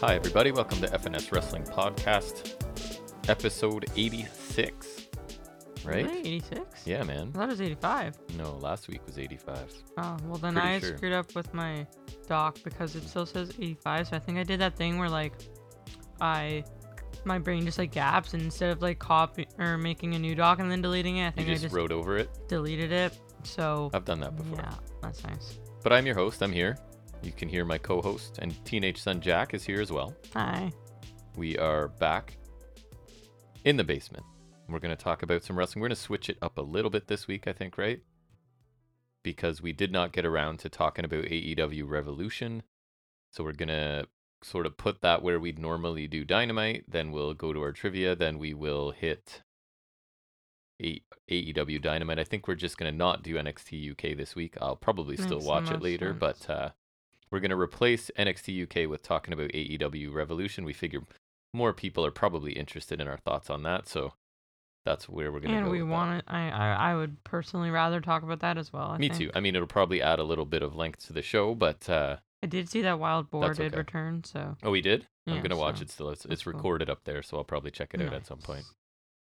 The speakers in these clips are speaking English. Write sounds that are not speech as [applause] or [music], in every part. Hi, everybody. Welcome to FNS Wrestling Podcast, episode 86. Right? Really? 86? Yeah, man. I thought it was 85. No, last week was 85. Oh, well, then Pretty I sure. screwed up with my doc because it still says 85. So I think I did that thing where, like, I. My brain just like gaps, and instead of like copy or making a new doc and then deleting it, I You think just, I just rode over it. deleted it. So I've done that before. yeah, that's nice. But I'm your host. I'm here. You can hear my co host, and teenage son Jack is here as well. Hi. We are back in the basement. We're going to talk about some wrestling. We're going to switch it up a little bit this week, I think, right? Because we did not get around to talking about AEW Revolution. So we're going to sort of put that where we'd normally do Dynamite. Then we'll go to our trivia. Then we will hit A- AEW Dynamite. I think we're just going to not do NXT UK this week. I'll probably still Makes the watch it most later, sense. but uh, we're going to replace NXT UK with talking about AEW Revolution. We figure more people are probably interested in our thoughts on that. So that's where we're going to go. And we with that. want to. I, I I would personally rather talk about that as well. I Me think. too. I mean, it'll probably add a little bit of length to the show, but uh, I did see that Wild Boar That's did okay. return, so oh, we did. I'm Yeah, gonna watch so it still. It's, that's it's cool. recorded up there, so I'll probably check it out at some nice. point.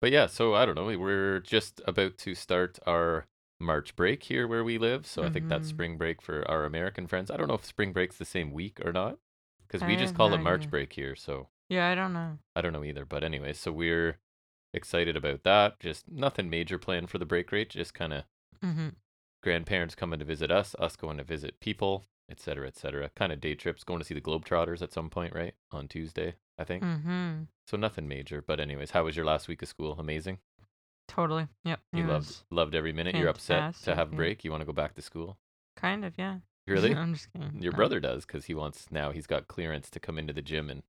But yeah, so I don't know. We're just about to start our March break here where we live, so I think that's Mhm. spring break for our American friends. I don't know if spring break's the same week or not, because we I just have call no it March idea. break here. So Yeah, I don't know. I don't know either. But anyway, so we're excited about that. Just nothing major planned for the break rate. Just kind of hmm grandparents coming to visit us, us going to visit people, et cetera, et cetera. Kind of day trips, going to see the Globetrotters at some point, right? On Tuesday, I think. Mm-hmm. So nothing major. But anyways, how was your last week of school? Amazing. Totally. Yep. You it loved was loved every minute. You're upset to fantastic, have a yeah. break. You want to go back to school? [laughs] Kind of. Yeah. Really? I'm just kidding. Your No. brother does because he wants now he's got clearance to come into the gym and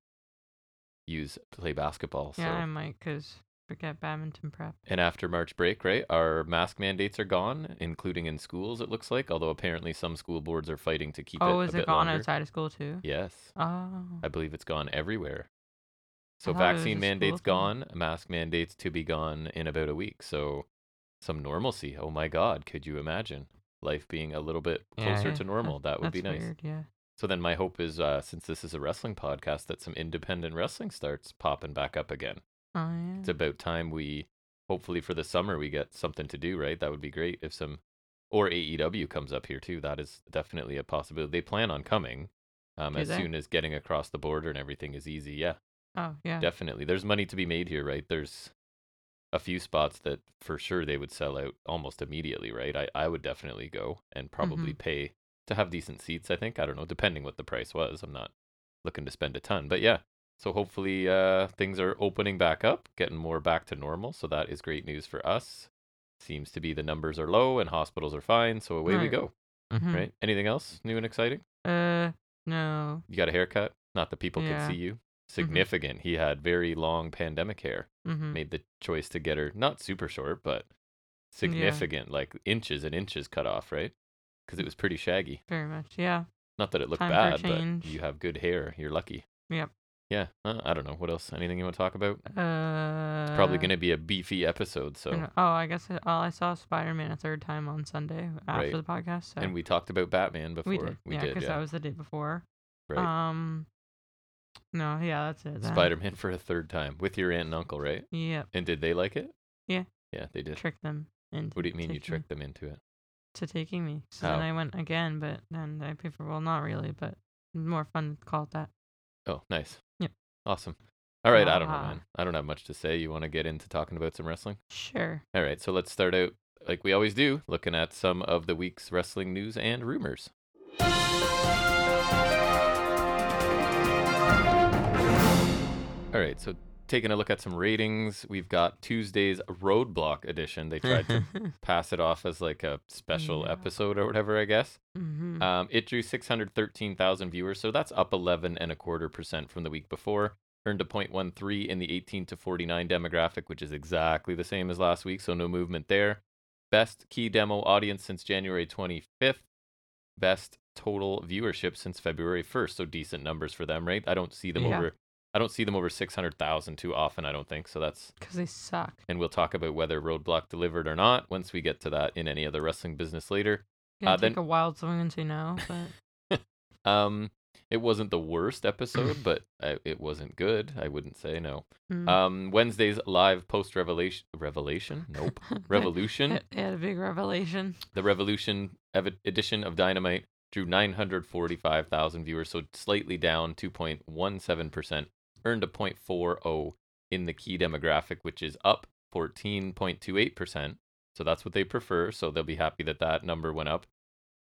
use play basketball. So Yeah, I might, cause forget badminton prep. And after March break, right, our mask mandates are gone, including in schools, it looks like, although apparently some school boards are fighting to keep oh, it a is bit it gone longer. outside of school too? Yes, Oh. I believe it's gone everywhere. So thought it was vaccine a school mandates thing. gone, mask mandates to be gone in about a week. So some normalcy. Oh my God, could you imagine life being a little bit Yeah, closer yeah, to that- normal? That would be that's nice. Weird, yeah. So then my hope is, uh, since this is a wrestling podcast, that some independent wrestling starts popping back up again Oh it's yeah. about time we hopefully for the summer we get something to do right that would be great if some or aew comes up here too that is definitely a possibility they plan on coming um, Do as they? soon as getting across the border and everything is easy yeah oh yeah. definitely there's money to be made here right there's a few spots that for sure they would sell out almost immediately right i, I would definitely go and probably Mm-hmm. pay to have decent seats i think i don't know depending what the price was i'm not looking to spend a ton but yeah so hopefully uh, things are opening back up getting more back to normal so that is great news for us seems to be the numbers are low and hospitals are fine so away we Right. go Mhm. right anything else new and exciting Uh, no. you got a haircut not that people Yeah. could see you significant he had very long pandemic hair Mm-hmm. made the choice to get her not super short, but significant, like inches and inches cut off, right? Because it was pretty shaggy. Very much. Yeah. Not that it looked Time bad, for a but change. you have good hair. You're lucky. Yep. Yeah. Uh, I don't know. What else? Anything you want to talk about? Uh. It's probably going to be a beefy episode. So, Oh, I guess I, all I saw Spider Man a third time on Sunday after Right. the podcast. So and we talked about Batman before. we did, yeah, because yeah. that was the day before. right. Um, no, yeah, that's it. then. Spider Man for a third time with your aunt and uncle, right? Yep, And did they like it? Yeah. Yeah, they did. trick them into. What do you mean you taking me- tricked them into it? To taking me. So Oh. then I went again, but then I paid for. Well, not really, but more fun to call it that. Oh, nice. Yep. Awesome. All right. I don't know, Ah. man. I don't have much to say. You want to get into talking about some wrestling? [laughs] Sure. All right, so let's start out like we always do, looking at some of the week's wrestling news and rumors. All right, so taking a look at some ratings, we've got Tuesday's Roadblock edition. They [laughs] tried [laughs] to pass it off as like a special Yeah. episode or whatever, I guess. Mhm. Um, it drew 613,000 viewers, so that's up 11 and a quarter percent from the week before. Earned a 0.13 in the 18 to 49 demographic, which is exactly the same as last week, so no movement there. Best key demo audience since January 25th. Best total viewership since February 1st, so decent numbers for them, right? I don't see them Yeah. over. I don't see them over 600,000 too often, I don't think. So that's 'Cause they suck. and we'll talk about whether Roadblock delivered or not once we get to that in any other wrestling business later. Gonna Uh, take then- [laughs] a wild swing and say no, but Um, It wasn't the worst episode, but I, it wasn't good. I wouldn't say no. Mm. [laughs] Um, Wednesday's live post revelation revelation. Nope. Revolution. It, it had a big revelation. the Revolution ev- edition of Dynamite drew 945,000 viewers, so slightly down 2.17%, earned a 0.40 in the key demographic, which is up 14.28%. So that's what they prefer, so they'll be happy that that number went up.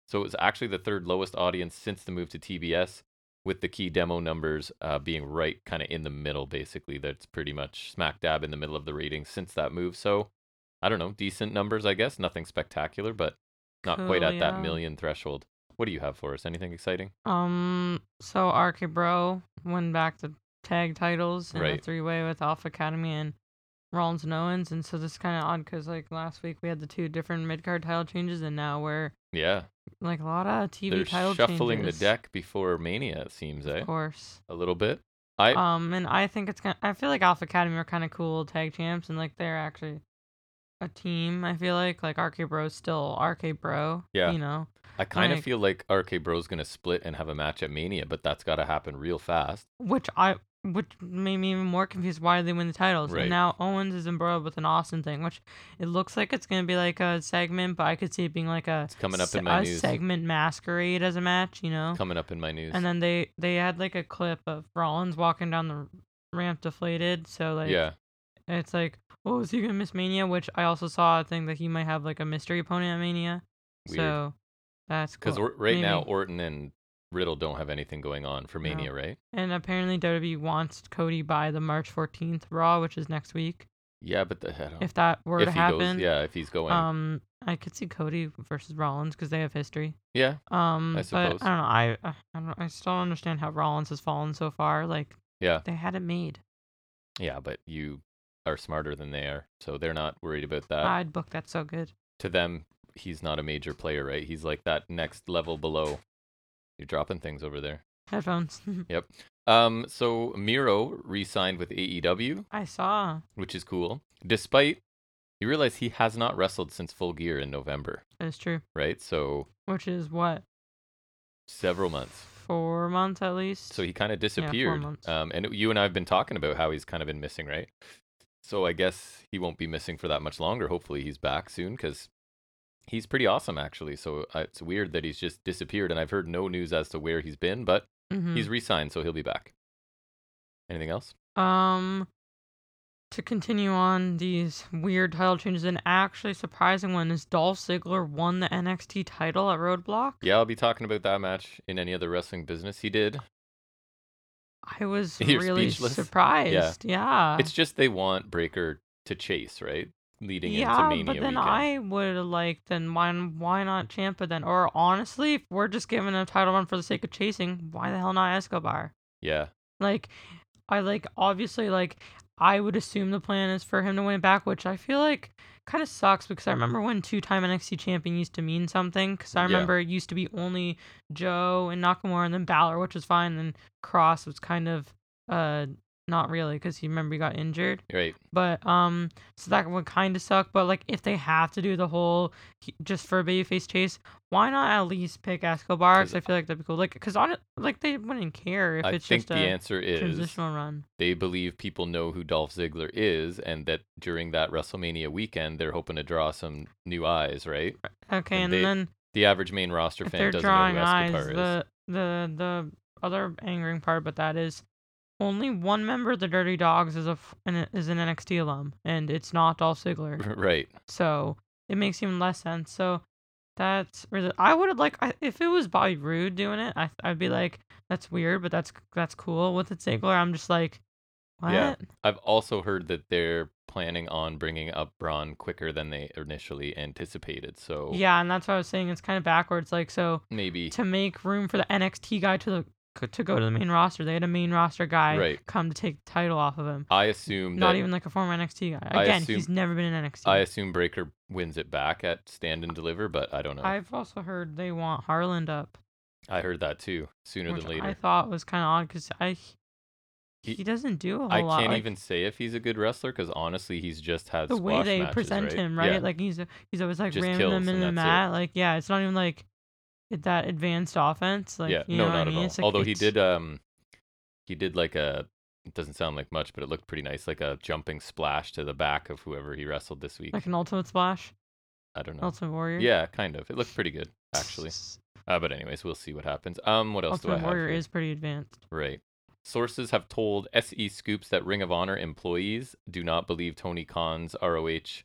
So it was actually the third lowest audience since the move to TBS, with the key demo numbers uh, being right kind of in the middle, basically. That's pretty much smack dab in the middle of the ratings since that move. So I don't know, decent numbers, I guess. Nothing spectacular, but not quite Cool, at that Oh, yeah. million threshold. What do you have for us? Anything exciting? Um, so RK Bro won back the tag titles in a Right. three way with Alpha Academy and Rollins and Owens, and so this is kind of odd because like last week we had the two different mid card title changes, and now we're Yeah. like a lot of TV They're title shuffling changes, the deck before Mania, it seems, eh? of course. A little bit. I Um, and I think it's kind. I feel like Alpha Academy are kind of cool tag champs, and like they're actually a team. I feel like like RK Bro's still RK Bro. Yeah. you know. I kind of like- feel like RK Bro's gonna split and have a match at Mania, but that's gotta happen real fast. which I which made me even more confused why they win the titles. Right. And now Owens is embroiled with an Austin thing, which it looks like it's gonna be like a segment, but I could see it being like a It's coming up se- in my a news. segment masquerade as a match, you know. Coming up in my news. Oh, And then they they had like a clip of Rollins walking down the r- ramp deflated, so like yeah. it's like oh is he gonna miss Mania? Which I also saw a thing that he might have like a mystery opponent at Mania, Weird. so that's Because cool. right now maybe. Orton and Riddle don't have anything going on for Mania, right? and apparently WWE wants Cody by the March fourteenth Raw, which is next week. Yeah, but the, I don't. if that were Oh. if to he happen. goes, yeah, if he's going, Um, I could see Cody versus Rollins because they have history. yeah, Um, suppose. but I don't know. I I I don't. I still don't understand how Rollins has fallen so far. Like, Yeah. they had it made. yeah, but you are smarter than they are, so they're not worried about that. I'd book that so good. to them, he's not a major player, right? He's like that next level below. You're dropping things over there. Headphones. [laughs] Um, so Miro re-signed with AEW, I saw. which is cool. Despite you realize he has not wrestled since Full Gear in November, It's true. right? So Which is what several months. four months at least. So he kind of disappeared. months. um, and you and I have been talking about how he's kind of been missing, right? So I guess he won't be missing for that much longer. Hopefully he's back soon because he's pretty awesome, actually. So uh, it's weird that he's just disappeared, and I've heard no news as to where he's been, but Mhm. he's re-signed, so he'll be back. Anything else? Um, to continue on these weird title changes, an actually surprising one is Dolph Ziggler won the NXT title at Roadblock. Yeah, I'll be talking about that match in any other wrestling business. He did. [laughs] I was You're really speechless? surprised. Yeah. it's just they want Breaker to chase, right? Leading into yeah, Mania but then weekend. I would like then why why not Champa then? Or honestly, if we're just giving a title run for the sake of chasing, why the hell not Escobar? Yeah, Like, I like obviously like I would assume the plan is for him to win it back, which I feel like kind of sucks because I remember when two-time NXT champion used to mean something. Because I Yeah. remember it used to be only Joe and Nakamura, and then Balor, which was fine. And then Cross was kind of uh not really because he remember he got injured. right. But um, so that would kind of suck. But like, if they have to do the whole he- just for a babyface chase, why not at least pick Escobar? 'Cause Because I feel like that'd be cool. Like, because on like they wouldn't care if I it's think just the a answer is transitional run. they believe people know who Dolph Ziggler is, and that during that WrestleMania weekend, they're hoping to draw some new eyes, right? Okay, and and, they- then The average main roster if fan they're doesn't know drawing who eyes, Escobar is. the the the other angering part about that is only one member of the Dirty Dogs is a f- an, is an NXT alum, and it's not Dolph [laughs] Ziggler. right. So it makes even less sense. So that's really I would have like I, if it was Bobby Roode doing it, I I'd be like that's weird, but that's that's cool. With it Ziggler, I'm just like what? Yeah. I've also heard that they're planning on bringing up Braun quicker than they initially anticipated. So Yeah, and that's what I was saying. It's kind of backwards. Like so maybe to make room for the NXT guy to the c- to go to the main roster, they had a main roster guy Right. come to take the title off of him. I assume Not that even like a former NXT guy. I Again, assume- he's never been in NXT. I assume Breaker wins it back at Stand and Deliver, but I don't know. i I've also heard they want Harland up, heard that too sooner which than later. I thought was kind of odd because I He- he, doesn't do a whole I lot. can't like, even say if he's a good wrestler because honestly, he's just had the way squash they matches, present right? him, right? Yeah. Like he's he's always like Just ramming them kills in and the that's it. mat. Like yeah, it's not even like at that advanced offense. Like, yeah, you no, know what not I mean? at all. It's like- Although he it's- did, um, he did like a. It doesn't sound like much, but it looked pretty nice, like a jumping splash to the back of whoever he wrestled this week. like an ultimate splash, I don't know. ultimate warrior. Yeah, kind of. It looked pretty [laughs] good actually. Uh, but anyways, we'll see what happens. Um, what else do I ultimate have? warrior here? is pretty advanced. Right. Sources have told SE Scoops that Ring of Honor employees do not believe Tony Khan's ROH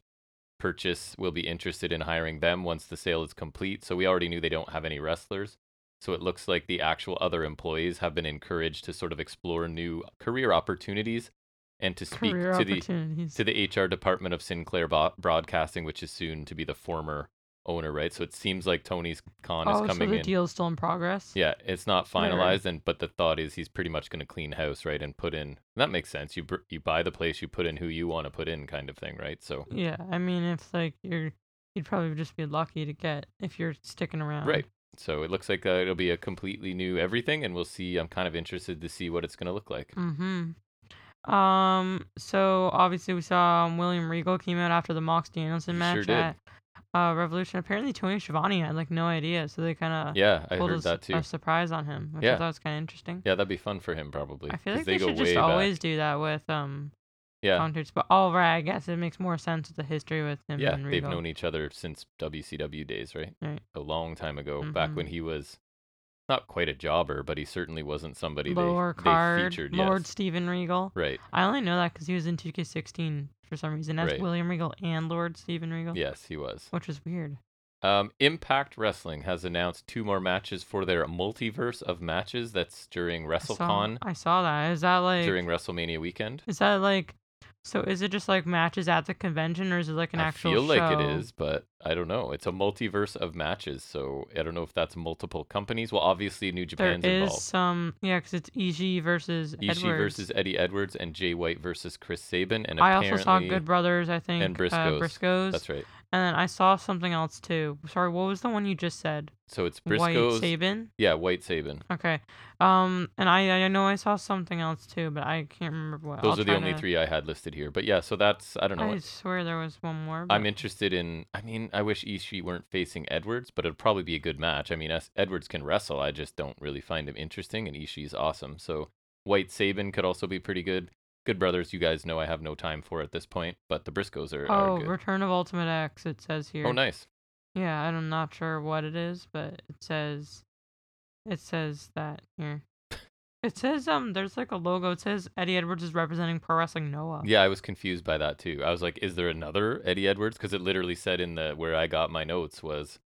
purchase will be interested in hiring them once the sale is complete. So we already knew they don't have any wrestlers. So it looks like the actual other employees have been encouraged to sort of explore new career opportunities and to speak Career to the opportunities. to the HR department of Sinclair Bo- Broadcasting, which is soon to be the former owner, right? So it seems like Tony's Khan oh, is so coming the in. deal's still in progress. Yeah, it's not Right, right. finalized, and but the thought is he's pretty much going to clean house, right, and put in. That makes sense. You br- you buy the place, you put in who you want to put in, kind of thing, right? So Yeah, I mean, if like you're, you'd probably just be lucky to get if you're sticking around. right. So it looks like uh, it'll be a completely new everything, and we'll see. I'm kind of interested to see what it's going to look like. Mm-hmm. Um. So obviously we saw um, William Regal came out after the Mox Danielson He match sure did. at uh, Revolution. Apparently Tony Schiavone had like no idea, so they kind of Yeah, I pulled a, heard that su- too. a surprise on him, which I Yeah. thought was kind of interesting. Yeah, that'd be fun for him probably. I feel 'cause like they, go should just way back. always do that with um Yeah, concerts. But all right, I guess it makes more sense with the history with him. yeah, and they've Regal. known each other since WCW days, right? Right. A long time ago, back Mhm. when he was not quite a jobber, but he certainly wasn't somebody they- Lower they, card, featured. Lord Yes. Steven Regal. Right. I only know that because he was in 2K16 for some reason. That's Right. William Regal and Lord Steven Regal, Yes, he was. which is weird. Um, Impact Wrestling has announced two more matches for their multiverse of matches. That's during I saw, WrestleCon, I saw that. Is that like? during WrestleMania weekend. is that like? So is it just like matches at the convention, or is it like an I actual feel like it show? is, but I don't know. It's a multiverse of matches, so I don't know if that's multiple companies. Well, obviously New There Japan's is involved. some, yeah, because it's Ishii versus Ishii Edwards. versus Eddie Edwards and Jay White versus Chris Sabin, and I apparently also saw Good Brothers, I think, and Uh, Briscoes. Briscoes, that's right. and then I saw something else too. Sorry, what was the one you just said? So it's White Briscoes. Sabin. yeah, White Sabin. Okay, um, and I I know I saw something else too, but I can't remember what. Those I'll are the try only to- three I had listed here. But yeah, so that's I don't know. I swear there was one more. I'm but- interested in. I mean, I wish Ishii weren't facing Edwards, but it'd probably be a good match. I mean, Es- Edwards can wrestle. I just don't really find him interesting, and Ishii's awesome. So White Sabin could also be pretty good. Good brothers, you guys know I have no time for at this point, but the Briscoes are, are Oh, uh, good. Return of Ultimate X. It says here. Oh, nice. Yeah, and I'm not sure what it is, but it says it says that here. It says um there's like a logo. It says Eddie Edwards is representing pro wrestling Noah. Yeah, I was confused by that too. I was like, is there another Eddie Edwards? Because it literally said in the where I got my notes was,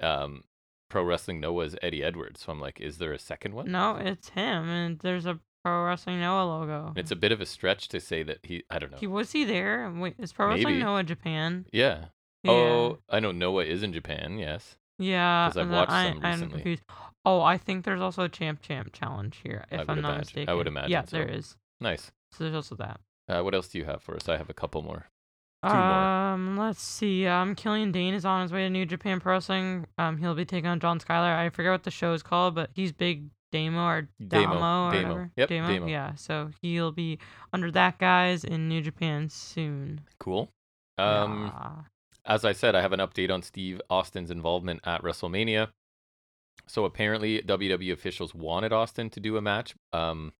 um, Pro Wrestling Noah's Eddie Edwards. So I'm like, is there a second one? No, it's him and there's a pro wrestling Noah logo. And it's a bit of a stretch to say that he. I don't know. he was he there? Wait, is pro wrestling Maybe. Noah Japan? yeah. Yeah. Oh, I know Noah is in Japan. Yes. yeah. 'cause I've and then watched I, some I'm recently. confused. Oh, I think there's also a champ champ challenge here, I if would I'm not imagine- mistaken. I would Yeah, imagine so. there is. Nice. So there's also that. Uh, what else do you have for us? I have a couple more. Two more. Um, let's see. Um, Killian Dane is on his way to New Japan Pro Wrestling. Um, he'll be taking on John Skyler. I forget what the show is called, but he's Big Damo or Damo, Damo or Damo. whatever. Yep, Damo. Yeah, so he'll be under that guy's in New Japan soon. Cool. Um, Yeah. as I said, I have an update on Steve Austin's involvement at WrestleMania. So apparently, WWE officials wanted Austin to do a match, um,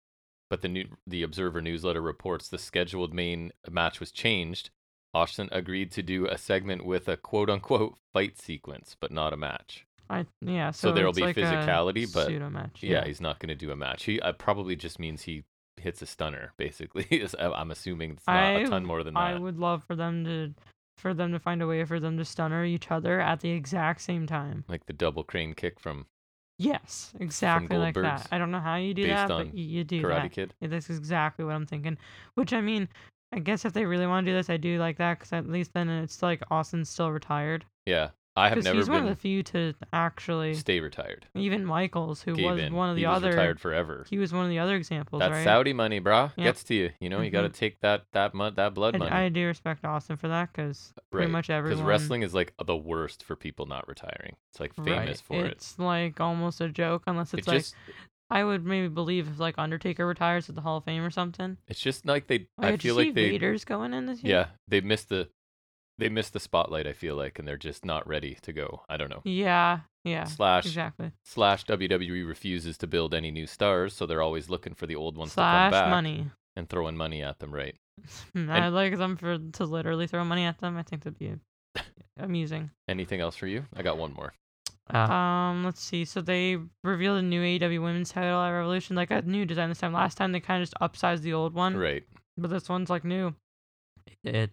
but the new the Observer newsletter reports the scheduled main match was changed. Austin agreed to do a segment with a quote unquote fight sequence, but not a match. I yeah. so So, there'll it's be like a physicality, but- pseudo match. Yeah, he's not going to do a match. He uh, probably just means he hits a stunner. Basically, [laughs] Is- I- I'm assuming it's not I- a ton more than that. I would love for them to, for them to find a way for them to stunner each other at the exact same time. Like the double crane kick from Yes, exactly like Goldberg's, that. I don't know how you do based that, on but you, you do that. Karate Kid. Yeah, This is exactly what I'm thinking. Which I mean, I guess if they really want to do this, I do like that because at least then it's like Austin's still retired. Yeah, I have Because never he's one been of the few to actually, stay retired. even Michaels, who was Gaben, one of the he was other, retired forever. he was one of the other examples, That right? Saudi money, brah, Yep. Mm-hmm. gets to you. You know, you got to take that that mud, that blood money. I, I do respect Austin for that because pretty Right, much everyone. because wrestling is like the worst for people not retiring. It's like famous right, for it. It's like almost a joke, unless it's it like just I would maybe believe if like Undertaker retires at the Hall of Fame or something. it's just like they. Oh, yeah, I did you feel like see they. Vader's going in this year. Yeah, they missed the. They missed the spotlight. I feel like, and they're just not ready to go. I don't know. Yeah, Yeah. slash Exactly. slash WWE refuses to build any new stars, so they're always looking for the old ones slash to come back money. [laughs] and throwing money at them, right? I like them for to literally throw money at them. I think [laughs] that'd be amusing. Anything else for you? I got one more. Ah. Um, let's see. So they revealed a new AEW Women's Title at Revolution, like a new design this time. Last time they kind of just upsized the old one, Right. but this one's like new. It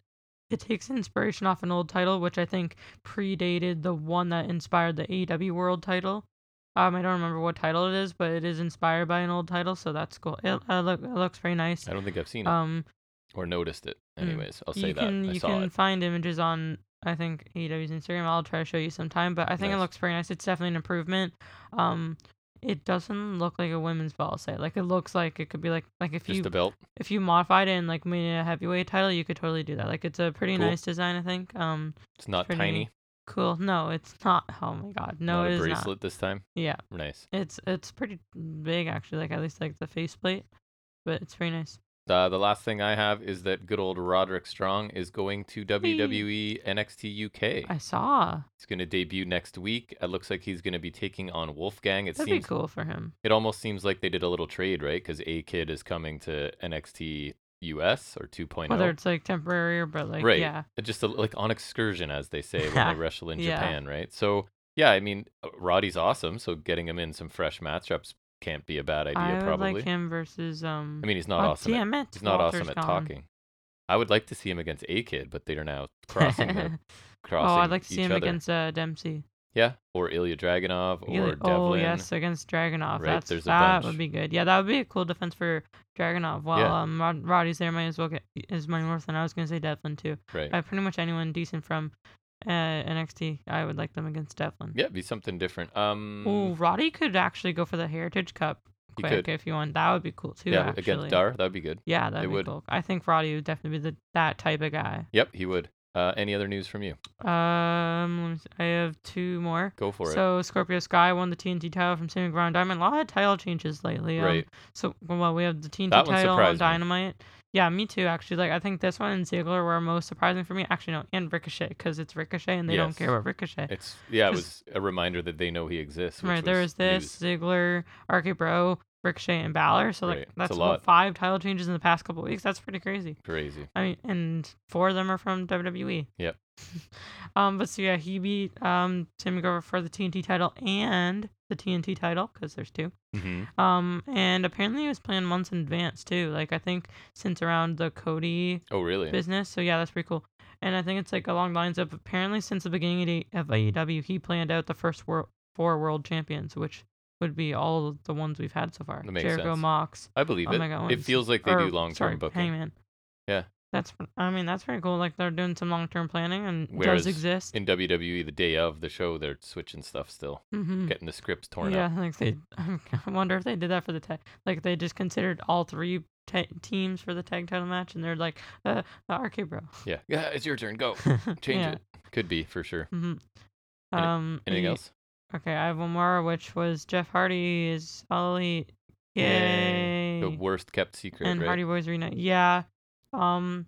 it takes inspiration off an old title, which I think predated the one that inspired the AEW World Title. Um, I don't remember what title it is, but it is inspired by an old title, so that's cool. It, uh, look, it looks very nice. I don't think I've seen it Um, or noticed it. mm, Anyways, I'll say you that can I you saw can it. find images on I think AEW's Instagram. I'll try to show you sometime, but I think Nice. it looks pretty nice. It's definitely an improvement. Um, it doesn't look like a women's ball set. Like it looks like it could be like like if Just you the belt. if you modified it and like made it a heavyweight title, you could totally do that. Like it's a pretty Cool. nice design. I think. Um, It's not pretty- tiny. cool. No, it's not. [laughs] Oh my god, no, not it a is bracelet not. this time. Yeah, Nice. it's it's pretty big actually. Like at least like the faceplate, but it's pretty nice. Uh, the last thing I have is that good old Roderick Strong is going to E WWE NXT UK. I saw. He's going to debut next week. It looks like he's going to be taking on Wolfgang. It That'd seems be cool for him. it almost seems like they did a little trade, right? Because A Kid is coming to NXT US or 2.0. Whether it's like temporary, but like right. yeah. Just a, like on excursion, as they say [laughs] when they wrestle in Yeah. Japan, right? So yeah, I mean uh, Roddy's awesome. So getting him in some fresh matchups can't be a bad idea, I would probably. like him versus um. I mean, he's not oh, awesome. At, Damn it! he's not Walter's awesome at gone. talking. I would like to see him against A Kid, but they're [laughs] now crossing the, oh, crossing. I'd like to see each him other. against uh, Dempsey. yeah, or Ilya Dragunov or Yeah, like- Devlin. Oh yes, against Dragonov. right? That's There's a that bunch. would be good. Yeah, that would be a cool defense for Dragonov. While Yeah. um Rod- Roddy's there, might as well get is my north, and I was gonna say Devlin too. Right. Uh, pretty much anyone decent from uh, NXT, I would like them against Devlin. Yeah, be something different. Um, Oh, Roddy could actually go for the Heritage Cup He quick could. if you want. That would be cool too. yeah, actually. against Dar, that would be good. Yeah, that'd It be would. cool. I think Roddy would definitely be the, that type of guy. Yep, he would. Uh, any other news from you? Um, let me see. I have two more. Go for it. So Scorpio Sky won the TNT title from Sammy Guevara on Diamond. A lot of title changes lately. um, Right. so well, we have the TNT That one title on surprised me. Dynamite. Yeah, me too. Actually, like I think this one and Ziggler were most surprising for me. Actually, no, and Ricochet because it's Ricochet and they don't care Yes. about Ricochet. It's yeah, it was Just- a reminder that they know he exists. Which right. There was was this news. Ziggler, RK Bro, Ricochet, and Balor. So like Right, it's a that's about lot. five title changes in the past couple weeks. That's pretty crazy. crazy. I mean, and four of them are from WWE. Yep. [laughs] um, but so yeah, he beat um Sammy Guevara for the TNT title and the TNT title because there's two. [laughs] hmm Um, and apparently he was playing months in advance too. Like I think since around the Cody Oh really? business. So yeah, that's pretty cool. And I think it's like along the lines of apparently since the beginning of the- of AEW, he planned out the first world four world champions, which would be all of the ones we've had so far. That makes Jericho, sense. Mox, I believe Oh it. my God, it it's- feels like they or, do long sorry, term booking. Hangman. Yeah. That's I mean that's pretty cool. Like they're doing some long term planning and it Whereas does exist. In WWE, the day of the show, they're switching stuff still, hmm getting the scripts torn yeah, up. like they. [laughs] I wonder if they did that for the tag. Like they just considered all three ta teams for the tag title match, and they're like, uh, the RK bro. Yeah, yeah, it's your turn. [laughs] Go change it. Could be for sure. hmm Any- Um. Anything ye- else? Okay, I have one more, which was Jeff Hardy is Ollie. Yay. Yay. The worst kept secret, and right? Hardy Boys reunite. Yeah. Um.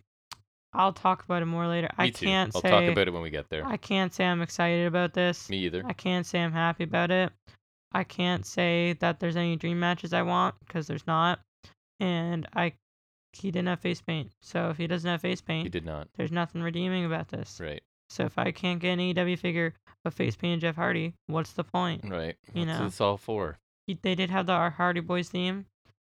I'll talk about it more later. Me I too. can't I'll say. talk about it when we get there. I can't say I'm excited about this. Me either. I can't say I'm happy about it. I can't say that there's any dream matches I want because there's not. And I, he didn't have face paint. So if he doesn't have face He paint, did not. there's nothing redeeming about this. Right. So if I can't get an AEW figure of face paint and Jeff Hardy, what's the point? Right. You What's know. this all for? He, they did have the Hardy Boys theme.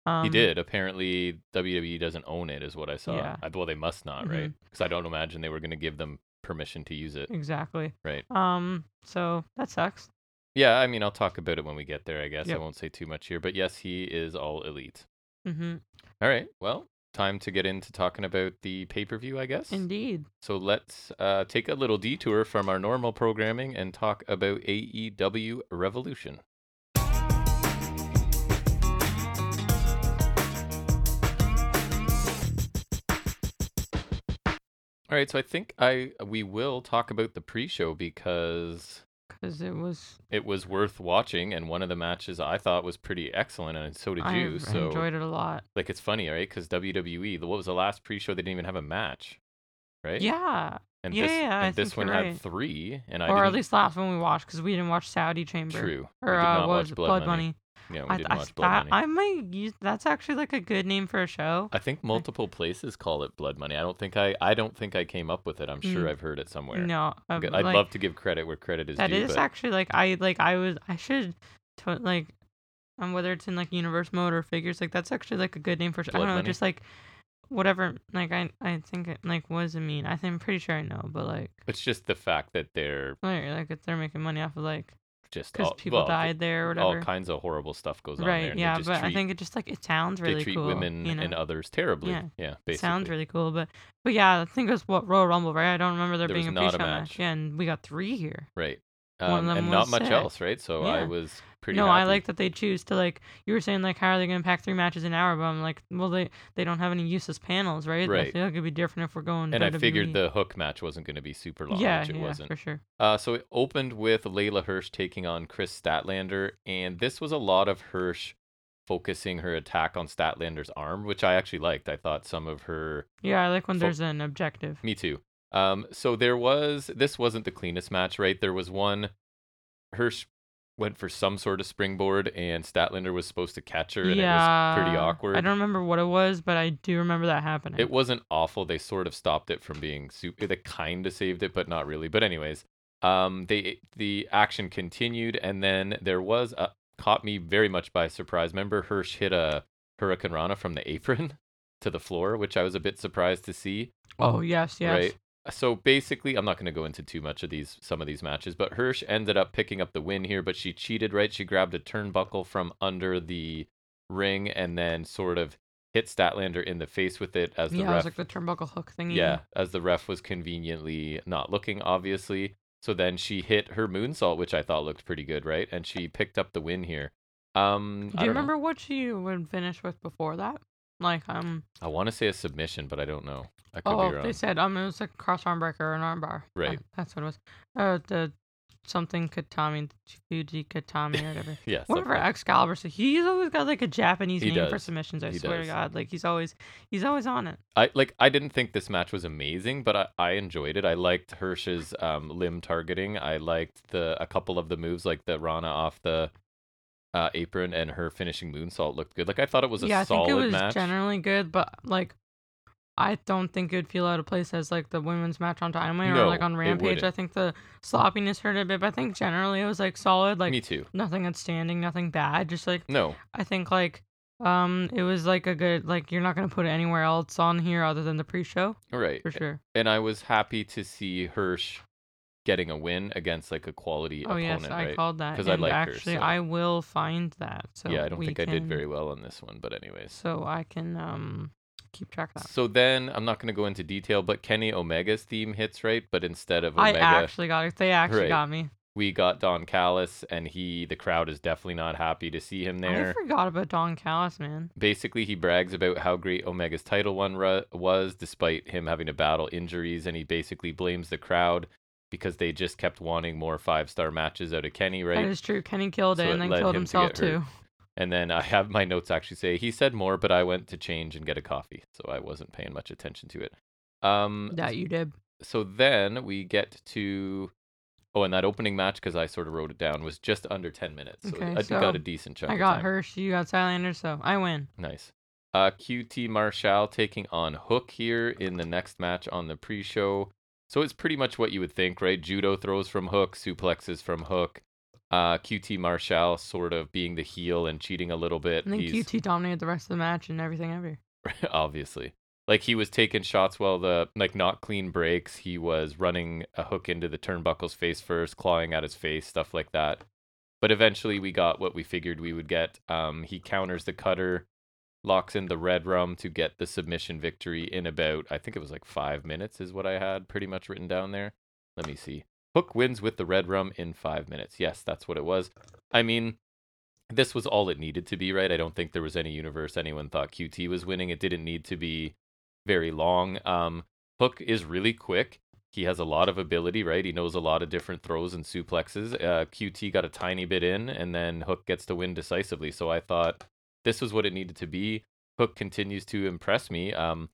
Um, he did. Apparently, WWE doesn't own it, is what I saw. Yeah. I, well, they must not, Mhm. right? Because I don't imagine they were going to give them permission to use it. Exactly. Right. Um. So that sucks. Yeah, I mean, I'll talk about it when we get there, I guess. Yep. I won't say too much here, but yes, he is all elite. hmm All right. Well, time to get into talking about the pay per view, I guess. Indeed. So let's uh, take a little detour from our normal programming and talk about AEW Revolution. All right, so I think I we will talk about the pre-show because Because it was. it was worth watching, and one of the matches I thought was pretty excellent, and so did I you. So, enjoyed it a lot. E, like, it's funny, right? Because WWE, the- what was the last pre-show? They didn't even have a match. right? Yeah. And yeah, this, yeah, I and this think one you're had right. three, and I or at didn't- least last one we watched because we didn't watch Saudi Chamber. true. we Or did uh, not what watch was it? Blood, Money. Yeah, we I, didn't I, watch Blood that, Money. I, I might use that's actually like a good name for a show. think multiple places call it Blood Money. I don't think I. I don't think I came up with it. I'm sure Mm. I've heard it somewhere. No, um, Good. I'd like, love to give credit where credit is That due. is but actually like I like I was I should to, like um whether it's in like universe mode or figures like that's actually like a good name for sh- I Blood don't know money? just like whatever like I I think it like what does it mean I think I'm pretty sure I know but like it's just the fact that they're like, like if they're making money off of like just because all, people well, died there or all whatever kinds of horrible stuff goes on there. right and they yeah just but I treat- think it just like it sounds really they treat cool women you know and others terribly. Yeah, Yeah. basically. It sounds really cool but but yeah I think it was what Royal Rumble right I don't remember there, There was being a not a pre-show match. match. yeah and we got three here right. One of Um, them and not was much sick. else, right? So I Yeah. was pretty. no, I happy. like that they choose to like. You were saying like, how are they gonna pack three matches an hour? But I'm like, well, they they don't have any useless panels, right? I Right. feel like it'd be different if we're going. And I figured WWE. the hook match wasn't going to be super long, yeah, which it yeah, wasn't. for sure. Uh, so it opened with Layla Hirsch taking on Chris Statlander, and this was a lot of Hirsch focusing her attack on Statlander's arm, which I actually liked. I thought some of her Yeah, I like when Fo- there's an objective. Me too. Um, so there was this wasn't the cleanest match, right? There was one Hirsch went for some sort of springboard, and Statlander was supposed to catch her, and yeah, it was pretty awkward. I don't remember what it was, but I do remember that happening. It wasn't awful. They sort of stopped it from being super. They kind of saved it, but not really. But anyways, um, they the action continued, and then there was a caught me very much by surprise. Remember, Hirsch hit a Hurricane Rana from the apron [laughs] to the floor, which I was a bit surprised to see. oh yes, yes. Right. So basically, I'm not going to go into too much of these some of these matches, but Hirsch ended up picking up the win here, but she cheated, right? She grabbed a turnbuckle from under the ring and then sort of hit Statlander in the face with it as the Yeah, it was ref like the turnbuckle hook thingy. Yeah, as the ref was conveniently not looking obviously. So then she hit her moonsault, which I thought looked pretty good, right? And she picked up the win here. Um Do I don't know. you remember what she would finish with before that? Like um, I want to say a submission, but I don't know. I could oh, be wrong. they said um, it was like a cross arm breaker or an arm bar. Uh, Right. that's what it was. Uh, the something Katami, Fuji Katami [laughs] or whatever. yeah, Whatever something. Excalibur. So he's always got like a Japanese He name for does. submissions. I He swear does. to God, like he's always he's always on it. I like I didn't think this match was amazing, but I, I enjoyed it. I liked Hirsch's um, limb targeting. I liked the a couple of the moves, like the Rana off the uh, apron and her finishing moonsault looked good. Like I thought it was a yeah, I solid think it was match. generally good, but like. I don't think it would feel out of place as like the women's match on Dynamite or like No, on it Rampage. wouldn't. I think the sloppiness hurt a bit, but I think generally it was like solid, like Me too. nothing outstanding, nothing bad, just like No, I think like um it was like a good like you're not gonna put it anywhere else on here other than the pre-show all right. for sure. And I was happy to see Hirsch getting a win against like a quality oh opponent. yes, I right? called that 'Cause I and like her, actually so- I will find that. So yeah, I don't we think I did can- very well on this one, but anyways. So I can um keep track of that. So then I'm not going to go into detail, but Kenny Omega's theme hits right, but instead of I Omega, actually got it. They actually Right. got me. we got Don Callis, and he the crowd is definitely not happy to see him I there. forgot about Don Callis, man. Basically, he brags about how great Omega's title one ru- was, despite him having to battle injuries, and he basically blames the crowd because they just kept wanting more five star matches out of Kenny, right? That is true. Kenny killed So it it and then led killed him to himself get hurt. [laughs] too. and then I have my notes actually say he said more, but I went to change and get a coffee, so I wasn't paying much attention to it. Um, That you did. so then we get to oh, and that opening match because I sort of wrote it down was just under ten minutes, so Okay, I so got a decent chunk. I of got time. Hirsch, you got Silander, so I win. Nice. Uh, QT Marshall taking on Hook here in the next match on the pre show. So it's pretty much what you would think, right? Judo throws from Hook, suplexes from Hook. Uh, QT Marshall sort of being the heel and cheating a little bit. And then He's- QT dominated the rest of the match and everything ever. [laughs] obviously. Like he was taking shots while the like not clean breaks. He was running a hook into the turnbuckle's face first, clawing at his face, stuff like that. But eventually we got what we figured we would get. Um, he counters the cutter, locks in the red rum to get the submission victory in about I think it was like five minutes is what I had pretty much written down there. Let me see. Hook wins with the red rum in five minutes. Yes, that's what it was. I mean, this was all it needed to be, right? I don't think there was any universe anyone thought QT was winning. It didn't need to be very long. Um, Hook is really quick. He has a lot of ability, right? He knows a lot of different throws and suplexes. Uh, QT got a tiny bit in, and then Hook gets to win decisively. So I thought this was what it needed to be. Hook continues to impress me. Um,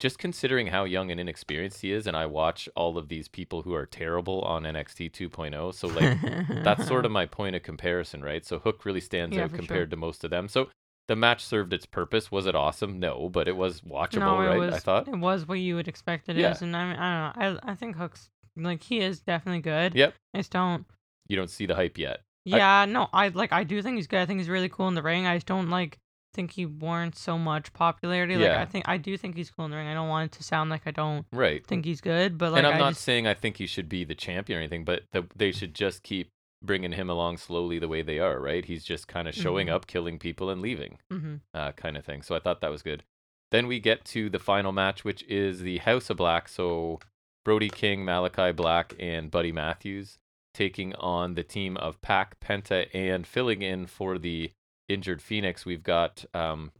just considering how young and inexperienced he is, and I watch all of these people who are terrible on NXT 2.0. oh, So like that's [laughs] sort of my point of comparison, right? So Hook really stands Yeah, out for sure. compared to most of them. So the match served its purpose. Was it awesome? No, but it was watchable, no, it right? was I thought. it was what you would expect it is, Yeah. and I mean, I don't know. I I think Hook's like he is definitely good. Yep. I just don't. You don't see the hype yet. Yeah, no, I like I do think he's good. I think he's really cool in the ring. I just don't like think he warrants so much popularity. Like Yeah. I think I do think he's cool in the ring. I don't want it to sound like I don't Right. think he's good, but like and I'm I not just saying I think he should be the champion or anything, but the, they should just keep bringing him along slowly the way they are, right? He's just kind of showing Mhm. up, killing people, and leaving, mhm. uh, kind of thing. So I thought that was good. Then we get to the final match, which is the House of Black. So Brody King, Malachi Black, and Buddy Matthews taking on the team of Pac, Penta, and filling in for the injured Phoenix. We've got um,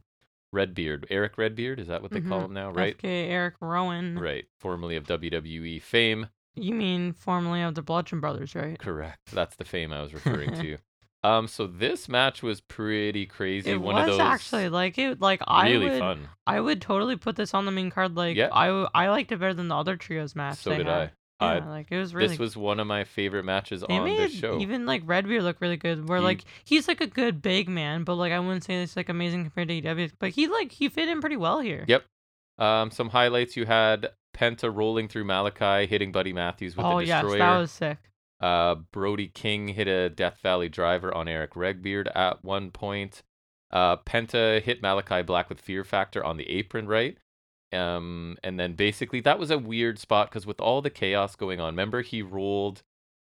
Redbeard, Eric Redbeard. Is that what they call Mhm. him now? Right. FK Eric Rowan. Right. Formerly of WWE fame. You mean formerly of the Bludgeon Brothers, right? Correct. That's the fame I was [laughs] referring to. Um, so this match was pretty crazy. It One was of those actually like it like I really would fun. I would totally put this on the main card. Like Yeah. I w- I liked it better than the other trios match. So they did I. had. I- Yeah, like it was really. this was one of my favorite matches they on made the show. even like Redbeard look really good. Where He- like he's like a good big man, but like I wouldn't say it's like amazing compared to EW. But he like he fit in pretty well here. Yep, Um, some highlights you had Penta rolling through Malachi, hitting Buddy Matthews with oh the yes, destroyer. that was sick. Uh, Brody King hit a Death Valley driver on Eric Regbeard at one point. Uh, Penta hit Malachi Black with Fear Factor on the apron, right? Um, and then basically that was a weird spot because with all the chaos going on, remember he rolled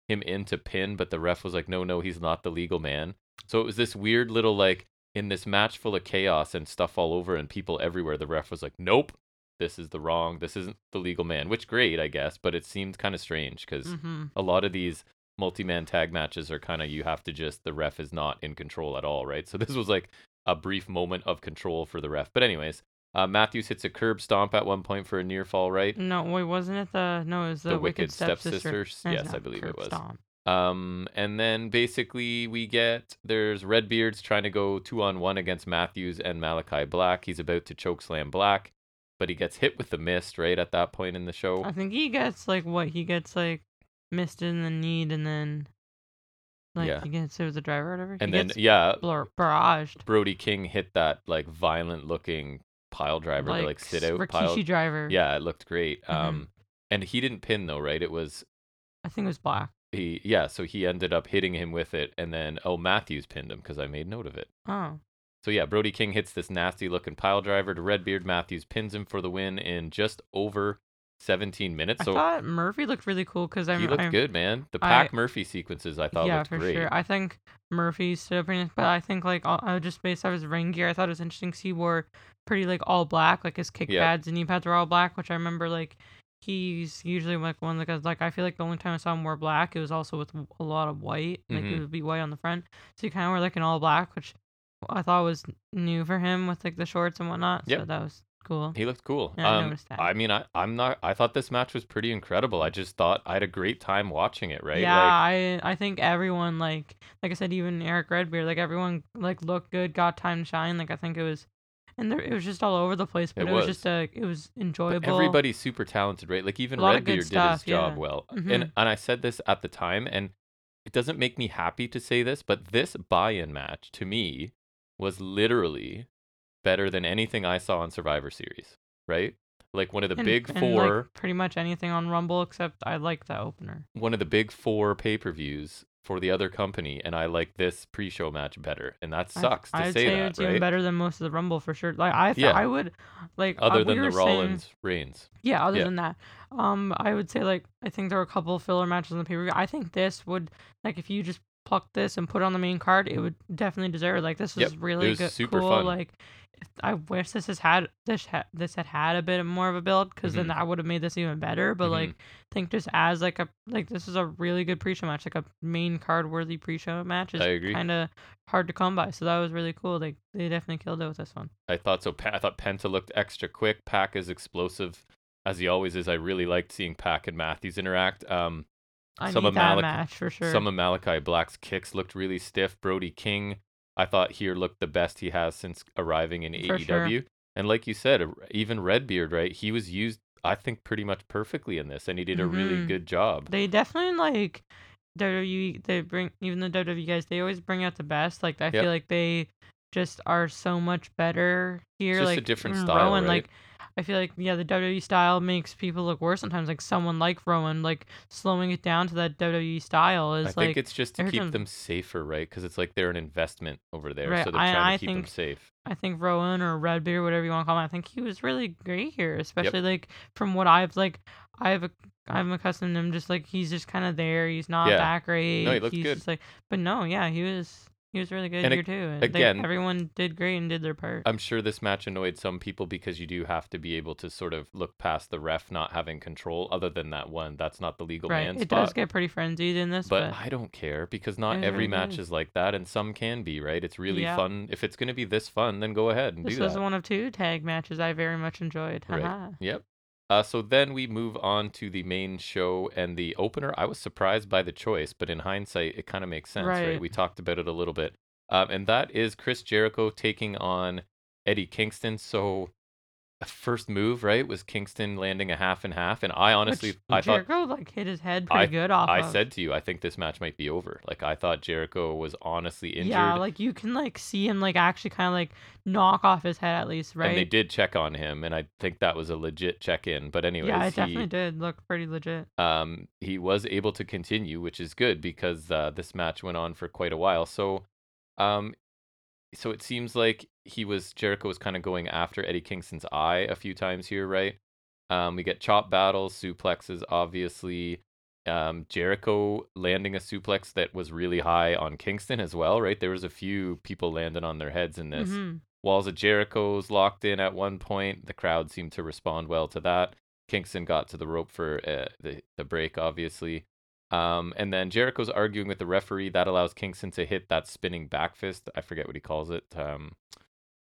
him into pin, but the ref was like, no, no, he's not the legal man. So it was this weird little like in this match full of chaos and stuff all over and people everywhere, the ref was like, nope, this is the wrong, this isn't the legal man, which great, I guess, but it seemed kind of strange because hmm a lot of these multi-man tag matches are kind of you have to just the ref is not in control at all, right? So [laughs] this was like a brief moment of control for the ref. But anyways, uh, Matthews hits a curb stomp at one point for a near fall, right? No, wait, wasn't it the no? It was Mm, the, Wicked Stepsister. Stepsisters? That's Yes, not I believe curb it was. stomp. Um, and then basically we get there's Redbeard's trying to go two on one against Matthews and Malachi Black. He's about to choke slam Black, but he gets hit with the mist right at that point in the show. I think he gets like what he gets like missed in the need, and then like Yeah. he gets it was a driver or whatever. and he then gets yeah, blur- barraged. Brody King hit that like violent looking pile driver, the, like sit s- out Rikishi pile. driver. Yeah, it looked great. Mhm. Um, and he didn't pin though, right? It was I think it was black. he, yeah. So he ended up hitting him with it, and then oh, Matthews pinned him because I made note of it. Oh, So yeah, Brody King hits this nasty looking pile driver to Redbeard. Matthews pins him for the win in just over 17 minutes. I So thought Murphy looked really cool because I he looked I, good, man. The I- Pac Murphy sequences I thought yeah, looked for great. sure. I think Murphy stood up pretty nice, but I think like all, I just based off his ring gear, I thought it was interesting 'cause he wore pretty like all black, like his kick Yeah. pads and knee pads were all black, which I remember like he's usually like one of the guys. Like I feel like the only time I saw him wear black, it was also with w- a lot of white, like Mhm. it would be white on the front, so he kind of wore like an all black, which I thought was new for him with like the shorts and whatnot. Yep. So that was cool. He looked cool. Yeah, I Um, noticed that. I mean, I, I'm not. I thought this match was pretty incredible. I just thought I had a great time watching it. Right? Yeah, Like, I I think everyone like like I said, even Eric Redbeard, like everyone like looked good, got time to shine. Like I think it was, and there, it was just all over the place, but It it, was. was. just a it was but enjoyable. everybody's super talented, right? Like even A lot of good Redbeard did his stuff, job yeah. well. And Mhm. and I said this at the time, and it doesn't make me happy to say this, but this buy-in match to me was literally better than anything I saw on Survivor Series. Right? Like one of the And- big and, like, four. pretty much anything on Rumble except I like the opener. one of the big four pay per views for the other company, and I like this pre show match better. And that I- sucks to I'd say, that, it's even right? better than most of the Rumble for sure. Like I, th- Yeah. I would like uh, Other we than the were saying- Rollins Reigns. Yeah, other Yeah. than that, um, I would say like I think there were a couple of filler matches on the pay per view. I think this would like if you just plucked this and put it on the main card, it would definitely deserve it. Like this Yep, was really was good, super cool. fun. Like if- I wish this has had this ha- this had had a bit more of a build because Mhm. then that would have made this even better. But Mhm. like I think just as like a like this is a really good pre show match, like a main card worthy pre show match I is agree. kind of hard to come by. So that was really cool. Like they definitely killed it with this one. I thought so. Pa- I thought Penta looked extra quick. Pac is explosive, as he always is. I really liked seeing Pac and Matthews interact. Um, I Some need of that Malik- match for sure. Some of Malachi Black's kicks looked really stiff. Brody King, I thought here looked the best he has since arriving in For sure. AEW. And like you said, uh, even Redbeard, right? He was used, I think, pretty much perfectly in this, and he did a really Mhm. good job. They definitely like WWE. They bring even the WWE guys. They always bring out the best. Like I Yep. feel like they just are so much better here. just a like different even style, Rowan, right? like I feel like yeah, the WWE style makes people look worse sometimes. Like someone like Rowan, like slowing it down to that WWE style I is think like it's just to every keep time- them safer, right? Because it's like they're an investment over there, Right, so they're I- trying to I keep them think- safe. I think Rowan or Redbeard, whatever you want to call him, I think he was really great here, especially like from what I've like, I've ac- I'm accustomed to him just like he's just kind of there. He's not Yeah. that great. looked he's good. Just, like, but no, yeah, he was he was really good And here ag- too. And they- again- everyone did great and did their part. I'm sure this match annoyed some people because you do have to be able to sort of look past the ref not having control. Other than that one, that's not the legal right, man it spot. does get pretty frenzied in this, but but, I don't care because It not was every really match good. is like that, and some can be, right? It's really Yeah. fun. If it's going to be this fun, then go ahead and this do was that. one of two tag matches I very much enjoyed. Right. Haha. Yep. Uh, so then we move on to the main show and the opener. I was surprised by the choice, but in hindsight, it kind of makes sense, right. Right. We talked about it a little bit. Um, and that is Chris Jericho taking on Eddie Kingston. So the first move, right, was Kingston landing a half and half. And I honestly, Which I thought, Jericho like hit his head pretty good off. I of. said to you, I think this match might be over. Like, I thought Jericho was honestly injured. Yeah, like you can like see him like actually kind of like knock off his head at least, right? And they did check on him, and I think that was a legit check in. But anyways, yeah, it he, definitely did look pretty legit. um, he was able to continue, which is good because uh, this match went on for quite a while. So, um, so it seems like he was Jericho was kind of going after Eddie Kingston's eye a few times here, right? Um, we get chop battles, suplexes, obviously. Um, Jericho landing a suplex that was really high on Kingston as well, right? There was a few people landing on their heads in this. Mhm. Walls of Jericho's locked in at one point. The crowd seemed to respond well to that. Kingston got to the rope for uh, the, the break, obviously. Um, and then Jericho's arguing with the referee. That allows Kingston to hit that spinning back fist. I forget what he calls it. Um,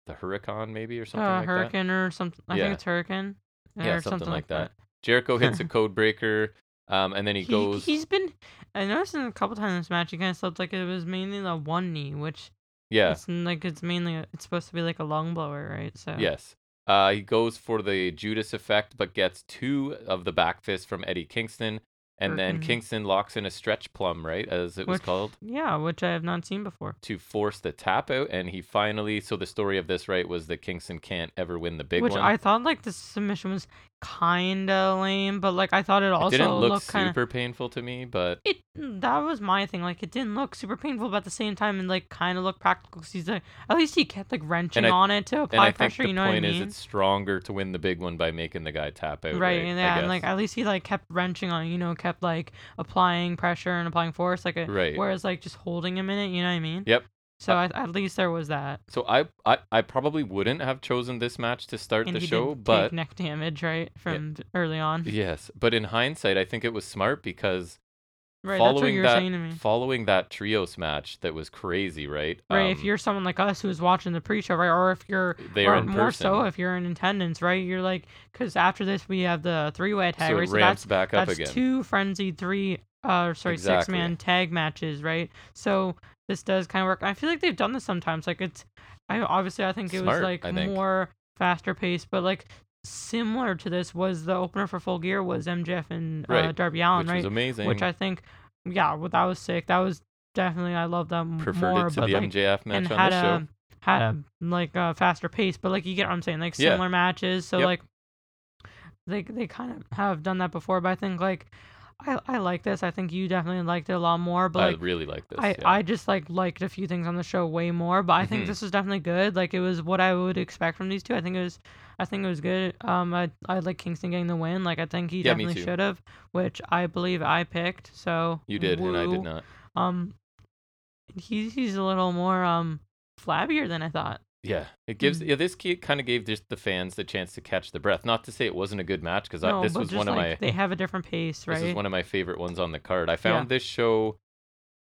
the Hurricane, maybe, or something uh, like that. hurricane or something. I Yeah. think it's hurricane. Yeah, or something like that. Jericho hits [laughs] a code breaker, um, and then he, goes. He's been. I noticed in a couple times in this match, he kind of slept like it was mainly the one knee, which yeah. it's n- like it's mainly a- it's supposed to be like a long blower, right? So Yes. Uh, he goes for the Judas effect, but gets two of the back fist from Eddie Kingston. And then Hurricane. Kingston locks in a stretch plum, right? As it was Which- called, yeah, which I have not seen before. to force the tap out. And he finally, so the story of this, right, was that Kingston can't ever win the big which one. I thought like the submission was kind of lame, but like I thought it it also didn't look looked kind of super painful to me, but it that was my thing. Like it didn't look super painful, but at the same time, it like kind of looked practical. 'cause he's like at least he kept like wrenching I- on it to and apply I think pressure. the you know what I point is mean? it's stronger to win the big one by making the guy tap out. right, Right, and I yeah, and guess. like at least he like kept wrenching on it. You know, kept like applying pressure and applying force. Like a, Right. whereas like just holding him in it. You know what I mean? Yep. So I, at least there was that. So I, I I probably wouldn't have chosen this match to start And the he show, did but take neck damage right from th- early on. Yes, but in hindsight, I think it was smart because Right, that's what following you were that saying to me. following that trios match that was crazy, right? Right, if Um, you're someone like us who's watching the pre-show, right, or if you're they or are in more person, so if you're in attendance, right? You're like, because after this we have the three-way tag, so it right? So ramps that's back up that's again. two frenzied three, uh, sorry, Exactly. six-man tag matches, right? So this does kind of work. I feel like they've done this sometimes. Like it's, I obviously I think it Smart, was like I think. more faster paced, but like similar to this was the opener for Full Gear was MJF and uh, Right, Darby Allen, which right? was amazing. Which I think, yeah, well, that was sick. That was definitely I love them preferred more, it to but the like MJF match and on had this show. a had a like a faster pace, but like you get what I'm saying, like Yeah. similar matches. So Yep. like they they kind of have done that before, but I think like I I like this. I think you definitely liked it a lot more, but I like. really like this. I, yeah. I just like liked a few things on the show way more, but I think Mhm. this was definitely good. Like it was what I would expect from these two. I think it was, I think it was good. Um, I I like Kingston getting the win. Like I think he Yeah, me definitely too. should have, which I believe I picked. So you did, and I woo. did not. Um, he's he's a little more um flabbier than I thought. Yeah, it gives Mm. yeah this kid kind of gave just the fans the chance to catch the breath. Not to say it wasn't a good match because no, this but was just one of like my they have a different pace, right? This is one of my favorite ones on the card. I found this show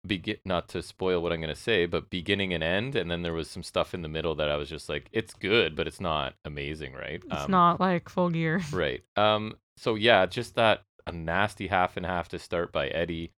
begin not to spoil what I'm going to say, but beginning and end, and then there was some stuff in the middle that I was just like, it's good, but it's not amazing, right? Um, it's not like full gear. right. Um. So yeah, just that a nasty half and half to start by Eddie.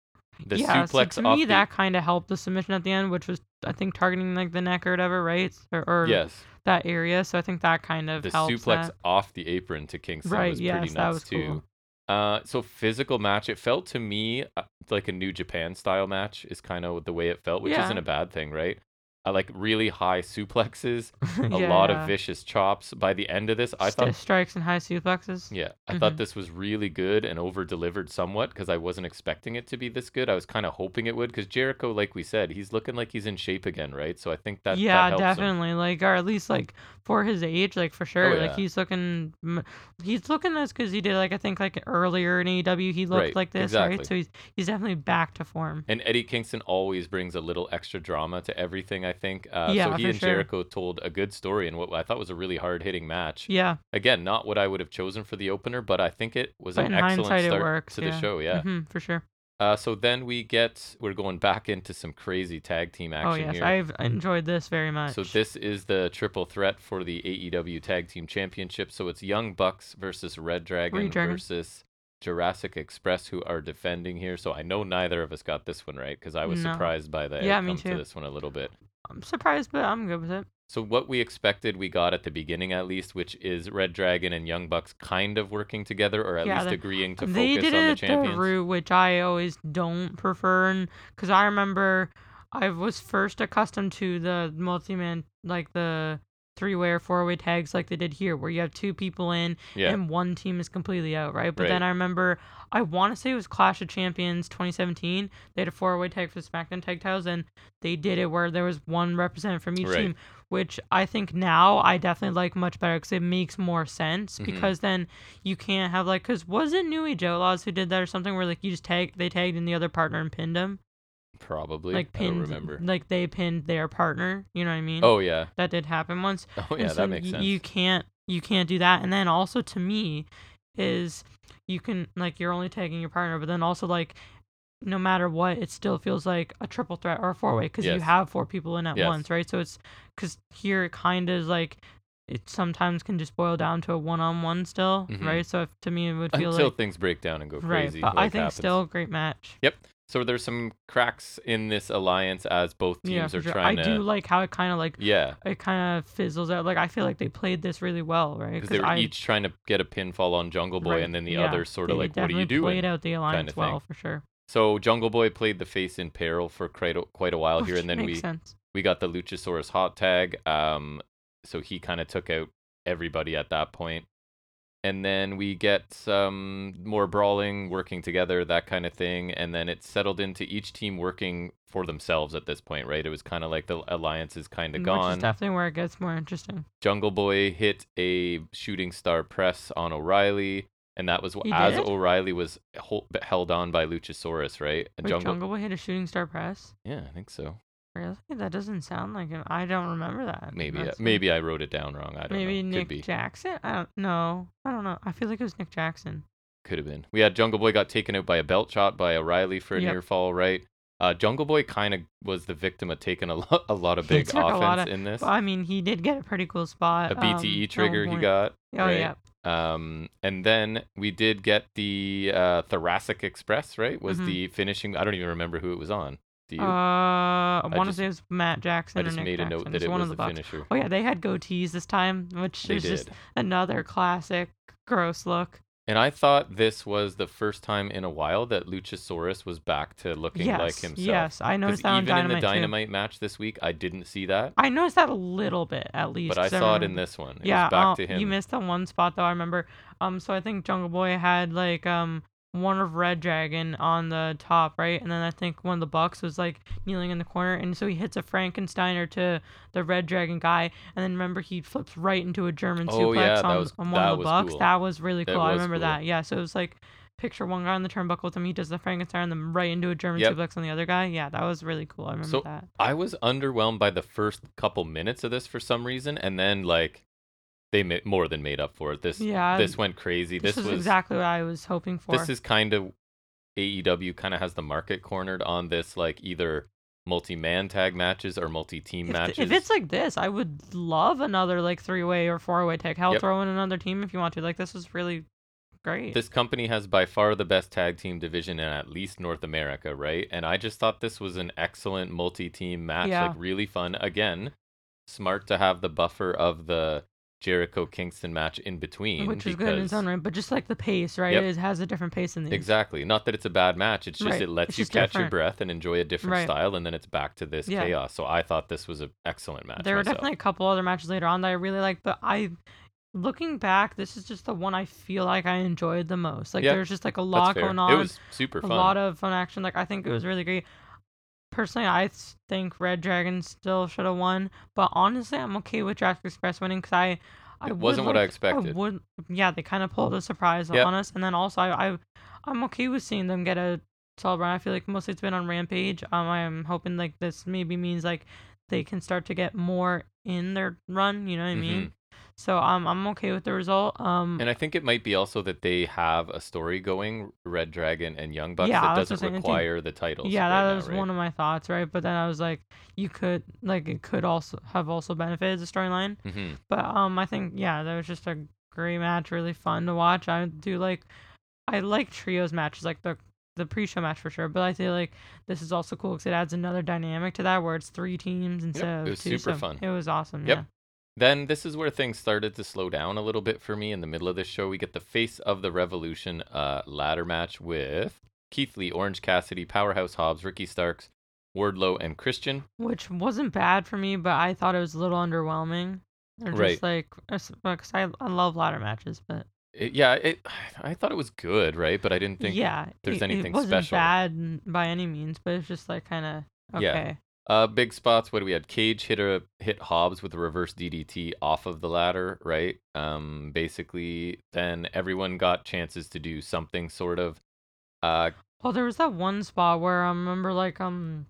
The yeah, so suplex to off me the- that kind of helped the submission at the end, which was I think targeting like the neck or whatever, right? Or, or Yes. that area. So I think that kind of the helps. suplex that. off the apron to Kingston Right, was yes, pretty nuts that was too. Uh, so physical match. It felt to me uh, like a New Japan style match is kind of the way it felt, which Yeah. isn't a bad thing, right? I like really high [laughs] suplexes, a yeah. lot of vicious chops. By the end of this, I St- thought, strikes and high suplexes. yeah, I thought Mhm. this was really good and over delivered somewhat because I wasn't expecting it to be this good. I was kind of hoping it would because Jericho, like we said, he's looking like he's in shape again, right? So I think that that yeah, helps him. definitely. Like, or at least like for his age, like for sure. Oh, yeah. Like he's looking, m- he's looking as good as he did. Like I think like earlier in AEW he looked Right, like this, exactly. right? So he's he's definitely back to form. And Eddie Kingston always brings a little extra drama to everything, I think. Uh, so Yeah, he for and sure. Jericho told a good story in what I thought was a really hard hitting match. Yeah. Again, not what I would have chosen for the opener, but I think it was But an in excellent hindsight, it start works, to the yeah. show. Yeah. hmm for sure. Uh, so then we get, we're going back into some crazy tag team action oh yes, here. I've enjoyed this very much. So this is the triple threat for the AEW Tag Team Championship. So it's Young Bucks versus Red Dragon, Red Dragon. versus Jurassic Express, who are defending here. So I know neither of us got this one right because I was No. surprised by the Yeah, me outcome to too. this one a little bit. I'm surprised, but I'm good with it. So what we expected, we got at the beginning at least, which is Red Dragon and Young Bucks kind of working together, or at Yeah, least they- agreeing to they focus did on the it at champions. the route which I always don't prefer, because I remember I was first accustomed to the multi-man, like the three-way or four-way tags, like they did here, where you have two people in yeah, and one team is completely out, right? But then Right. I remember I want to say it was Clash of Champions 2017. They had a four-way tag for the SmackDown Tag Titles, and they did it where there was one representative from each Right. team, which I think now I definitely like much better because it makes more sense. Mhm. Because then you can't have like, because was it New Age Outlaws who did that or something where like you just tag they tagged in the other partner and pinned them, probably. like I don't pinned, remember. like they pinned their partner. You know what I mean? Oh yeah, [laughs] that did happen once. oh And yeah, so that makes y- sense. You can't you can't do that. And then also to me is you can like you're only tagging your partner, but then also like no matter what, it still feels like a triple threat or a four way because Yes. you have four people in at Yes. once, right? So it's because here it kind of is like it sometimes can just boil down to a one on one still, Mhm. right? So if, to me, it would feel Until like things break down and go right, crazy. but I like think happens. still a great match. So there's some cracks in this alliance as both yeah, teams for are sure. I trying to. do like how it kind of like yeah, it kind of fizzles out. Like I feel like they played this really well, right? because they were I, each trying to get a pinfall on Jungle Boy, Right, and then the yeah, other sort they of like, "What are you definitely Played doing?" out the alliance thing. well for sure. So Jungle Boy played the face in peril for quite a, quite a [laughs] while here, Which and then makes we sense. we got the Luchasaurus hot tag. Um, so he kind of took out everybody at that point, and then we get some more brawling, working together, that kind of thing, and then it settled into each team working for themselves at this point, right? It was kind of like the alliance is kind of Mm, Which gone. is definitely where it gets more interesting. Jungle Boy hit a shooting star press on O'Reilly, and that was He as did? O'Reilly was hol- held on by Luchasaurus, right? And Wait, Jungle... Boy hit a shooting star press. yeah, I think so. Really? That doesn't sound like him. I don't remember that. Maybe, uh, That's weird. maybe I wrote it down wrong. I don't maybe know. Nick Could be, Jackson. I don't know. I don't know. I feel like it was Nick Jackson. could have been. We had Jungle Boy got taken out by a belt shot by O'Reilly for a Yep. near fall, right? Uh, Jungle Boy kind of was the victim of taking a [laughs] lot, a lot of He big took a offense lot in this. But, I mean, he did get a pretty cool spot. a BTE um, at trigger one he point. got. Oh right? yeah. Um, and then we did get the uh, Thoracic Express, right? Was Mhm. the finishing? I don't even remember who it was on. Do you? Uh, I, want to just- say it was Matt Jackson I or just Nick made a Jackson. note that It's it one was of the the bots. finisher. Oh yeah, they had goatees this time, which They is did. just another classic gross look. And I thought this was the first time in a while that Luchasaurus was back to looking yes, like himself. yes, I Because noticed that on even Dynamite, in the too. Dynamite match this week, I didn't see that, I noticed that a little bit at least. um, but I 'cause saw it in remember- this one. It yeah, was back uh, to him. you missed the one spot though. I remember. Um, so I think Jungle Boy had like um one of Red Dragon on the top right, and then I think one of the Bucks was like kneeling in the corner, and so he hits a Frankensteiner to the Red Dragon guy, and then remember he flips right into a German Oh, suplex yeah, that on, was- on that one of the was Bucks. cool. That was really That cool. I was remember cool. that. Yeah, so it was like. Picture one guy on the turnbuckle with him. He does the Frankenstein, and then right into a German Yep. suplex on the other guy. Yeah, that was really cool. I remember So- that. I was underwhelmed by the first couple minutes of this for some reason, and then like they ma- more than made up for it. This Yeah, this went crazy. This, This, is was exactly what I was hoping for. this is kind of AEW kind of has the market cornered on this like either multi-man tag matches or multi-team if, matches. th- if it's like this, I would love another like three way or four way tag. Hell, Yep. throw in another team if you want to. Like this is really great. This company has by far the best tag team division in at least North America, right? And I just thought this was an excellent multi team match, Yeah. like really fun again. smart to have the buffer of the Jericho Kingston match in between. which is good in its own right, but just like the pace, right? Yep. It has a different pace in these. Exactly. Not that it's a bad match. It's just Right. it lets It's you just catch your different. breath and enjoy a different Right. style, and then it's back to this Yeah. chaos. So I thought this was an excellent match. There were myself. definitely a couple other matches later on that I really liked, but I, looking back, this is just the one I feel like I enjoyed the most. Like Yeah, there's just like a That's lot fair. going on, It was super a fun. lot of fun action. Like I think it was really great. Personally, I s- think Red Dragon still should have won, but honestly, I'm okay with Jurassic Express winning because I, I It would wasn't what I like- expected. would, yeah, they kind of pulled a surprise Yep. on us, and then also I, I, I'm okay with seeing them get a title run. I feel like mostly it's been on Rampage. Um, I'm hoping like this maybe means like they can start to get more in their run. You know what I mean? Mm-hmm. So um, I'm okay with the result. Um, And I think it might be also that they have a story going, Red Dragon and Young Bucks, Yeah, that I was just doesn't thinking too. require the titles. Yeah, right that now, was right? one of my thoughts, right? But then I was like, you could like it could also have also benefited the storyline. Mhm. But um, I think yeah, that was just a great match, really fun to watch. I do like, I like trios matches, like the the pre-show match for sure. But I feel like this is also cool because it adds another dynamic to that where it's three teams instead of it was two. super so fun. It was awesome. Yep. Yeah. Then this is where things started to slow down a little bit for me. In the middle of this show, we get the face of the Revolution uh, ladder match with Keith Lee, Orange Cassidy, Powerhouse Hobbs, Ricky Starks, Wardlow, and Christian. which wasn't bad for me, but I thought it was a little underwhelming. Or Right. just like, uh, because I, I love ladder matches, but It- yeah, it, [sighs] I thought it was good, right? But I didn't think yeah, there's it, anything it wasn't special. bad n- by any means, but it's just like kind of Yeah. okay. Uh, big spots. What do we had? Cage hit a hit Hobbs with a reverse DDT off of the ladder, right? Um, basically, then everyone got chances to do something sort of. Uh, Oh, there was that one spot where I remember like um,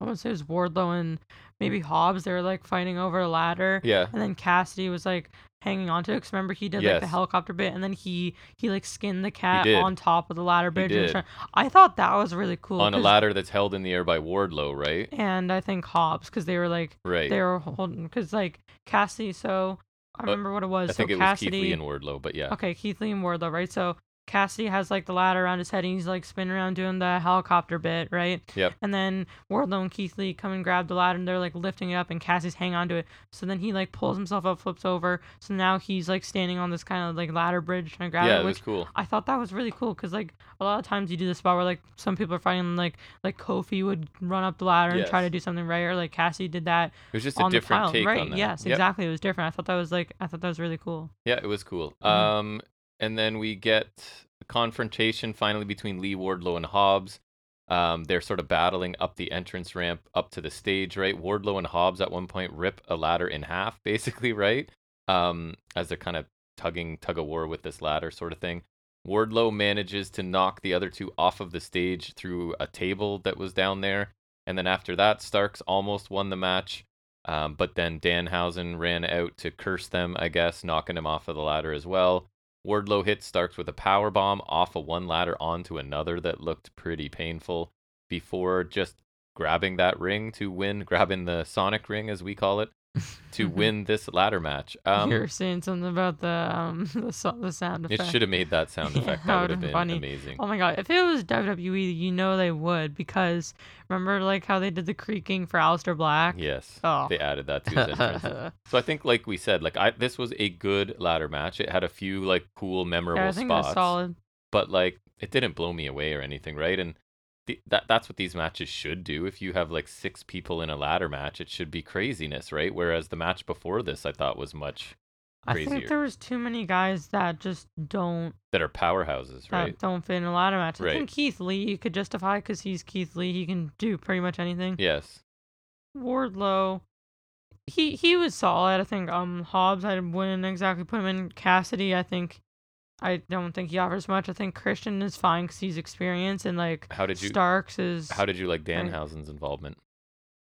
I want to say it was Wardlow and maybe Hobbs. They were like fighting over a ladder, yeah, and then Cassidy was like hanging onto it because remember he did like the Yes. helicopter bit, and then he he like skinned the cat did. on top of the ladder bridge. and was did. trying- I thought that was really cool on a 'cause- ladder that's held in the air by Wardlow, right? and I think Hobbs because they were like Right. they were holding because like Cassidy. So I Uh, remember what it was. I think so it was Cassidy, Keith Lee and Wardlow, but yeah, Okay, Keith Lee and Wardlow, right? So Cassidy has like the ladder around his head and he's like spinning around doing the helicopter bit, right? Yep. And then Wardlow and Keith Lee come and grab the ladder and they're like lifting it up and Cassie's hang on to it. So then he like pulls himself up, flips over. So now he's like standing on this kind of like ladder bridge trying to grab yeah, it, it which was cool. I thought that was really cool because like a lot of times you do the spot where like some people are fighting like like Kofi would run up the ladder and try Yes. to do something right or like Cassie did that It was just a on the different pile take right on that. yes Yep. exactly it was different I thought that was like I thought that was [laughs] really cool Yeah, it was cool. Mhm. Um, and then we get a confrontation finally between Lee Wardlow and Hobbs. Um, they're sort of battling up the entrance ramp up to the stage, right? Wardlow and Hobbs at one point rip a ladder in half, [laughs] basically, right? Um, as they're kind of tugging tug of war with this ladder sort of thing. Wardlow manages to knock the other two off of the stage through a table that was down there. And then after that, Starks almost won the match. Um, but then Danhausen ran out to curse them, I guess, knocking him off of the ladder as well. Wardlow hit Starks with a power bomb off of one ladder onto another that looked pretty painful before just grabbing that ring to win, [laughs] grabbing the Sonic ring as we call it, to Mm-hmm. win this ladder match. you Um, were saying something about the um [laughs] the, so- the sound it effect. should have made that [laughs] sound Yeah, effect. that that would would've have been been funny. amazing. Oh my god! If it was WWE, you know they would because remember like how they did the creaking for Aleister Black. Yes, Oh. [laughs] they added that to his entrance. So I think, like we said, like I this was a good ladder match. It had a few like cool, memorable yeah, I think it spots. was solid. but like it didn't blow me away or anything, right? And the, that that's what these matches should do. If you have like six people in a ladder match, it should be craziness, right? Whereas the match before this, I thought was much I crazier. think there was too many guys that just don't that are powerhouses, that right? don't fit in a ladder match. I Right. think Keith Lee you could justify because he's Keith Lee. He can do pretty much anything. Yes, Wardlow, he he was solid. I think um Hobbs, I wouldn't exactly put him in. Cassidy, I think, I don't think he offers much. I think Christian is fine because he's experienced and like How did you- Starks is How did you like Right. Danhausen's involvement?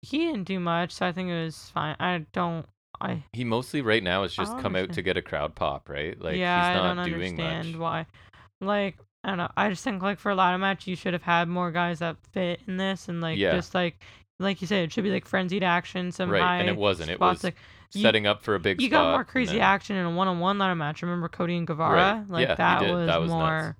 he didn't do much, so I think it was fine. I don't, I He mostly right now has just don't come out understand. to get a crowd pop, right? Like yeah, he's I not don't doing understand much. why. Like I don't know. I just think like for a ladder match, you should have had more guys that fit in this and like Yeah. just like like you said, it should be like frenzied action, some Right, high and it wasn't. It spots, was like you- Setting up for a big you spot. got more and crazy then- action in a one-on-one ladder match. Remember Cody and Guevara? Right. Like Yeah, you that, did. was That was nuts. more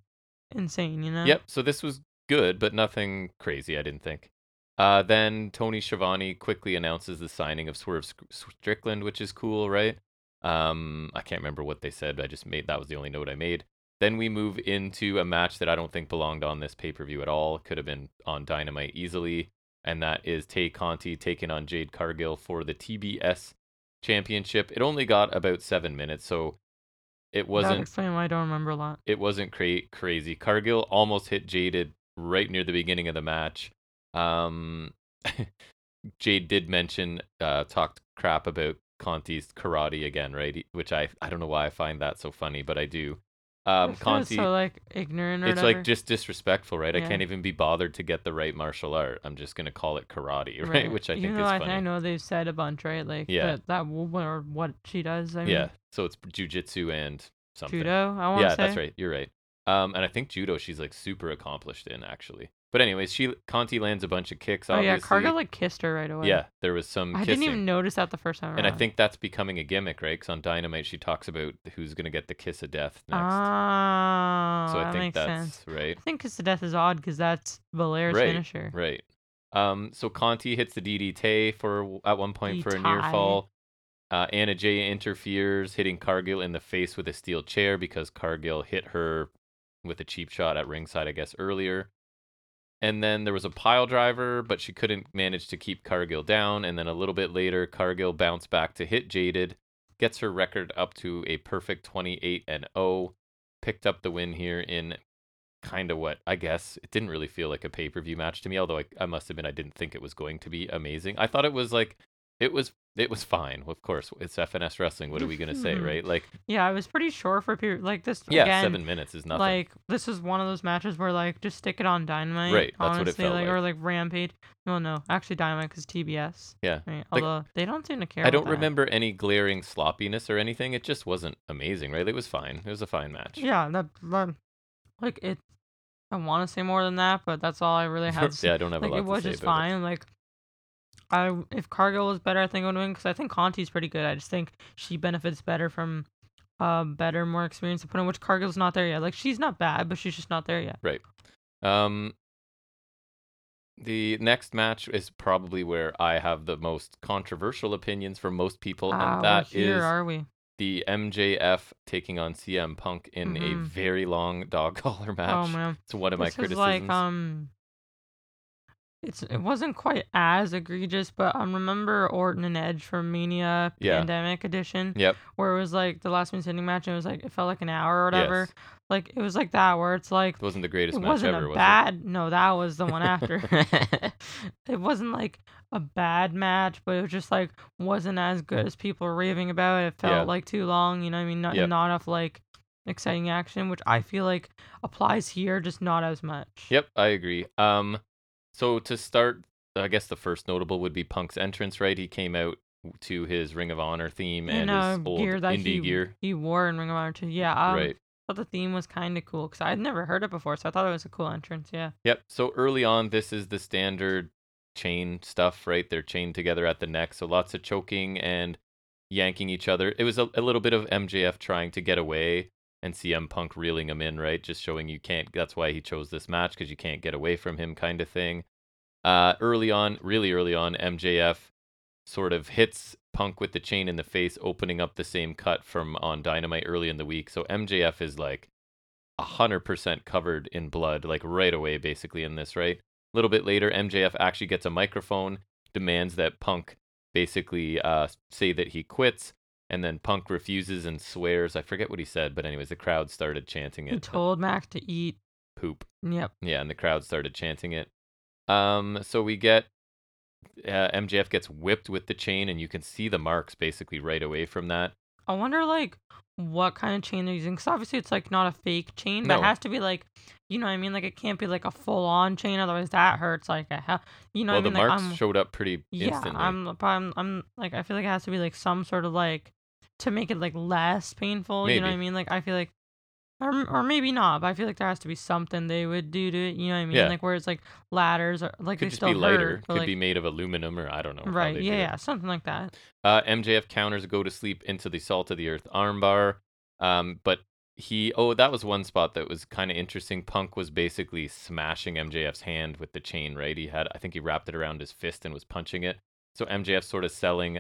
insane, you know? Yep. So this was good, but nothing crazy. I didn't think. Uh, then Tony Schiavone quickly announces the signing of Swerve Stric- Strickland, which is cool, right? Um, I can't remember what they said. I just made that was the only note I made. Then we move into a match that I don't think belonged on this pay per view at all. Could have been on Dynamite easily, and that is Tay Conti taking on Jade Cargill for the TBS Championship. It only got about seven minutes, so it That would wasn't explain why I don't remember a lot. it wasn't cra- crazy. Cargill almost hit Jaded right near the beginning of the match. Um, [laughs] Jade did mention uh, talked crap about Conti's karate again, right? He- Which I I don't know why I find that so funny, but I do. Um, It feels Conti, so like ignorant or it's whatever. like just [laughs] disrespectful, right? I Yeah. can't even be bothered to get the right martial art. I'm just gonna call it karate, [laughs] right? Which I Even think though is I, funny. I know they've said a bunch, right? Like Yeah. that that w- or what she does. I mean, yeah, so it's jujitsu and something. judo. I want to yeah say. that's right you're right um and i think judo she's like super accomplished in actually but anyways she conti lands a bunch of kicks Oh obviously. yeah, Cargo like kissed her right away. yeah there was some I kissing didn't even notice that the first time. and i around. think that's becoming a gimmick right because on dynamite she talks about who's gonna get the kiss of death next Ah, so i that think makes that's sense. right I think Kiss to Death is odd because that's Valera's Right, finisher. right um so conti hits the ddt for at one point for a near DDT. fall uh, Anna Jay interferes, hitting Cargill in the face with a steel chair because Cargill hit her with a cheap shot at ringside, I guess, earlier. And then there was a pile driver, but she couldn't manage to keep Cargill down. And then a little bit later, Cargill bounced back to hit Jaded, gets her record up to a perfect 28 and 0, picked up the win here in kind of what I guess it didn't really feel like a pay per view match to me. Although I, I must admit, I didn't think it was going to be amazing. I thought it was like it was it was fine. Of course, it's FNS wrestling. What are we gonna [laughs] say, right? Like Yeah, I was pretty sure for people like this. yeah, again, seven minutes is nothing. Like this is one of those matches where like just stick it on Dynamite. Right, that's what it honestly, felt like, or like. like Rampage. Well, no, actually Dynamite because TBS. Yeah, Right? like, Although they don't seem to care. I about don't that. remember any glaring sloppiness or anything. It just wasn't amazing, right? It was fine. It was a fine match. Yeah, that, that- like it. I want to say more than that, but that's all [laughs] I really had. to say. yeah, I don't have like a lot it was to say just about it. fine. Like I, if Cargo was better, I think I would win because I think Conti's pretty good. I just think she benefits better from a better, more experienced opponent, which Cargo's not there yet. Like she's not bad, but she's just not there yet. Um, the next match is probably where I have the most controversial opinions from most people, Ah, we're and that here is are we? the MJF taking on CM Punk in a Mhm. very long dog [laughs] collar Oh match. man, It's one of my this is criticisms. like um. It's, it wasn't quite as egregious, but I remember Orton and Edge from Mania Yeah. Pandemic Edition. yep. where it was like the last man standing match and it was like it felt like an hour or whatever. Yes. Like it was like that where it's like It wasn't the greatest it match wasn't ever, a was it? bad no, that was the one after. [laughs] [laughs] it wasn't like a bad match, but it was just like wasn't as good as people were raving about. It felt Yeah. like too long, you know what I mean? Not Yep. not enough like exciting action, which I feel like applies here, just not as much. Yep, I agree. Um, so to start, I guess the first notable would be Punk's entrance, right? He came out to his Ring of Honor theme and In uh, his old gear that indie he, gear, he wore in Ring of Honor too. Yeah, um, right? thought the theme was kind of cool because I'd never heard it before, so I thought it was a cool entrance. Yeah. Yep. So early on, this is the standard chain stuff, right? They're chained together at the neck, so lots of choking and yanking each other. It was a, a little bit of MJF trying to get away and CM Punk reeling him in, right? Just showing you can't. That's why he chose this match because you can't get away from him, kind of thing. Uh, early on, really early on, MJF sort of hits Punk with the chain in the face, opening up the same cut from on Dynamite early in the week. So MJF is like a 100% covered in blood, like right away, basically, in this, right? A little bit later, MJF actually gets a microphone, demands that Punk basically uh, say that he quits, and then Punk refuses and swears. I forget what he said, but anyways, the crowd started chanting He it. told Mac to eat. Poop. Yep. Yeah, and the crowd started chanting it. Um, so we get uh, MJF gets whipped with the chain, and you can see the marks basically right away from that. I wonder like what kind of chain they're using. Cause obviously it's like not a fake chain, but No. it has to be like, you know, what I mean, like it can't be like a full on chain, otherwise that hurts like a hell. You know, well, what I mean, the like marks I'm, showed up pretty yeah, um, instantly. I'm, I'm, I'm like I feel like it has to be like some sort of like to make it like less painful. You know what I Maybe. mean? Like I feel like. Or, m- or maybe not, but I feel like there has to be something they would do to it. You know what I mean? Yeah. Like where it's like ladders, or like Could they just still be lighter. hurt, but Could like, be made of aluminum, or I don't know. how right? they Yeah, did it. yeah, something like that. Uh, MJF counters go to sleep into the salt of the earth armbar, um, but he oh that was one spot that was kind of interesting punk was basically smashing mjf's hand with the chain right he had i think he wrapped it around his fist and was punching it so mjf sort of selling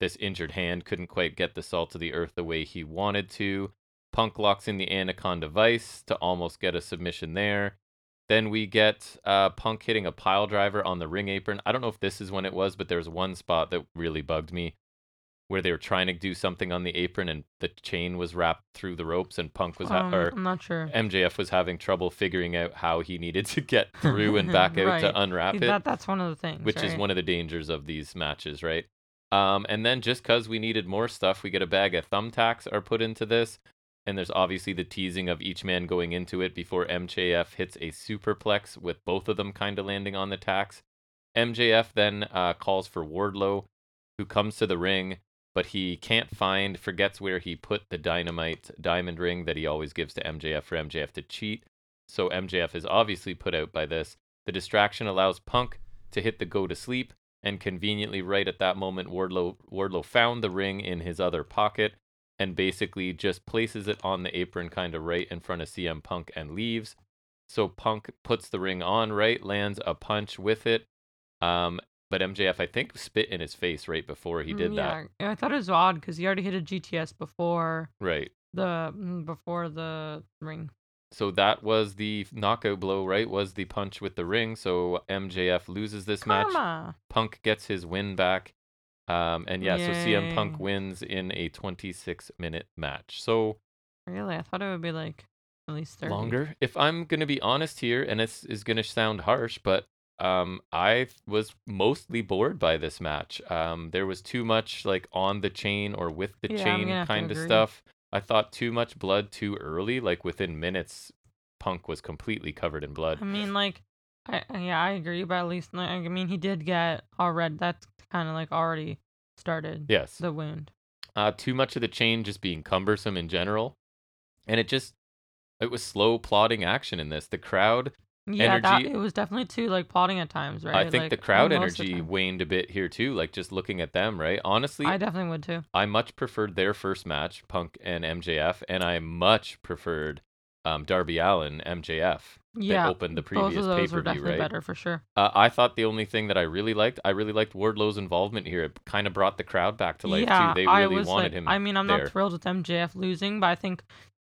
this injured hand couldn't quite get the salt to the earth the way he wanted to punk locks in the anaconda vice to almost get a submission there then we get uh, punk hitting a pile driver on the ring apron i don't know if this is when it was but there was one spot that really bugged me where they were trying to do something on the apron and the chain was wrapped through the ropes and Punk was ha- Um, or I'm not sure. MJF was having trouble figuring out how he needed to get [laughs] through and back out Right. to unwrap See, it, that, that's one of the things. which is right? one of the dangers of these matches, right? Um, and then just because we needed more stuff, we get a bag of thumbtacks are put into this. And there's obviously the teasing of each man going into it before MJF hits a superplex with both of them kind of landing on the tacks. MJF then uh, calls for Wardlow, who comes to the ring, but he can't find, forgets where he put the dynamite diamond ring that he always gives to MJF for MJF to cheat. So MJF is obviously put out by this. The distraction allows Punk to hit the go to sleep, and conveniently, right at that moment, Wardlow, Wardlow found the ring in his other pocket and basically just places it on the apron, kind of right in front of CM Punk, and leaves. So Punk puts the ring on, right, lands a punch with it. Um, but MJF, I think, spit in his face right before he Mm, did that. yeah. and I thought it was odd because he already hit a GTS before Right. the mm, before the ring. So that was the knockout blow, right? Was the punch with the ring. So MJF loses this match. Karma. Punk gets his win back. Um, and yeah, so CM Punk Yay. wins in a 26 minute match. So Really, I thought it would be like at least thirty. longer. If I'm going to be honest here, and this is going to sound harsh, but um, I was mostly bored by this match. Um, there was too much like on the chain or with the Yeah, I'm gonna chain have to kind of agree. stuff. I thought too much blood too early. Like within minutes, Punk was completely covered in blood. I mean, like, I I- yeah, I agree, but at least like, I mean, he did get already. That's kind of like already started Yes. the wound. uh, too much of the chain just being cumbersome in general, and it just it was slow plotting action in this. The crowd, Yeah, that Energy- it was definitely too like plotting at times, right? I think, Like, the crowd most of the energy time. waned a bit here too. Like just looking at them, right? Honestly, I I, definitely would too. much preferred their first match, Punk and MJF, and I much preferred um, Darby Allen MJF. Yeah, opened the both previous of those were pay-per-view, definitely right? better for sure. Uh, I thought the only thing that I really liked, I really liked Wardlow's involvement here. It kind of brought the crowd back to life yeah, too. They I really was wanted like, him. I mean, I'm there. not thrilled with MJF losing, but I think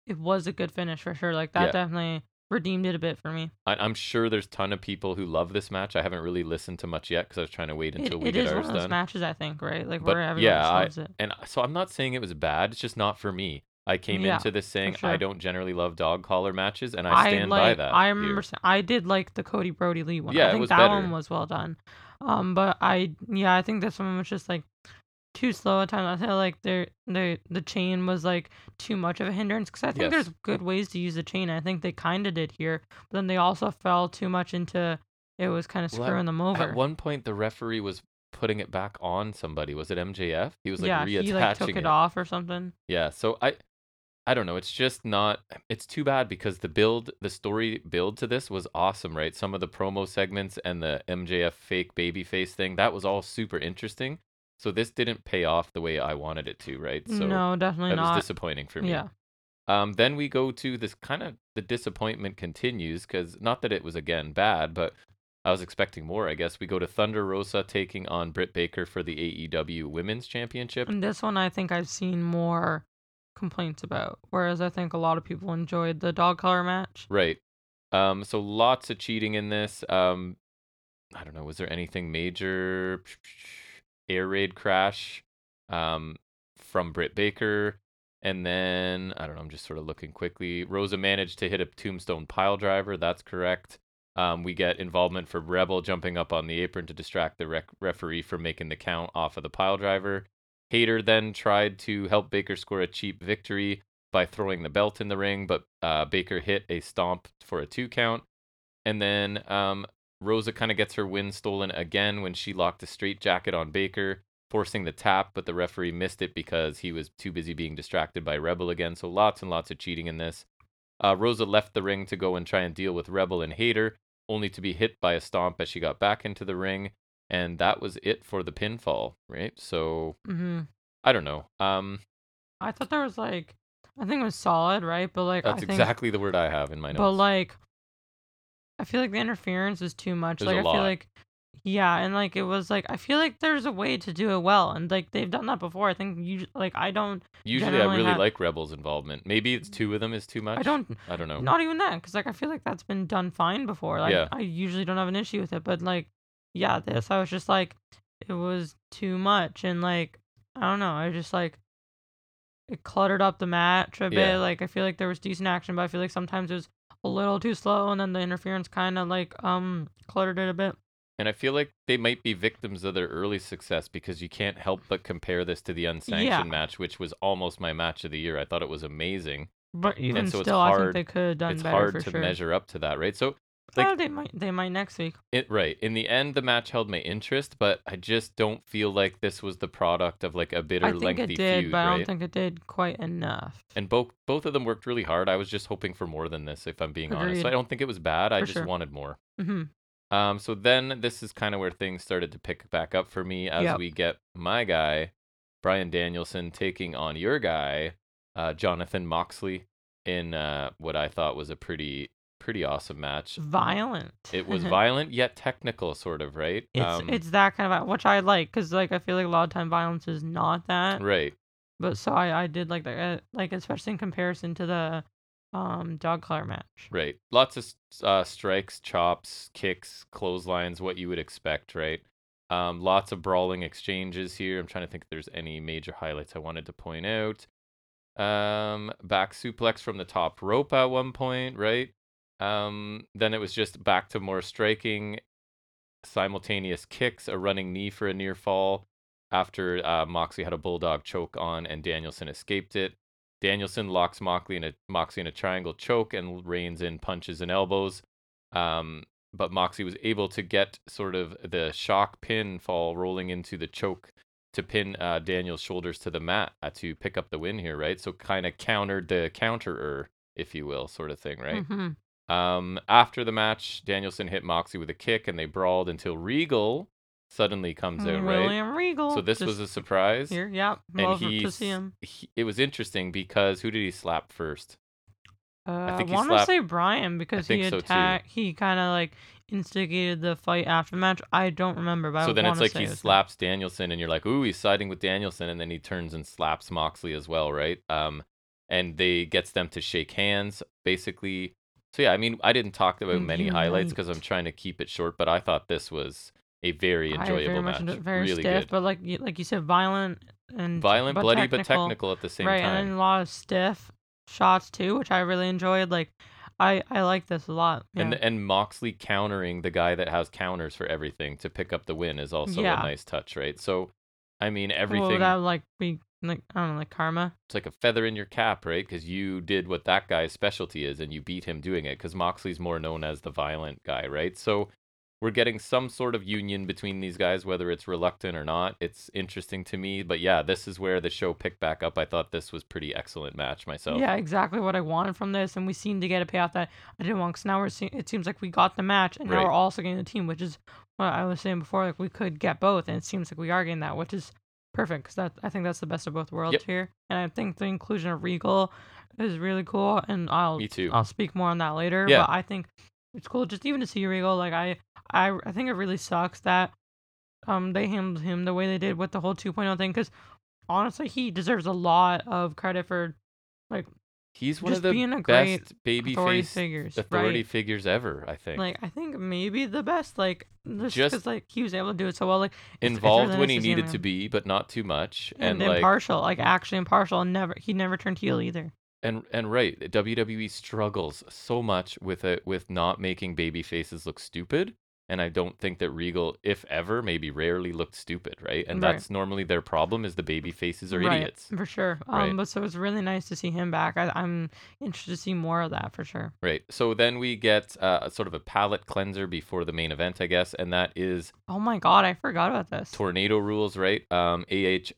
it was a good finish for sure. Like that Yeah. definitely redeemed it a bit for me. I, I'm sure there's ton of people who love this match. I haven't really listened to much yet because I was trying to wait It, until we it get is one ours of those done. matches, I think, right? Like But, where everyone yeah, just I- loves it. And I- so I'm not saying it was bad. It's just not for me. I came Yeah, into this saying I sure. don't generally love dog collar matches, and I stand like, by that. I here. remember sa- I did like the Cody Brody Lee one. Yeah, I it think was that better. one was well done. Um, but I yeah, I think this one was just like too slow at times. I feel like their the the chain was like too much of a hindrance because I think Yes. there's good ways to use the chain. I think they kind of did here, but then they also fell too much into it was kind of Well, at- screwing them over. At one point, the referee was putting it back on somebody. Was it MJF? He was like yeah, reattaching he like took it, it. off or something. Yeah, so I I don't know, it's just not it's too bad because the build the story build to this was awesome, right? Some of the promo segments and the MJF fake babyface thing, that was all super interesting. So this didn't pay off the way I wanted it to, right? So no, definitely that not. was disappointing for me. Yeah, Um, then we go to this kind of the disappointment continues because not that it was again bad, but I was expecting more. I guess we go to Thunder Rosa taking on Britt Baker for the AEW Women's Championship. and this one I think I've seen more complaints about, whereas I think a lot of people enjoyed the dog collar match. Right. Um, so lots of cheating in this. Um, I don't know. Was there anything major? [sniffs] Air raid crash um, from Britt Baker. And then, I don't know, I'm just sort of looking quickly. Rosa managed to hit a tombstone pile driver. That's correct. Um, we get involvement for Rebel jumping up on the apron to distract the rec- referee from making the count off of the pile driver. Hater then tried to help Baker score a cheap victory by throwing the belt in the ring, but uh, Baker hit a stomp for a two count. And then um, Rosa kind of gets her win stolen again when she locked a straight jacket on Baker, forcing the tap, but the referee missed it because he was too busy being distracted by Rebel again. So lots and lots of cheating in this. Uh, Rosa left the ring to go and try and deal with Rebel and Hater, only to be hit by a stomp as she got back into the ring. And that was it for the pinfall, right? So Mm-hmm. I don't know. Um, I thought there was like I think it was solid, right? But like That's I think exactly the word I have in my notes. But like, I feel like the interference was too much. There's like a I lot. feel like, yeah, and like it was like I feel like there's a way to do it well, and like they've done that before. I think you like I don't, Usually, I generally really have- like Rebels' involvement. Maybe it's two of them is too much. I don't, I don't know. not even that, because like I feel like that's been done fine before. Like Oh. Yeah. I usually don't have an issue with it, but like, yeah, this I was just like, it was too much, and like I don't know, I was just like. It cluttered up the match a bit. Yeah. Like I feel like there was decent action, but I feel like sometimes it was a little too slow, and then the interference kind of like um cluttered it a bit. And I feel like they might be victims of their early success because you can't help but compare this to the unsanctioned Yeah. match, which was almost my match of the year. I thought it was amazing. But even so it's still, I hard- think they could have done it's better hard for to sure. measure up to that, right? So Well, like- they might, they might next week. it right. In the end the match held my interest, but I just don't feel like this was the product of like a bitter I think lengthy it did, feud, but I right? don't think it did quite enough. and both both of them worked really hard. I was just hoping for more than this, if I'm being honest. So I Agreed. don't think it was bad. I For just sure. wanted more. hmm Um, so then this is kind of where things started to pick back up for me as Yep. we get my guy, Brian Danielson, taking on your guy, uh, Jonathan Moxley, in uh, what I thought was a pretty pretty awesome match. Violent. [laughs] It was violent yet technical, sort of, right? it's Um, it's that kind of which I like because like I feel like a lot of time violence is not that. right. But so I I did like that uh, like especially in comparison to the um dog collar match. Right. Lots of s- uh, strikes, chops, kicks, clotheslines, what you would expect, right? Um, lots of brawling exchanges here. I'm trying to think if there's any major highlights I wanted to point out. Um, back suplex from the top rope at one point, right? Um, then it was just back to more striking, simultaneous kicks, a running knee for a near fall after uh, Moxley had a bulldog choke on and Danielson escaped it. Danielson locks Moxley in a Moxley in a triangle choke and reins in punches and elbows. Um, but Moxley was able to get sort of the shock pin fall rolling into the choke to pin uh, Daniel's shoulders to the mat uh, to pick up the win here, right? So kind of countered the counterer, if you will, sort of thing, right? hmm Um, after the match, Danielson hit Moxley with a kick and they brawled until Regal suddenly comes Oh, out, right? Mm-hmm. William Regal. So this just was a surprise. here. Yeah. And Love he, to see him. he, it was interesting because who did he slap first? Uh, I, think he want slapped- to say Brian because think he so, too. attacked. He kind of like instigated the fight after the match. I don't remember, but I so then it's wanna like say he it was him. slaps Danielson, and you're like, ooh, he's siding with Danielson, and then he turns and slaps Moxley as well, right? Um, and they gets them to shake hands, basically. So yeah, I mean, I didn't talk about many highlights because I'm Unite. trying to keep it short, but I thought this was a very I enjoyable very match, much enjoy- very really stiff, good, but like you, like you said, violent and violent, bloody, but technical at the same right, time. and then a lot of stiff shots too, which I really enjoyed. Like, I I like this a lot. Yeah. And and Moxley countering the guy that has counters for everything to pick up the win is also Yeah. a nice touch, right? So, I mean, What everything would that like be like? I don't know, like karma. it's like a feather in your cap, right? Because you did what that guy's specialty is, and you beat him doing it. Because Moxley's more known as the violent guy, right? So we're getting some sort of union between these guys, whether it's reluctant or not. It's interesting to me, but yeah, this is where the show picked back up. I thought this was pretty excellent match myself. Yeah, exactly what I wanted from this, and we seem to get a payoff that I didn't want. Because now we're seeing, it seems like we got the match, and Right. now we're also getting the team, which is what I was saying before. Like we could get both, and it seems like we are getting that, which is perfect. Because that I think that's the best of both worlds Yep. here, and I think the inclusion of Regal is really cool. And I'll Me too. I'll speak more on that later. Yeah. But I think it's cool just even to see Regal. Like I I I think it really sucks that um they handled him the way they did with the whole 2.0 thing because honestly he deserves a lot of credit for He's one of Just the being a great best baby authority face figures, authority right? figures ever. I think like I think maybe the best like just Just- because like he was able to do it so well like it's- it's involved really when nice he see needed him. to be, but not too much. and, And, like Mm. impartial like actually impartial and never he never turned heel either and and right, WWE struggles so much with it with not making baby faces look stupid. And I don't think that Regal, if ever, maybe rarely looked stupid, right? And Right. that's normally their problem is the baby faces are Right, idiots. for sure um Right. but so it's really nice to see him back I, I'm interested to see more of that for sure Right. So then we get uh, a sort of a palate cleanser before the main event, I guess, and that is oh my god I forgot about this tornado rules, right? Um, AH,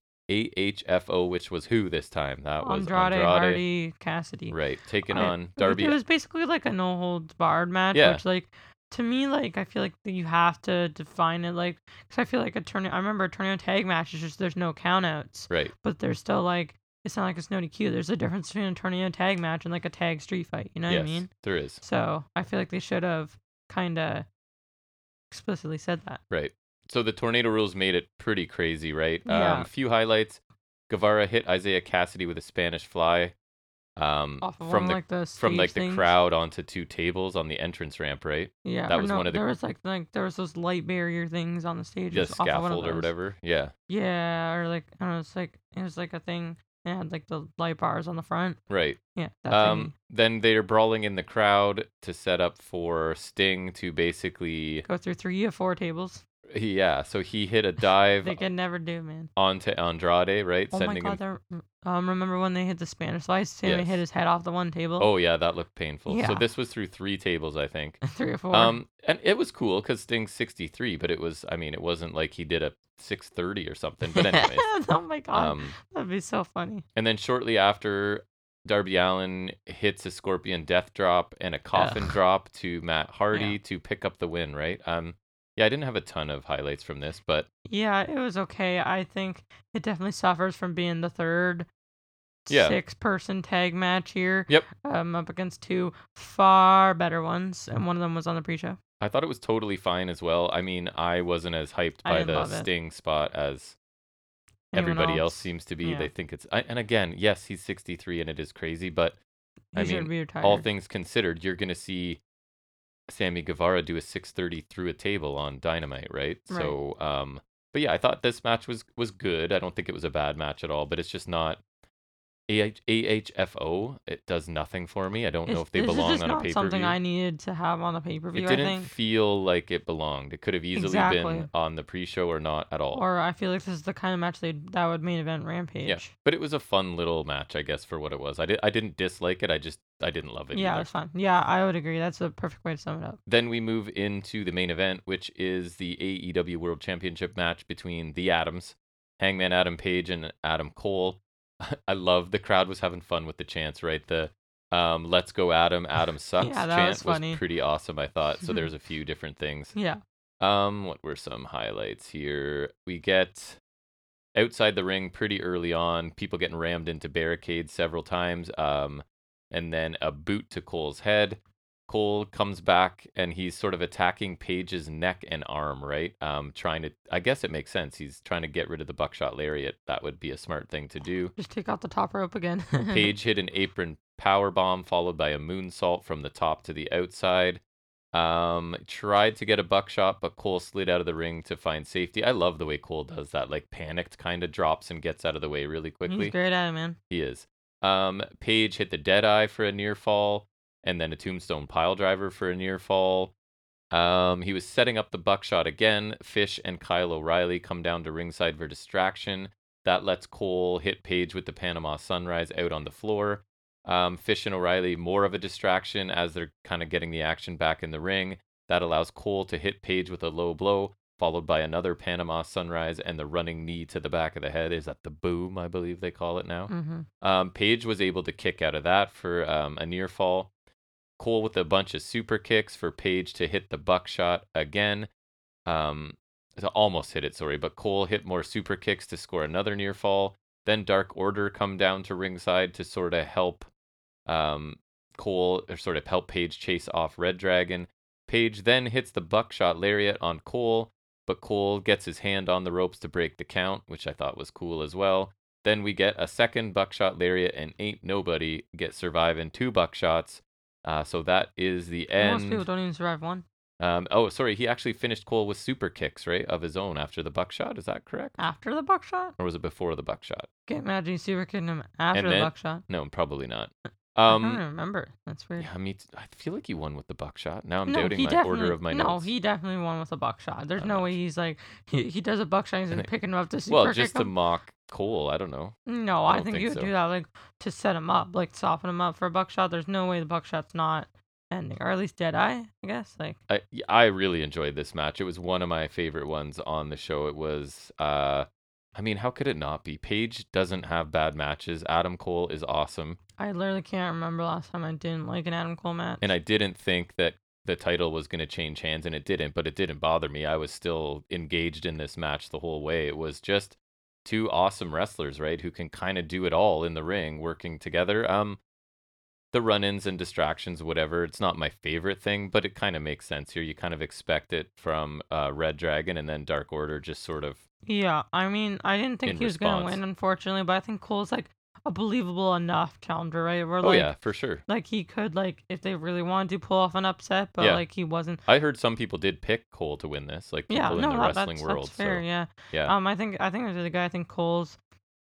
AHFO, which was who this time? That was Oh, Andrade, Andrade. Hardy Cassidy Right. Taking I- on It was- Darby. It was basically like a no holds barred match, Yeah. which like to me, like I feel like that you have to define it, like because I feel like a turn. I remember a turn tag match is just there's no countouts, Right. but there's still like it's not like a Snowdy Q. There's a difference between a tournament tag match and like a tag street fight. You know what I yes, mean? there is. So I feel like they should have kind of explicitly said that. Right. So the tornado rules made it pretty crazy, right? Um, Yeah. a few highlights. Guevara hit Isaiah Cassidy with a Spanish fly um, Off of from one, the like the from stage like the things. crowd onto two tables on the entrance ramp, right? Yeah, That or was no, one of the- there was like like there was those light barrier things on the stage. it Just was off of one of scaffold or those. whatever. Yeah. Yeah, or like I don't know, it's like it was like a thing and it had like the light bars on the front. Right. Yeah, that Um, then they're brawling in the crowd to set up for Sting to basically, thingy. Go through three or four tables. yeah. So he hit a dive They can never do, man. onto Andrade, right? Oh my Sending god, him. they're- um, remember when they hit the Spanish slice? Sammy Yes. hit his head off the one table. Oh yeah, that looked painful. So Yeah. this was through three tables, I think. [laughs] three or four. Um, and it was cool because Sting's 63, but it was, I mean, it wasn't like he did a 630 or something. [laughs] But anyways, oh my god, um, that'd be so funny. and then shortly after, Darby Allen hits a Scorpion Death Drop and a Coffin Ugh. Drop to Matt Hardy Yeah. to pick up the win. Right? Um, yeah, I didn't have a ton of highlights from this, but Yeah, it was okay. I think it definitely suffers from being the third Yeah. six person tag match here. Yep. Um up against two far better ones and one of them was on the pre show. I thought it was totally fine as well. I mean, I wasn't as hyped I by didn't the love it. Sting spot as everybody else? seems to be. Yeah. They think it's, I, and again, yes, he's 63 and it is crazy, but I He should mean, be retired. all things considered, you're going to see Sammy Guevara do a 630 through a table on Dynamite, right? Right. So, um, but yeah, I thought this match was was good. I don't think it was a bad match at all, but it's just not AH, AHFO. It does nothing for me. I don't know It's- if they this is belong just on a not pay per something I view. needed to have on the pay per It view, I didn't think. feel like it belonged. It could have easily been Exactly. on the pre-show or not at all. Or I feel like this is the kind of match they that would main event rampage. yeah, but it was a fun little match, I guess, for what it was. I did. I didn't dislike it. I just I didn't love it. Yeah, either. it was fun. Yeah, I would agree. That's a perfect way to sum it up. Then we move into the main event, which is the AEW World Championship match between the Adams, Hangman Adam Page and Adam Cole. [laughs] I love the crowd was having fun with the chants, right? The um, "Let's go Adam, [laughs] Adam sucks" that chant was funny. pretty awesome, I thought. [laughs] So there's a few different things. Yeah. Um, what were some highlights here? We get outside the ring pretty early on, people getting rammed into barricades several times. Um, and then a boot to Cole's head. Cole comes back and he's sort of attacking Paige's neck and arm, right? Um, trying to, I guess it makes sense. He's trying to get rid of the buckshot lariat. That would be a smart thing to do. Just take out the top rope again. [laughs] Page hit an apron power bomb followed by a moonsault from the top to the outside. Um, tried to get a buckshot, but Cole slid out of the ring to find safety. I love the way Cole does that, like panicked, kind of drops and gets out of the way really quickly. He's great at it, man. He is. Um, Page hit the dead eye for a near fall, and then a tombstone pile driver for a near fall. Um, he was setting up the buckshot again. Fish and Kyle O'Reilly come down to ringside for distraction. That lets Cole hit Page with the Panama Sunrise out on the floor. Um, Fish and O'Reilly more of a distraction as they're kind of getting the action back in the ring. That allows Cole to hit Page with a low blow, followed by another Panama Sunrise and the running knee to the back of the head. Is that the boom? I believe they call it now. Mm-hmm. Um, Page was able to kick out of that for um, a near fall. Cole with a bunch of super kicks for Page to hit the buckshot again. Um, to almost hit it, sorry, but Cole hit more super kicks to score another near fall. Then Dark Order come down to ringside to sort of help um, Cole or sort of help Page chase off Red Dragon. Page then hits the buckshot lariat on Cole, but Cole gets his hand on the ropes to break the count, which I thought was cool as well. Then we get a second buckshot lariat, and ain't nobody get surviving two buckshots. Uh, so that is the Most people end. don't even survive one. Um, oh, sorry, he actually finished Cole with super kicks, right, of his own after the buckshot. Is that correct, After the buckshot? or was it before the buckshot? Can't imagine you super kicking him after And the then- buckshot. No, probably not. uh, I don't Um, remember. That's weird. yeah, I mean, I feel like he won with the buckshot. Now I'm no, doubting he my definitely, order of my no, notes. he definitely won with a buckshot. There's no Uh, way he's like he, he does a buckshot. He's and like it- picking him up to super well, just kick to him. mock Cole, I don't know. No, I I, don't think think he would so. do that like to set him up, like soften him up for a buckshot. There's no way the buckshot's not ending, or at least dead eye. I guess like I y- I really enjoyed this match. It was one of my favorite ones on the show. It was uh I mean, how could it not be? Paige doesn't have bad matches. Adam Cole is awesome. I literally can't remember last time I didn't like an Adam Cole match. And I didn't think that the title was going to change hands and it didn't, but it didn't bother me. I was still engaged in this match the whole way. It was just two awesome wrestlers, right, who can kind of do it all in the ring working together. Um the run-ins and distractions whatever, it's not my favorite thing, but it kind of makes sense here. You kind of expect it from uh Red Dragon and then Dark Order just sort of Yeah, I mean, I didn't think In he was going to response. win, unfortunately, but I think Cole's like a believable enough challenger, right? Where Oh like, yeah, for sure. like he could like if they really wanted to pull off an upset, but Yeah. like he wasn't. I heard some people did pick Cole to win this, like people Yeah, in no, the that, wrestling that's, world. that's fair. so yeah. yeah. Um, I think I think it was the guy. I think Cole's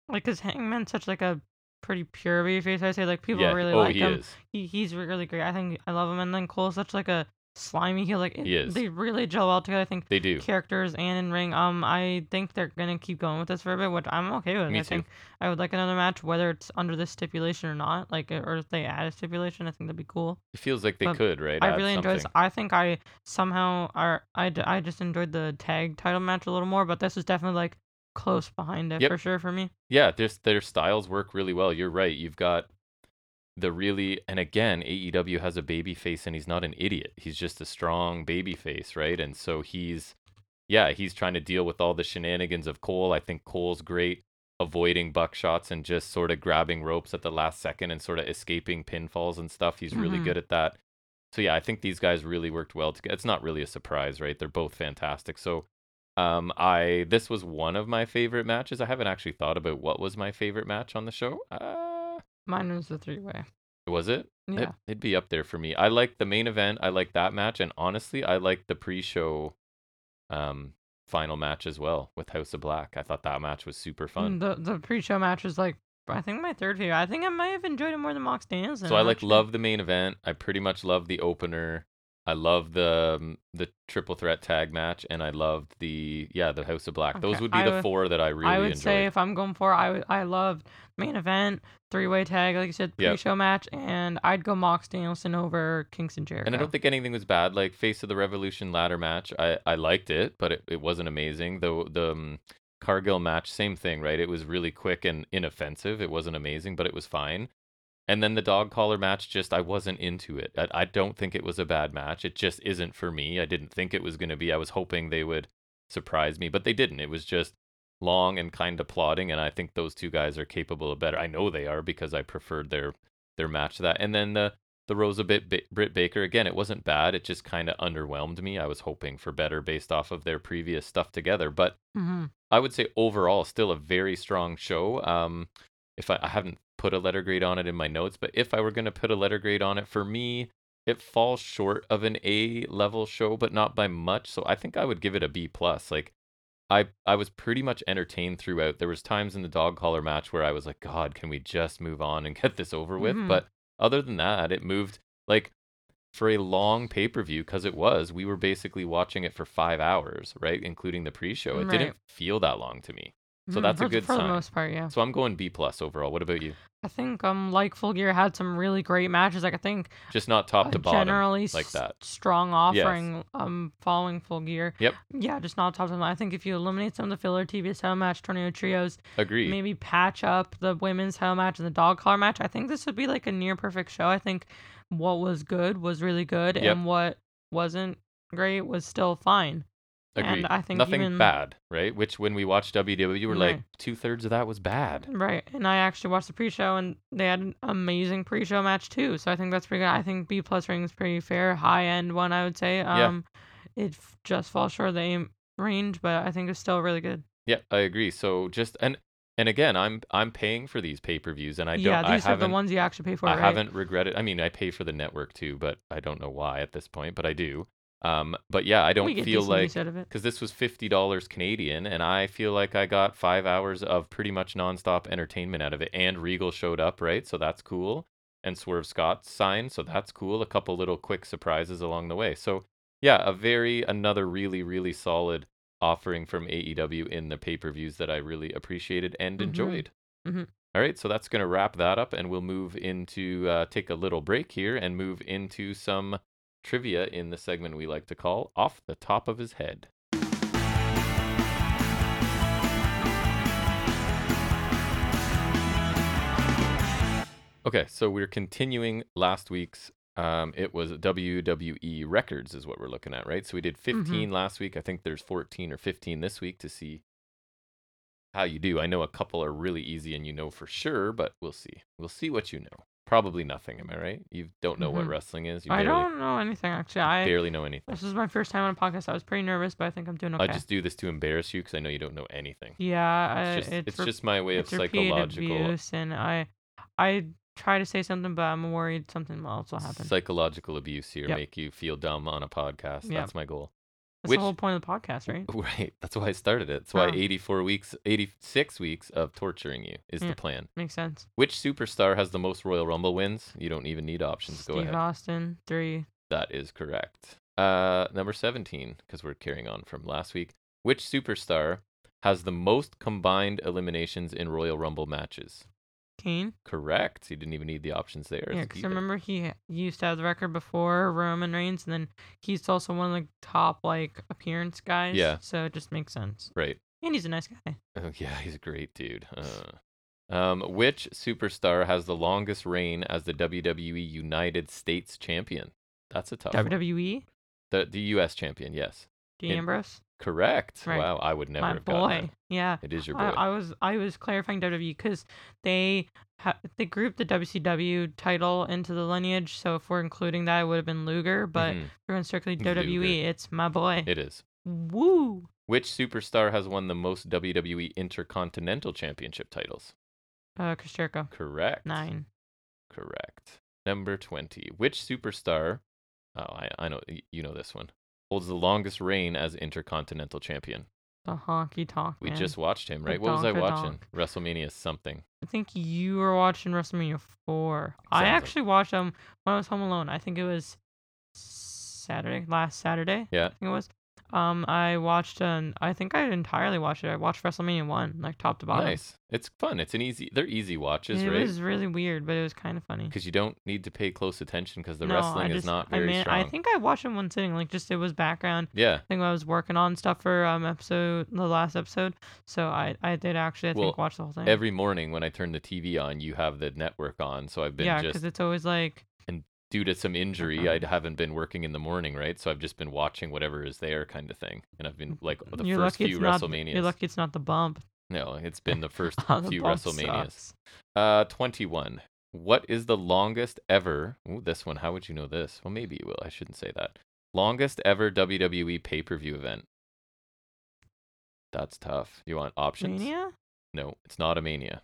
like because Hangman's such like a pretty pure babyface. I say like people yeah. really oh, like he him. is. He he's re- really great. I think I love him. And then Cole's such like a slimy. He like it, He is. they really gel well together. I think They do. characters and in ring. Um, I think they're gonna keep going with this for a bit, which I'm okay with. Me I too. think I would like another match, whether it's under this stipulation or not. Like, or if they add a stipulation, I think that'd be cool. It feels like they But could, right? Um, I add really enjoyed this. something. I think I somehow are I, d- I just enjoyed the tag title match a little more, but this is definitely like close behind it Yep. for sure for me. Yeah, their their styles work really well. You're right. You've got the really and again, AEW has a baby face and he's not an idiot. He's just a strong baby face, right? And so he's yeah, he's trying to deal with all the shenanigans of Cole. I think Cole's great avoiding buckshots and just sort of grabbing ropes at the last second and sort of escaping pinfalls and stuff. He's really Mhm. good at that. So yeah, I think these guys really worked well together. It's not really a surprise, right? They're both fantastic. So um I this was one of my favorite matches. I haven't actually thought about what was my favorite match on the show. Uh Mine was the three way. was it? Yeah. It, it'd be up there for me. I like the main event. I like that match, and honestly, I like the pre-show, um, final match as well with House of Black. I thought that match was super Mm, fun. The the pre show match was like I think my third favorite. I think I might have enjoyed it more than Mox Danielson. so I like actually. love the main event. I pretty much love the opener. I love the um, the triple threat tag match, and I loved the yeah the House of Black. Those Okay, would be I the would- four that I really I would enjoyed. say if I'm going for, I would- I loved main event, three way tag, like you said, Yeah. pre show match, and I'd go Mox Danielson over Kingston Jericho. And I don't think anything was bad. Like Face of the Revolution ladder match, I, I liked it, but it, it wasn't amazing. The the um, Cargill match, same thing, right? It was really quick and inoffensive. It wasn't amazing, but it was fine. And then the dog collar match, just I wasn't into it. I, I don't think it was a bad match. It just isn't for me. I didn't think it was going to be. I was hoping they would surprise me, but they didn't. It was just long and kind of plodding. And I think those two guys are capable of better. I know they are because I preferred their their match to that. And then the the Rosa Bit Ba- Britt Baker again, it wasn't bad. It just kind of underwhelmed me. I was hoping for better based off of their previous stuff together, but Mhm. I would say overall still a very strong show. Um, if I, I haven't put a letter grade on it in my notes, but if I were going to put a letter grade on it, for me, it falls short of an A level show, but not by much. So I think I would give it a B plus. Like I I was pretty much entertained throughout. There was times in the dog collar match where I was like, God, can we just move on and get this over with? Mhm. But other than that, it moved like for a long pay per view because it was. We were basically watching it for five hours, right, including the pre show. It Right. Oh. didn't feel that long to me. So Mhm, that's a for, good for sign. the most part, yeah. So I'm going B plus overall. What about you? I think um like Full Gear had some really great matches. Like I think Just not top a to bottom. generally like s- that. strong offering um following Full Gear. Yep. Yeah, just not top of the line. I think if you eliminate some of the filler TV title match, tornado trios, Agreed. maybe patch up the women's title match and the dog collar match, I think this would be like a near perfect show. I think what was good was really good, Yep. and what wasn't great was still fine. Agreed. and I think Nothing even- bad, right? Which when we watched WWE, we were like Right. Mm. two thirds of that was bad. Right. And I actually watched the pre show and they had an amazing pre show match too. So I think that's pretty good. I think B plus ring is pretty fair, high end one I would say. Yeah. Um it f- just falls short of the aim range, but I think it's still really good. Yeah, I agree. So just and and again, I'm I'm paying for these pay per views, and I don't. yeah, I these are the haven't. ones you actually pay for, I right? haven't regretted. I mean, I pay for the network too, but I don't know why at this point, but I do. Um, but yeah, I we don't get feel decent like use out of it. because this was fifty dollars Canadian, and I feel like I got five hours of pretty much nonstop entertainment out of it. And Regal showed up, right? So that's cool. And Swerve Scott signed, so that's cool. A couple little quick surprises along the way. So yeah, a very another really really solid offering from AEW in the pay per views that I really appreciated and Mhm. enjoyed. Mhm. All right, so that's going to wrap that up, and we'll move into uh, take a little break here and move into some trivia in the segment we like to call Off the Top of His Head. Okay, so we're continuing last week's. Um, it was WWE records, is what we're looking Mm-hmm. at, right? So we did 15 last week. I think there's 14 or 15 this week to see how you do. I know a couple are really easy and you know for sure, but we'll see. We'll see what you know. Probably nothing, am I right? You don't know what Mhm. wrestling is. You I barely, don't know anything actually. I barely know anything. this is my first time on a podcast. I was pretty nervous, but I think I'm doing okay. I just do this to embarrass you because I know you don't know anything. yeah, I, It's just, it's it's re- just my way of it's repeated psychological abuse, and I I try to say something, but I'm worried something will also happen. psychological abuse here. Yep. Make you feel dumb on a podcast. Yep. That's my goal. [laughs] That's which- the whole point of the podcast, right? Right. That's why I started it. That's why Oh. 84 weeks, 86 weeks of torturing you is Yeah. the plan. Makes sense. Which superstar has the most Royal Rumble wins? You don't even need options. Go Steve ahead. Austin, three. That is correct. Uh, number 17, because we're carrying on from last week. Which superstar has the most combined eliminations in Royal Rumble matches? Kane. Correct. You didn't even need the options there. Yeah, It's because either. remember he ha- used to have the record before Roman Reigns, and then he's also one of the top like appearance guys. Yeah. So it just makes sense. Right. And he's a nice guy. Oh, yeah, he's a great dude. Uh, um, which superstar has the longest reign as the WWE United States champion? That's a tough E. one. WWE, The, the U.S. champion, yes. Dean It- Ambrose, Correct. Right. Wow, I would never my have gotten boy. Yeah. that. It is your boy. I, I was I was clarifying WWE because they ha- they grouped the WCW title into the lineage. So if we're including that, it would have been Luger. But Mhm, we're in strictly Luger. WWE. It's my boy. it is. Woo. Which superstar has won the most WWE Intercontinental Championship titles? Uh, Chris Jericho, Correct. nine. Correct. Number 20. Which superstar, oh, I, I know, y- you know this one, holds the longest reign as Intercontinental Champion? The honky tonk. We man. just watched him, The right? What was I Donka watching? Donk. WrestleMania something. I think you were watching WrestleMania 4. I Sounds like- actually watched them when I was home alone. I think it was Saturday, last Saturday. Yeah. I think it was. Um, I watched an. I think I entirely watched it. I watched WrestleMania one, like top to bottom. Nice. It's fun. It's an easy. They're easy watches, it right? was really weird, but it was kind of funny. Because you don't need to pay close attention because the No, I wrestling is just- not very I mean, strong. I think I watched it in one sitting. Like, just it was background. yeah. I think I was working on stuff for um episode, the last episode. So I, I did actually, I Well, think, watch the whole thing. Every morning when I turn the TV on, you have the network on. So I've been yeah, just it's always like due to some injury, Uh-huh. I haven't been working in the morning, right? So I've just been watching whatever is there, kind of thing. And I've been like the you're first lucky few it's not. WrestleManias. You're lucky it's not the bump. [laughs] No, it's been the first Oh, the few bump WrestleManias. sucks. Uh, 21. What is the longest ever? Ooh, this one. How would you know this? Well, maybe you will. I shouldn't say that. Longest ever WWE pay per view event. That's tough. You want options? Mania? No, it's not a mania.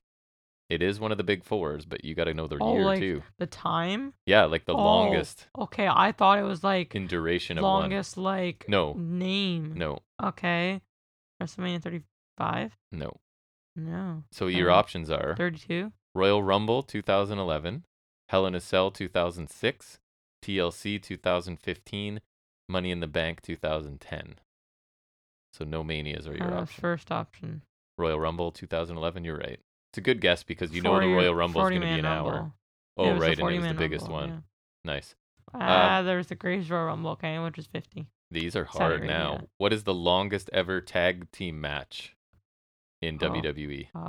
It is one of the big fours, but you got to know the Oh, year like- too. The time? Yeah, like the Oh, longest Okay, I thought it was like in duration of longest like No. name. one. No, Okay. WrestleMania 35? no. No. So your Uh, options are 32? Royal Rumble 2011, Hell in a Cell 2006, TLC 2015, Money in the Bank 2010. So no manias are your Uh, option. First option. Royal Rumble 2011, you're right. It's a good guess because you know the 40 Royal Rumble is going to be 40-man an hour. Rumble. Oh, Yeah, it was right, and it was the 40-man biggest Rumble, one. Uh, yeah. Nice. Ah, there was the Greatest Royal Rumble, okay, which is 50. These are hard Saturday, now. yeah. What is the longest ever tag team match in Oh. WWE? Uh,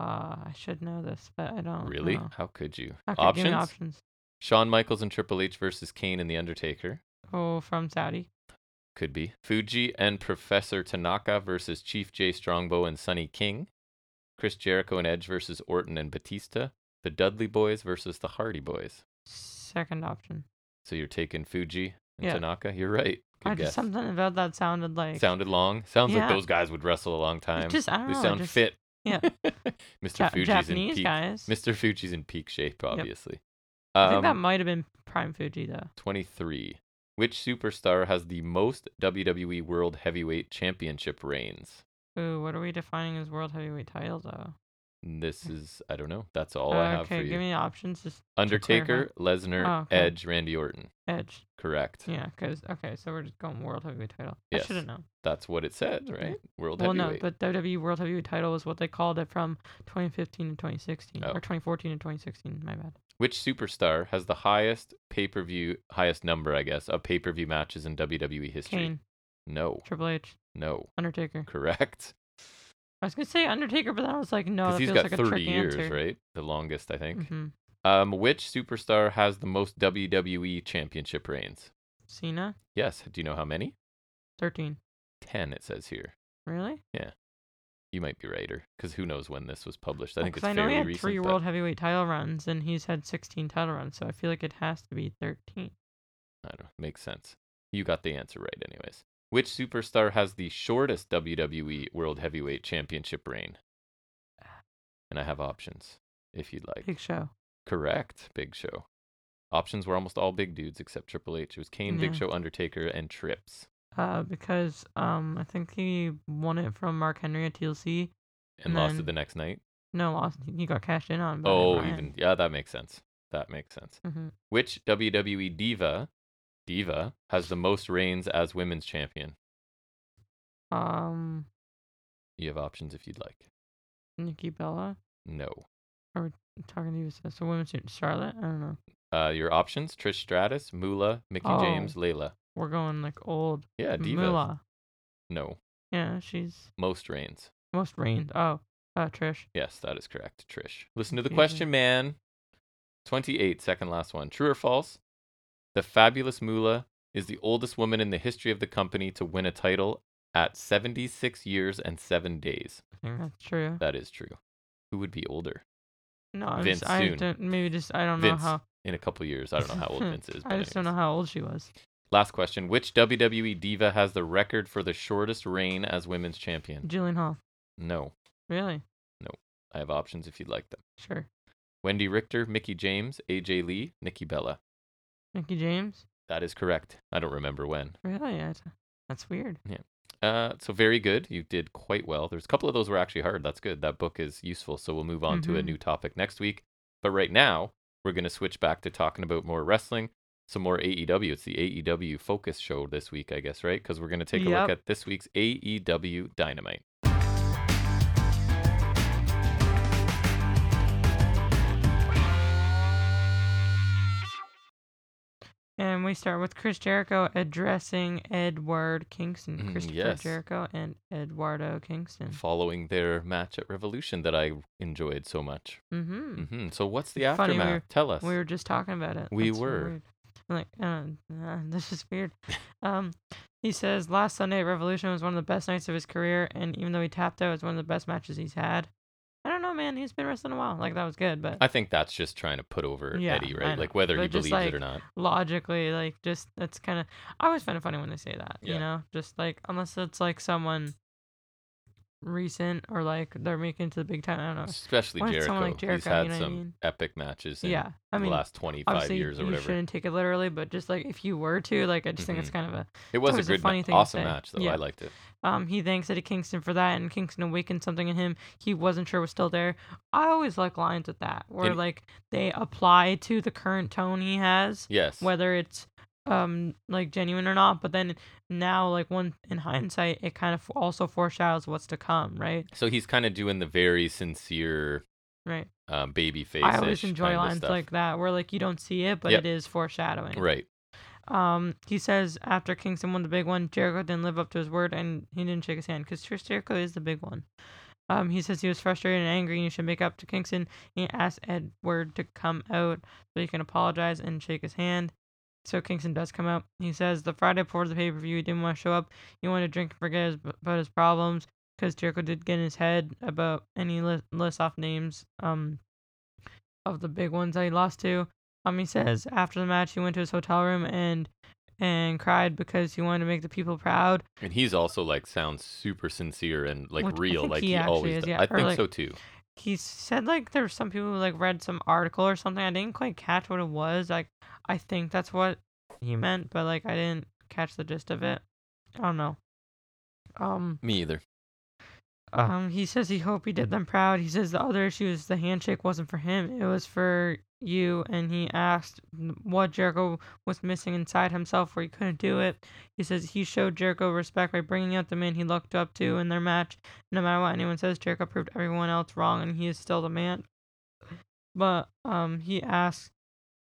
I should know this, but I don't. Really? know. How could you? Okay, Give options? me options. Shawn Michaels and Triple H versus Kane and The Undertaker. Oh, from Saudi. Could be. Fuji and Professor Tanaka versus Chief J Strongbow and Sonny King. Chris Jericho and Edge versus Orton and Batista. The Dudley Boys versus the Hardy Boys. Second option. So you're taking Fuji and Yeah. Tanaka. You're right. Good I guess. just something about that sounded like Sounded long. Sounds like Yeah. those guys would wrestle a long time. It just I don't they know. it sound just, fit. [laughs] yeah. Mr. Ja- Fuji's in Japanese peak. guys. Mr. Fuji's in peak shape, obviously. I think that Um, might have been Prime Fuji though. 23. Which superstar has the most WWE World Heavyweight Championship reigns? Ooh, what are we defining as world heavyweight title though? Uh, This is, I don't know. That's all I have for Hmm. okay, you. give me options. Just Undertaker, Lesnar, Oh, okay. Edge, Randy Orton. Edge. Correct. Yeah, because okay, so we're just going world heavyweight title. Yes, I should have known. That's what it said, right? World Well, no, Heavyweight. but WWE World Heavyweight Title was what they called it from 2015 to 2016, Oh. or 2014 to 2016. My bad. Which superstar has the highest pay per view, highest number, I guess, of pay per view matches in WWE history? Kane, No, Triple H, no. [laughs] Undertaker. Correct. I was gonna say Undertaker, but then I was like, no, Because that he's feels got like a 30 trick years, answer. right? The longest, I think. hmm Um, which superstar has the most WWE championship reigns? Cena, Yes. Do you know how many? 13. 10, it says here. Really? You might be right, or because who knows when this was published? I think Because it's Oh, I know fairly he had recent. three but- world heavyweight title runs, and he's had 16 title runs, so I feel like it has to be 13. I don't know. Makes sense. You got the answer right, anyways. Which superstar has the shortest WWE World Heavyweight Championship reign? And I have options if you'd like. Big Show. Correct, Big Show. Options were almost all big dudes except Triple H. It was Kane, Big Yeah. Show, Undertaker, and Trips. Uh, because um, I think he won it from Mark Henry at TLC. And lost Man. it the next night. No, lost. He got cashed in on. By Oh, Ryan. even. Yeah, that makes sense. That makes sense. Mhm. Which WWE Diva, Diva, has the most reigns as women's champion? Um, You have options if you'd like. Nikki Bella. No. I'm talking to you. so- So women's team- Charlotte. I don't know. Uh, your options: Trish Stratus, Moolah, Mickey Oh. James, Layla. We're going like old. Yeah, Diva. Moolah. No, Yeah, she's most reigns. most reigned. Oh, uh, Trish. Yes, that is correct. Trish. Listen to the Diva. question, man. Twenty-eight, second last one. True or false? The fabulous Moolah is the oldest woman in the history of the company to win a title at seventy-six years and seven days. I think that's true. That is true. Who would be older No, I'm Vince just, I soon. don't. Maybe just I don't Vince. know how. in a couple years? I don't know how [laughs] old Vince is. But I just don't anyways. know how old she was. Last question: Which WWE diva has the record for the shortest reign as women's champion? Jillian Hall. No. Really? I have options if you'd like them. Sure. Wendy Richter, Mickey James, AJ Lee, Nikki Bella. Mickey James. That is correct. I don't remember when. Really? I, that's weird. Uh, so very good. You did quite well. There's a couple of those were actually hard. That's good. That book is useful. So we'll move on to a Mhm. new topic next week. But right now, we're going to switch back to talking about more wrestling, some more AEW. It's the AEW focus show this week, I guess, right? Because we're going to take a Yep. look at this week's AEW Dynamite. And we start with Chris Jericho addressing Edward Kingston. Mm, Christopher yes. Jericho and Eduardo Kingston. Following their match at Revolution that I enjoyed so much. Mm-hmm. hmm So what's the It's funny, we aftermath? were- Tell us. We were just talking about it. We so were. weird. I'm like, uh, uh, [laughs] this is weird. um, he says last Sunday at Revolution was one of the best nights of his career, and even though he tapped out, it was one of the best matches he's had. I don't know, man. He's been wrestling a while. Like that was good, but I think that's just trying to put over Yeah, Eddie, I right? know. Like whether But he just believes like- it or not. logically, like just that's kind of. I always find it funny when they say that. Yeah. You know, just like unless it's like someone recent or like they're making it to the big time. I don't know. Especially when it's Jericho. someone like He's Jericho, you had know what I some mean? epic matches in Yeah, I mean, the last 25 obviously years or you whatever. shouldn't take it literally, but just like if you were to, like I just think it's kind Mm-hmm. of a It was a always a good, funny ma- thing to awesome say. match, though. I Yeah. liked it. Um, he thanks Eddie Kingston for that, and Kingston awakened something in him he wasn't sure was still there. I always like lines at that, where And- like they apply to the current tone he has, Yes. whether it's um like genuine or not. But then now, like one in hindsight, it kind of also foreshadows what's to come, right? so he's kind of doing the very sincere Right. um, baby face. I always enjoy lines stuff. like that, where like you don't see it, but Yep. it is foreshadowing. Right. Um, he says after Kingston won the big one, Jericho didn't live up to his word and he didn't shake his hand because Chris Jericho is the big one. Um, he says he was frustrated and angry and he should make up to Kingston. He asked Edward to come out so he can apologize and shake his hand. So Kingston does come out. He says the Friday before the pay per view, he didn't want to show up. He wanted to drink and forget his, about his problems because Jericho did get in his head about any list, list off names um of the big ones that he lost to. Um, he says after the match, he went to his hotel room and and cried because he wanted to make the people proud. And he's also like sounds super sincere and like Which I real, think like he he, actually always. is, does. yeah, I or, think like- so too. He said like there were some people who like read some article or something. I didn't quite catch what it was. Like I think that's what he meant, but like I didn't catch the gist of it. I don't know. Um. Me either. Um, he says he hope he did them proud. He says the other issue is the handshake wasn't for him; it was for you. And he asked what Jericho was missing inside himself, where he couldn't do it. He says he showed Jericho respect by bringing out the man he looked up to in their match. No matter what anyone says, Jericho proved everyone else wrong, and he is still the man. But um, he asks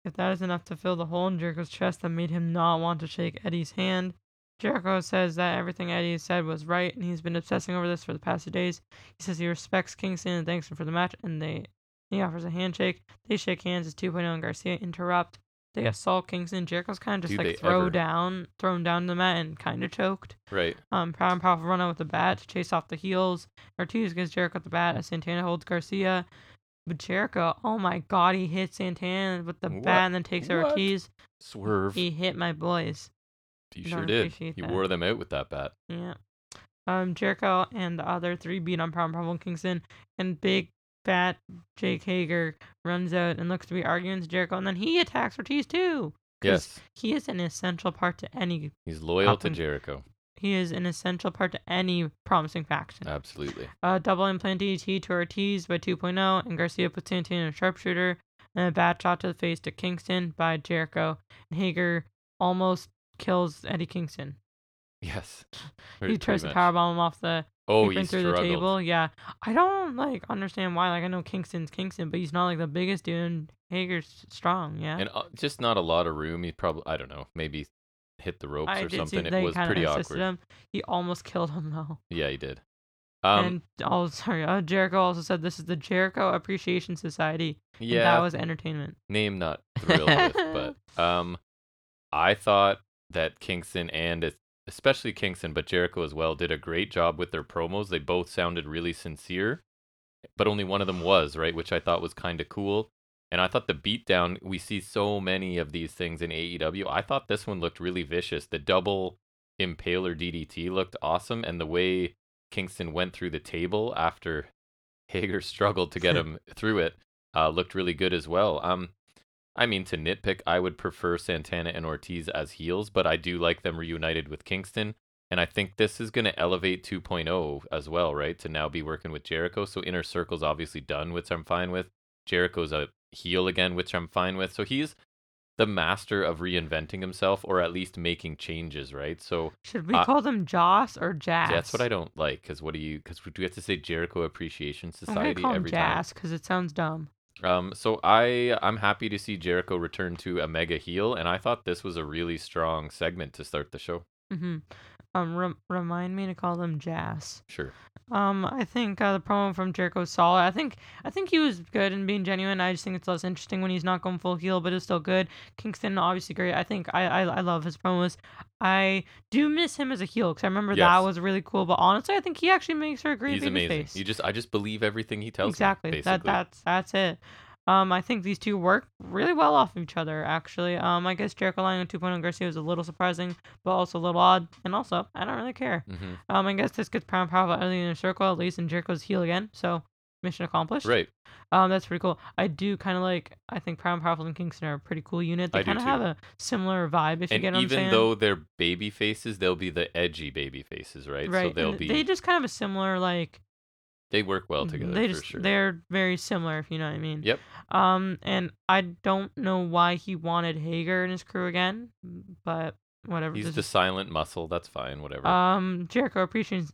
if that is enough to fill the hole in Jericho's chest that made him not want to shake Eddie's hand. Jericho says that everything Eddie said was right, and he's been obsessing over this for the past few days. He says he respects Kingston and thanks him for the match, and they he offers a handshake. They shake hands as 2.0 and oh Garcia interrupt. They assault Kingston. Jericho's kind of just Do they like throw ever. down, thrown down the mat and kind of choked. Right. Um, Proud and Powerful run out with the bat to chase off the heels. Ortiz gives Jericho the bat as Santana holds Garcia. But Jericho, oh my god, he hits Santana with the What? bat and then takes out What? Ortiz. Swerve. He hit my boys. you don't sure did. appreciate You that. wore them out with that bat. Yeah. Um, Jericho and the other three beat on Pound Problem Kingston, and big fat Jake Hager runs out and looks to be arguing with Jericho, and then he attacks Ortiz too. 'Cause Yes. He is an essential part to any. He's loyal to Happen- Jericho. He is an essential part to any promising faction. Absolutely. Uh, double implant DDT to Ortiz by 2.0, and Garcia puts Santana in a sharpshooter, and a bad shot to the face to Kingston by Jericho. And Hager almost kills Eddie Kingston. [laughs] Yes. he Pretty- tries to pretty much. powerbomb him off the Oh, creeping he through the struggled. table. Yeah, I don't like understand why. Like I know Kingston's Kingston, but he's not like the biggest dude. And Hager's strong. Yeah, And uh, just not a lot of room. He probably, I don't know, maybe hit the ropes I or did something. see It they was kinda pretty assisted awkward. Him. He almost killed him though. Yeah, he did. Um, and oh, sorry. Uh, Jericho also said this is the Jericho Appreciation Society. and yeah. that was entertainment. name not thrilled with, but um, I thought that Kingston and es- especially Kingston, but Jericho as well, did a great job with their promos. They both sounded really sincere, but only one of them was right, which I thought was kind of cool. And I thought the beatdown. We see so many of these things in AEW. I thought this one looked really vicious. The double impaler DDT looked awesome, and the way Kingston went through the table after [laughs] Hager struggled to get him through it uh, looked really good as well. Um, I mean, to nitpick, I would prefer Santana and Ortiz as heels, but I do like them reunited with Kingston. And I think this is going to elevate 2.0 as well, right? To now be working with Jericho. So Inner Circle's obviously done, which I'm fine with. Jericho's a heel again, which I'm fine with. So he's the master of reinventing himself or at least making changes, right? So Should we Uh, call them Joss or Jazz? that's what I don't like. Because what do you, because do we have to say Jericho Appreciation I'm gonna Society call him every time? Jazz because it sounds dumb. Um, so I I'm happy to see Jericho return to a mega heel, and I thought this was a really strong segment to start the show. hmm Um, rem- remind me to call them Jazz. Sure. Um, I think uh, the promo from Jericho was solid. I think I think he was good and being genuine. I just think it's less interesting when he's not going full heel, but it's still good. Kingston obviously great. I think I I, I love his promos. I do miss him as a heel because I remember that Yes. was really cool. But honestly, I think he actually makes for a great He's amazing. babyface. You just I just believe everything he tells exactly. me. that Exactly. that's that's it. Um, I think these two work really well off each other. Actually, um, I guess Jericho lying on 2.0 Garcia was a little surprising, but also a little odd. And also, I don't really care. hmm Um, I guess this gets Pound Powerful out of the inner circle, at least, and Jericho's heel again. So, mission accomplished. Right. Um, that's pretty cool. I do kind of like, I think Pound Powerful and Kingston are a pretty cool unit. I They do kind of too. have a similar vibe, if you And get what I'm saying. even though they're baby faces, they'll be the edgy baby faces, right? right. So they'll and be They they, just kind of have a similar, like, work well together Mm-hmm. they for just, sure. They're very similar, if you know what I mean. Yep. Um, and I don't know why he wanted Hager and his crew again, but whatever. He's this the is- silent muscle. That's fine. Whatever. Um, Jericho Appreciation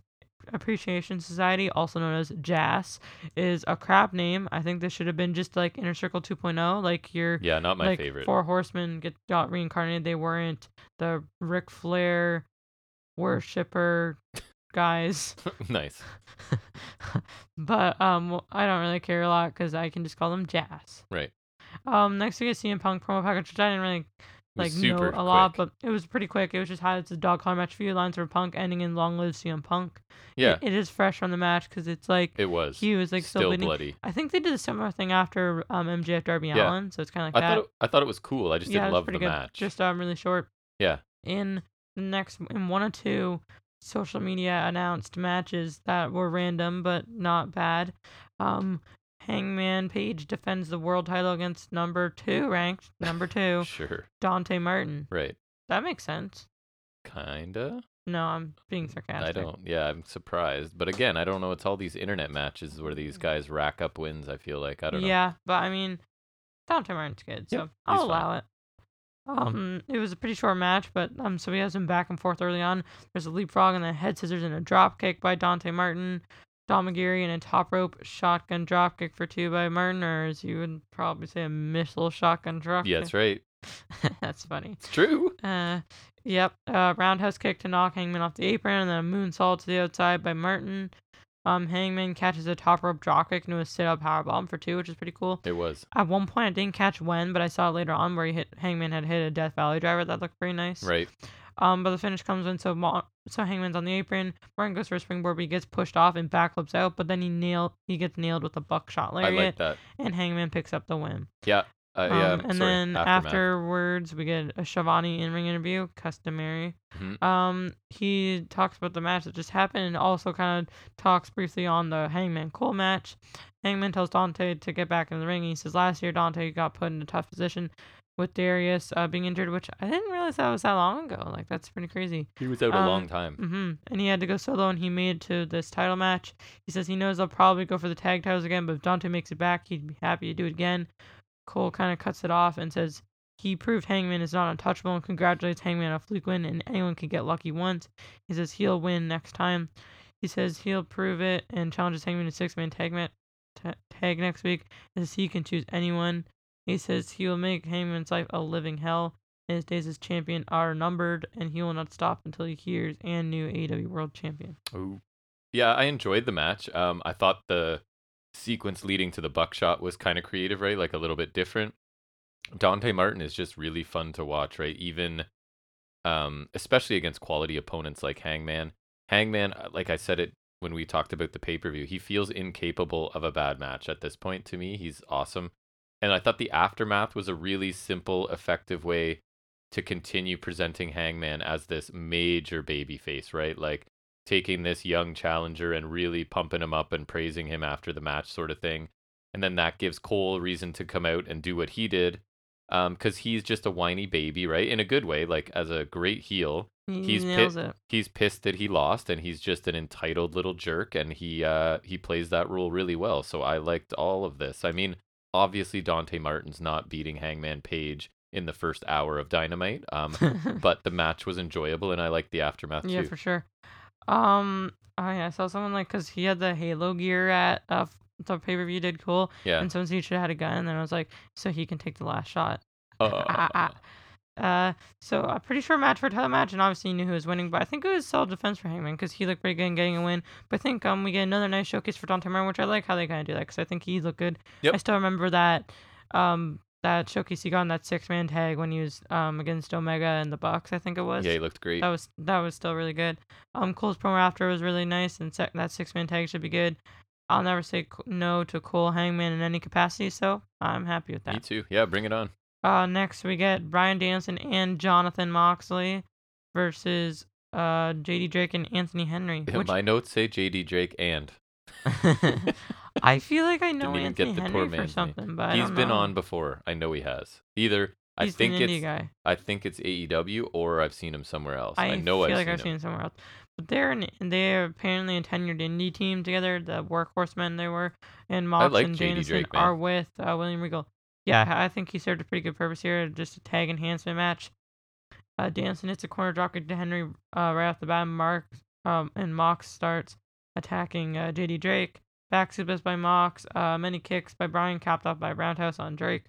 Appreciation Society, also known as JAS, is a crap name. I think this should have been just like Inner Circle 2.0, like your yeah, not my like favorite. Four Horsemen get got reincarnated. They weren't the Ric Flair worshipper guys, [laughs] [laughs] nice. but um, I don't really care a lot because I can just call them JAS. Right. Um, next we get CM Punk promo package, which I didn't really It was like know super a lot, quick. but it was pretty quick. It was just highlights of the dog collar match, few lines for Punk, ending in "Long live CM Punk." It- [laughs] yeah, it is fresh from the match because it's like it was. he was like still still bleeding. [laughs] bloody. I think they did a similar thing after um, MJF Darby Yeah. Allen, so it's kind of I like that. thought it, I thought it was cool. I just it didn't was love the pretty good. match. Just um, really short. Yeah. In the next, in one or two social media announced matches that were random but not bad. Um, Hangman Page defends the world title against number two ranked [laughs] number two sure. Dante Martin. Right. That makes sense. Kinda. No, I'm being sarcastic. I don't. Yeah, I'm surprised. But again, I don't know. It's all these internet matches where these guys rack up wins. I feel like I don't know. Mm. yeah, but I mean, Dante Martin's good, so Yep, he's I'll fine. allow it. Um, it was a pretty short match, but um, so we had some back and forth early on. There's a leapfrog and a head scissors and a drop kick by Dante Martin, Domagiri and a top rope shotgun drop kick for two by Martin, or as you would probably say, a missile shotgun drop. Yeah, that's right. right. [laughs] that's funny. It's true. Uh, yep. Uh, roundhouse kick to knock Hangman off the apron, and then a moonsault to the outside by Martin. Um, Hangman catches a top rope dropkick into a sit up powerbomb for two, which is pretty cool. It was At one point, I didn't catch when, but I saw it later on where he hit Hangman had hit a Death Valley driver. That looked pretty nice. right. Um, but the finish comes in, so Ma- so Hangman's on the apron. Martin goes for a springboard, but he gets pushed off and backflips out. But then he nail he gets nailed with a buckshot I lariat, like that. and Hangman picks up the win. Yeah. Uh, yeah. Um, and sorry, then aftermath. afterwards, we get a Shavani in ring interview, customary. Mhm. Um, he talks about the match that just happened and also kind of talks briefly on the Hangman Cole match. Hangman tells Dante to get back in the ring. He says, Last year, Dante got put in a tough position with Darius uh, being injured, which I didn't realize that was that long ago. Like, that's pretty crazy. he was out a um, long time. hmm And he had to go solo, and he made it to this title match. He says he knows they'll probably go for the tag titles again, but if Dante makes it back, he'd be happy to do it again. Cole kind of cuts it off and says he proved Hangman is not untouchable and congratulates Hangman on a fluke win, and anyone can get lucky once. He says he'll win next time. He says he'll prove it and challenges Hangman to six man tag match. ta- Tag next week and says he can choose anyone. He says he will make Hangman's life a living hell and his days as champion are numbered, and he will not stop until he hears and new AEW World Champion. Ooh. Yeah, I enjoyed the match. Um, I thought the sequence leading to the buckshot was kind of creative, right? Like a little bit different. Dante Martin is just really fun to watch, right? Even, um, especially against quality opponents like Hangman. Hangman, uh, like I said it when we talked about the pay per view, he feels incapable of a bad match at this point. To me, he's awesome, and I thought the aftermath was a really simple, effective way to continue presenting Hangman as this major babyface, right? Like taking this young challenger and really pumping him up and praising him after the match, sort of thing. And then that gives Cole a reason to come out and do what he did, because he's just a whiny baby, right? In a good way, like as a great heel He He's pit- nails it. [laughs] he's pissed that he lost and he's just an entitled little jerk and he uh he plays that role really well so i liked all of this i mean obviously dante martin's not beating hangman page in the first hour of dynamite [laughs] um but the match was enjoyable and i liked the aftermath yeah, too for sure. Um, oh yeah, I saw someone like because he had the Halo gear at uh, f- the pay per view did cool, yeah and someone said he should have had a gun, and I was like, so he can take the last shot. Uh, Ah, Uh, so I'm pretty sure match for title match, and obviously you knew who was winning, but I think it was solid defense for Hangman because he looked pretty good in getting a win. But I think um we get another nice showcase for Dante Martin, which I like how they kind of do that because I think he looked good. Yep. I still remember that um that showcase he got in that six man tag when he was um against Omega and the Bucks, I think it was. yeah he looked great That was that was still really good. Um, Cole's promo after was really nice, and sec- that six man tag should be good. I'll never say c- no to Cole Hangman in any capacity, so I'm happy with that. me too yeah bring it on Uh, next we get Brian Danielson and Jonathan Moxley versus uh JD Drake and Anthony Henry. Yeah, which my notes say jd drake and [laughs] I feel like I know [laughs] Didn't even get Anthony the poor Henry for man's name. something, but I he's don't been know. on before i know he has either He's i think an indie it's guy. i think it's aew or i've seen him somewhere else i, know feel i've like seen I've him seen it somewhere else. But they're an, they're apparently a tenured indie team together. The workhorsemen they were, and Mox like and JD Danielson Drake, man. are with uh, William Regal. Yeah, I I think he served a pretty good purpose here. Just a tag enhancement match. Uh, Danielson hits a corner dropkick to Henry uh, right off the bat. Mark um, and Mox starts attacking uh, JD Drake. Back suplex by Mox. Uh, many kicks by Brian, capped off by Roundhouse on Drake.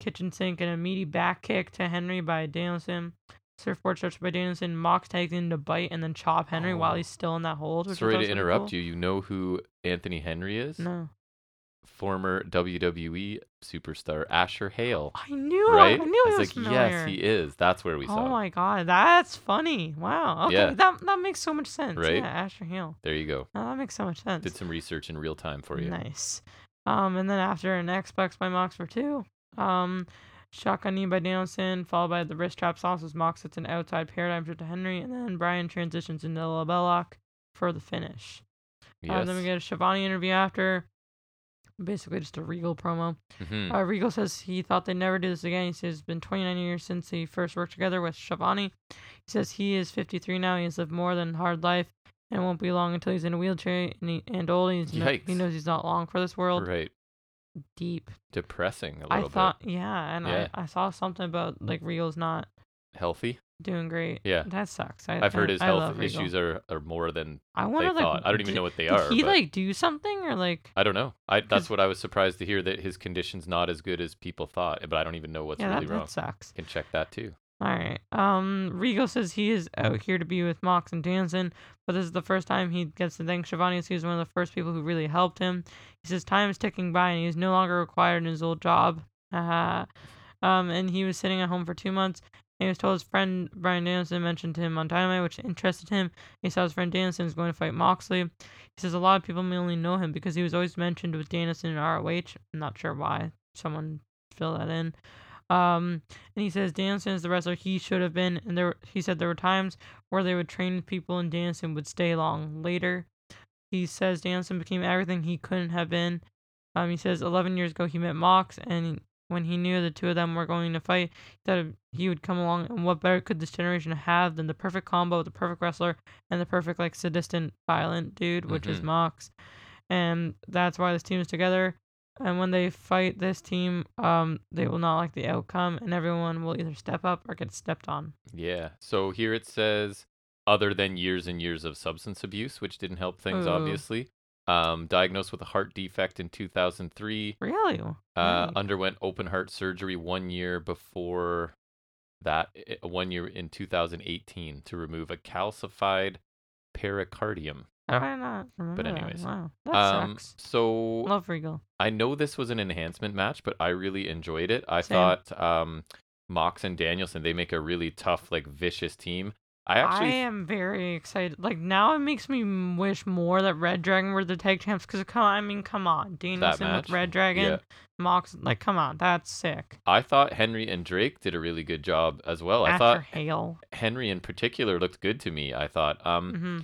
Kitchen sink and a meaty back kick to Henry by Danielson. Surfboard stretch by Danielson. Mox tags in to bite and then chop Henry while Oh. he's still in that hold. Which Sorry to interrupt you. You know who Anthony Henry is? No, Former WWE superstar Asher [gasps] Hale. I knew. Right? Oh, I knew I it was was like, familiar. yes, he is. That's where we saw Oh him. my god, that's funny! Wow. Okay, Yeah. that that makes so much sense. Right? Yeah, Asher Hill. There you go. No, that makes so much sense. Did some research in real time for you. Nice. Um, and then after an Xbox by Mox for two. Um, shotgun knee by Danielson, followed by the wrist trap sauce as Mox hits an outside paradigm shift to Henry, and then Brian transitions into the label lock for the finish. Uh, Yes. then we get a Shivani interview after. Basically, just a Regal promo. Mhm. Uh, Regal says he thought they'd never do this again. He says it's been 29 years since he first worked together with Shivani. He says he is 53 now. He has lived more than a hard life, and it won't be long until he's in a wheelchair and, he, and old. He's no- he Yikes. knows he's not long for this world. Right. Deep. Depressing a I little thought, yeah, and Yeah. I, I saw something about like Regal's not bit. Healthy. doing great. Yeah. That sucks. I, I've heard I- his I health love Regal. issues are, are more than I they wonder, like, thought. I don't even did- know what they did are. he but like do something or like? I don't know. I that's 'cause- what I was surprised to hear that his condition's not as good as people thought, but I don't even know what's yeah, really that, wrong. that sucks. Can check that too. All right. Um, Rigo says he is out here to be with Mox and Danson, but this is the first time he gets to thank Shivani. as he was one of the first people who really helped him. He says time is ticking by and he is no longer required in his old job. Haha. um, and he was sitting at home for two months. And he was told his friend Brian Danielson mentioned him on Dynamite, which interested him. He saw his friend Danielson was going to fight Moxley. He says a lot of people may only know him because he was always mentioned with Danielson in ROH. I'm not sure why. Someone fill that in. Um, and he says Danielson is the wrestler he should have been. And there, he said there were times where they would train people and Danielson would stay long. Later, he says Danielson became everything he couldn't have been. Um, he says 11 years ago he met Mox, and when he knew the two of them were going to fight, he said he would come along. And what better could this generation have than the perfect combo, the perfect wrestler, and the perfect like sadistic, violent dude, which is Mhm. Mox. And that's why this team is together. And when they fight this team, um, they will not like the outcome, and everyone will either step up or get stepped on. Yeah. So here it says, other than years and years of substance abuse, which didn't help things, Ooh. obviously. Um, diagnosed with a heart defect in 2003. Really? Uh, Nice. underwent open heart surgery one year before that, i- one year in 2018 to remove a calcified pericardium. How did I not remember? that? anyways, wow, that um, sucks. so Love Regal. I know this was an enhancement match, but I really enjoyed it. I Same. thought um, Mox and Danielson they make a really tough, like vicious team. I actually I am very excited. Like now, it makes me m- wish more that Red Dragon were the tag champs. Because come, I mean, come on, Danielson match? with Red Dragon, Yeah. Mox. Like, come on, that's sick. I thought Henry and Drake did a really good job as well. I After thought Hale, Henry in particular looked good to me. I thought um hmm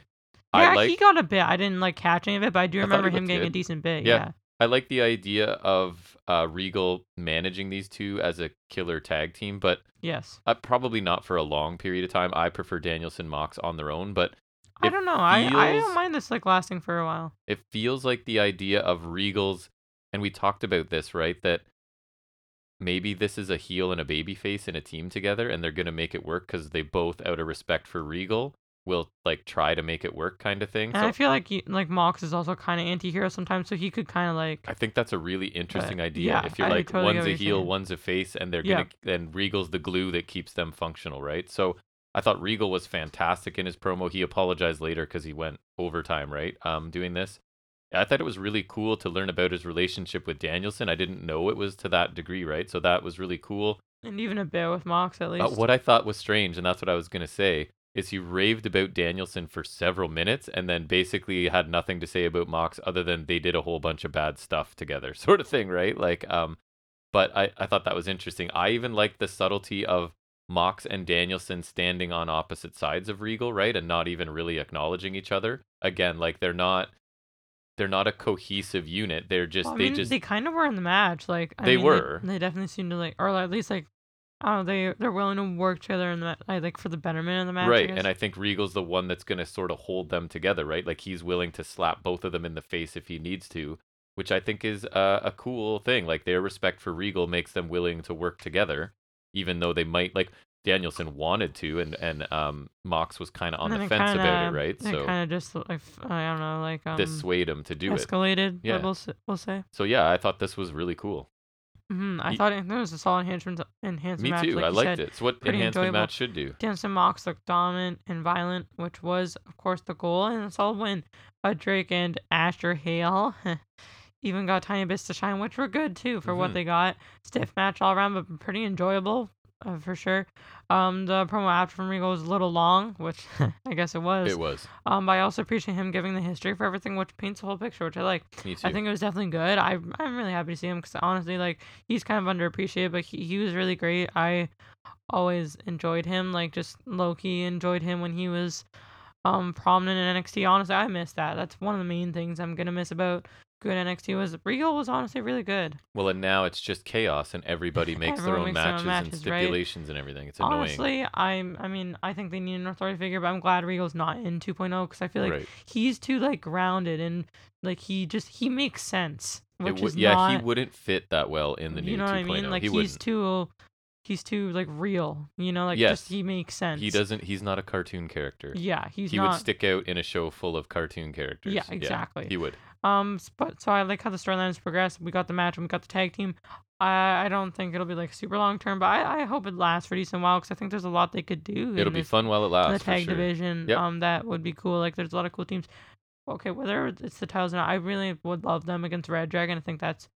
I yeah, like he got a bit. I didn't like catch any of it, but I do I thought remember he him looked getting a good. decent bit. Yeah. Yeah, I like the idea of uh, Regal managing these two as a killer tag team, but yes. uh, probably not for a long period of time. I prefer Danielson Mox on their own, but I It don't know. I I feels- don't mind this like lasting for a while. it feels like the idea of Regal's, and we talked about this, right? That maybe this is a heel and a babyface in a team together, and they're gonna make it work because they both, out of respect for Regal, will like try to make it work, kind of thing. And I feel like he, like Mox is also kind of anti-hero sometimes, so he could kind of like I think that's a really interesting idea. yeah, if you're I like totally one's get what a you're heel, saying. one's a face, and they're Yeah. gonna then Regal's the glue that keeps them functional, right? So I thought Regal was fantastic in his promo. He apologized later because he went overtime, right? Um, doing this. I thought it was really cool to learn about his relationship with Danielson. I didn't know it was to that degree, right? So that was really cool. and even a bit with Mox at least. Uh, what I thought was strange, and that's what I was going to say, is he raved about Danielson for several minutes and then basically had nothing to say about Mox other than they did a whole bunch of bad stuff together, [laughs] sort of thing, right? Like, um, but I, I thought that was interesting. I even liked the subtlety of Mox and Danielson standing on opposite sides of Regal, right? And not even really acknowledging each other. Again, like they're not they're not a cohesive unit. They're just Well, I they mean, just they kind of were in the match. Like I They mean, were. They, definitely seemed to like, or at least like, I don't know, they they're willing to work together in the ma- like for the betterment of the match. I right guess. and i think regal's the one that's going to sort of hold them together right like he's willing to slap both of them in the face if he needs to which i think is a, a cool thing like their respect for regal makes them willing to work together even though they might like danielson wanted to and and um mox was kind of on And the then it fence about it kinda- right so kind of just like f- I don't know, like um, this swayed him to do it escalated. Yeah. Like, we'll, s- we'll say. so yeah i thought this was really cool hmm I Ye- thought it, it was a solid enhancement. Enhancement me match, too Like i you liked said. it it's what pretty enhancement enjoyable. match should do Danielson Mox looked dominant and violent, which was, of course, the goal, and a solid win. Uh, Drake and Asher Hale [laughs] even got tiny bits to shine, which were good too for what Mhm. they got. Stiff match all around, but pretty enjoyable uh, for sure. Um, the promo after from Regal was a little long, which [laughs] I guess it was. it was Um, but I also appreciate him giving the history for everything, which paints the whole picture, which I like. me too I think it was definitely good. I I'm really happy to see him because honestly, like he's kind of underappreciated, but he, he was really great. I always enjoyed him. Like just low key enjoyed him when he was um prominent in NXT. Honestly, I miss that. That's one of the main things I'm gonna miss about good NXT was Regal was honestly really good. well and now it's just chaos and [laughs] everybody makes their Everyone own makes their own matches, and matches, right? stipulations and everything it's annoying Honestly, I'm. I mean, I think they need an authority figure, but I'm glad Regal's not in 2.0 because I feel like Right. he's too like grounded and like he just he makes sense, It which would- is yeah, not. he wouldn't fit that well in the new you know 2.0. what I mean? Like he he's wouldn't. too, he's too like real. You know, like Yes. just he makes sense. He doesn't. He's not a cartoon character. Yeah, he's he not. would stick out in a show full of cartoon characters. exactly. he would. um, s- but so I like how the storylines progressed. We got the match and we got the tag team. I I don't think it'll be like super long term, but I, I hope it lasts for a decent while because I think there's a lot they could do. It'll in be this, fun while it in the lasts. for tag sure. division. Yep. Um, that would be cool. Like there's a lot of cool teams. Okay, whether it's the titles or not, I really would love them against Red Dragon. I think that's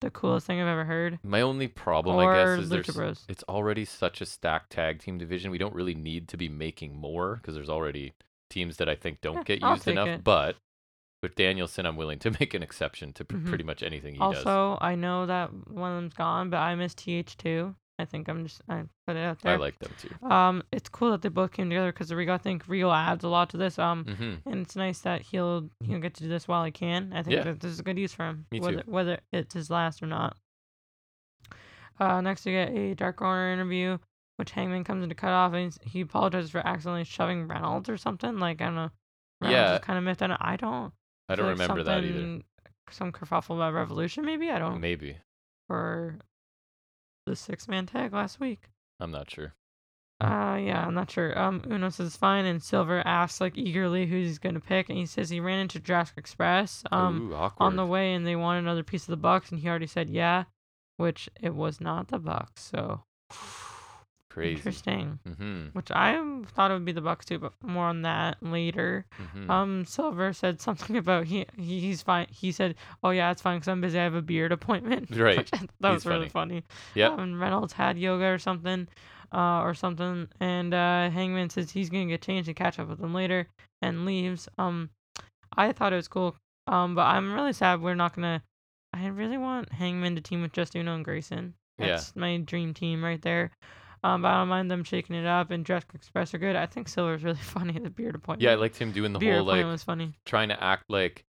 the coolest thing I've ever heard. My only problem, I or guess, is Lucha there's Bros. it's already such a stacked tag team division. We don't really need to be making more because there's already teams that I think don't Yeah, get I'll used take enough. it. But with Danielson, I'm willing to [laughs] make an exception to pr- Mhm. pretty much anything he does. Also, I know that one of them's gone, but I miss TH2. I think I'm just I put it out there. I like them too. Um, it's cool that they both came together because Rigo, I think Rigo adds a lot to this. Um, hmm and it's nice that he'll he'll get to do this while he can. I think Yeah. that this is good use for him, Me too. whether whether it's his last or not. Uh, next we get a Dark Corner interview, which Hangman comes in to cut off, and he's- he apologizes for accidentally shoving Reynolds or something. Like I don't know, Reynolds Yeah. is kind of miffed. And I don't. I don't feel like remember that either. something- Some kerfuffle about Revolution, maybe I don't. Maybe Or the six man tag last week. I'm not sure. Uh, yeah, I'm not sure. Um, Uno says fine, and Silver asks like eagerly who he's gonna pick, and he says he ran into Jurassic Express um Ooh, awkward. on the way, and they want another piece of the Bucks, and he already said yeah, which it was not the Bucks. So [sighs] Crazy. interesting. Mm-hmm. Which I thought it would be the Bucks too, but more on that later. hmm Um, Silver said something [laughs] about he, he he's fine. He said, "Oh yeah, it's fine because I'm busy. I have a beard appointment." [laughs] Right. Which I thought that He's was really funny. Yep. Um, Reynolds had yoga or something, uh, or something, and uh, Hangman says he's gonna get changed and catch up with them later, and leaves. Um, I thought it was cool. Um, but I'm really sad we're not gonna. I really want Hangman to team with just Uno and Grayson. Yeah. That's my dream team right there. Um, but I don't mind them shaking it up and Jurassic Express are good. I think Silver's really [laughs] funny. The beard appointment. yeah, I liked him doing the beard whole like appointment was funny. trying to act like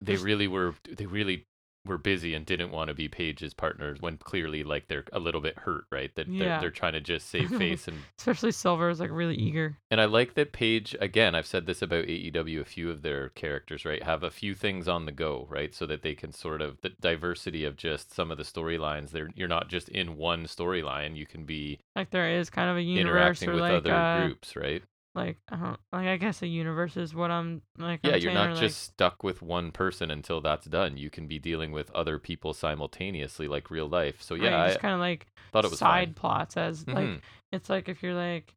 they Just- really were they really were busy and didn't want to be Paige's partners when clearly like they're a little bit hurt, right? That Yeah. they're, they're trying to just [laughs] save face and Especially Silver is like really eager. and I like that Paige again, I've said this about AEW a few of their characters, right? Have a few things on the go, right? So that they can sort of the diversity of just some of the storylines. They're you're not just in one storyline, you can be Like there is kind of a universe interacting or with like other uh, groups, right? like I don't like I guess a universe is what I'm like. Yeah, I'm you're saying, or, not like- just stuck with one person until that's done. You can be dealing with other people simultaneously, like real life. So right, yeah, I just kind of like thought it was side fine. plots as like Mhm. it's like if you're like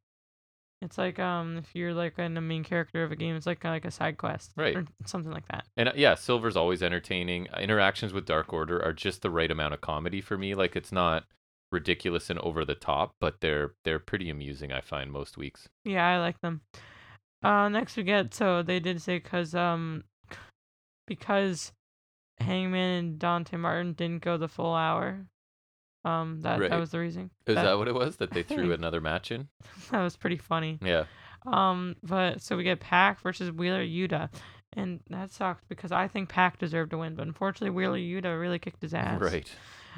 it's like um if you're like in the main character of a game, it's like kinda like a side quest Right. or something like that. And uh, yeah, Silver's always entertaining. Uh, Interactions with Dark Order are just the right amount of comedy for me. Like it's not ridiculous and over the top, but they're they're pretty amusing. I find most weeks. Yeah, I like them. Uh, next we get so they did say because um because Hangman and Dante Martin didn't go the full hour. Um, that Right. that was the reason. Is That- that what it was that they threw think- another match in? [laughs] That was pretty funny. Yeah, Um, but so we get Pack versus Wheeler Yuta, and that sucks because I think Pack deserved to win, but unfortunately Wheeler Yuta really kicked his ass. right.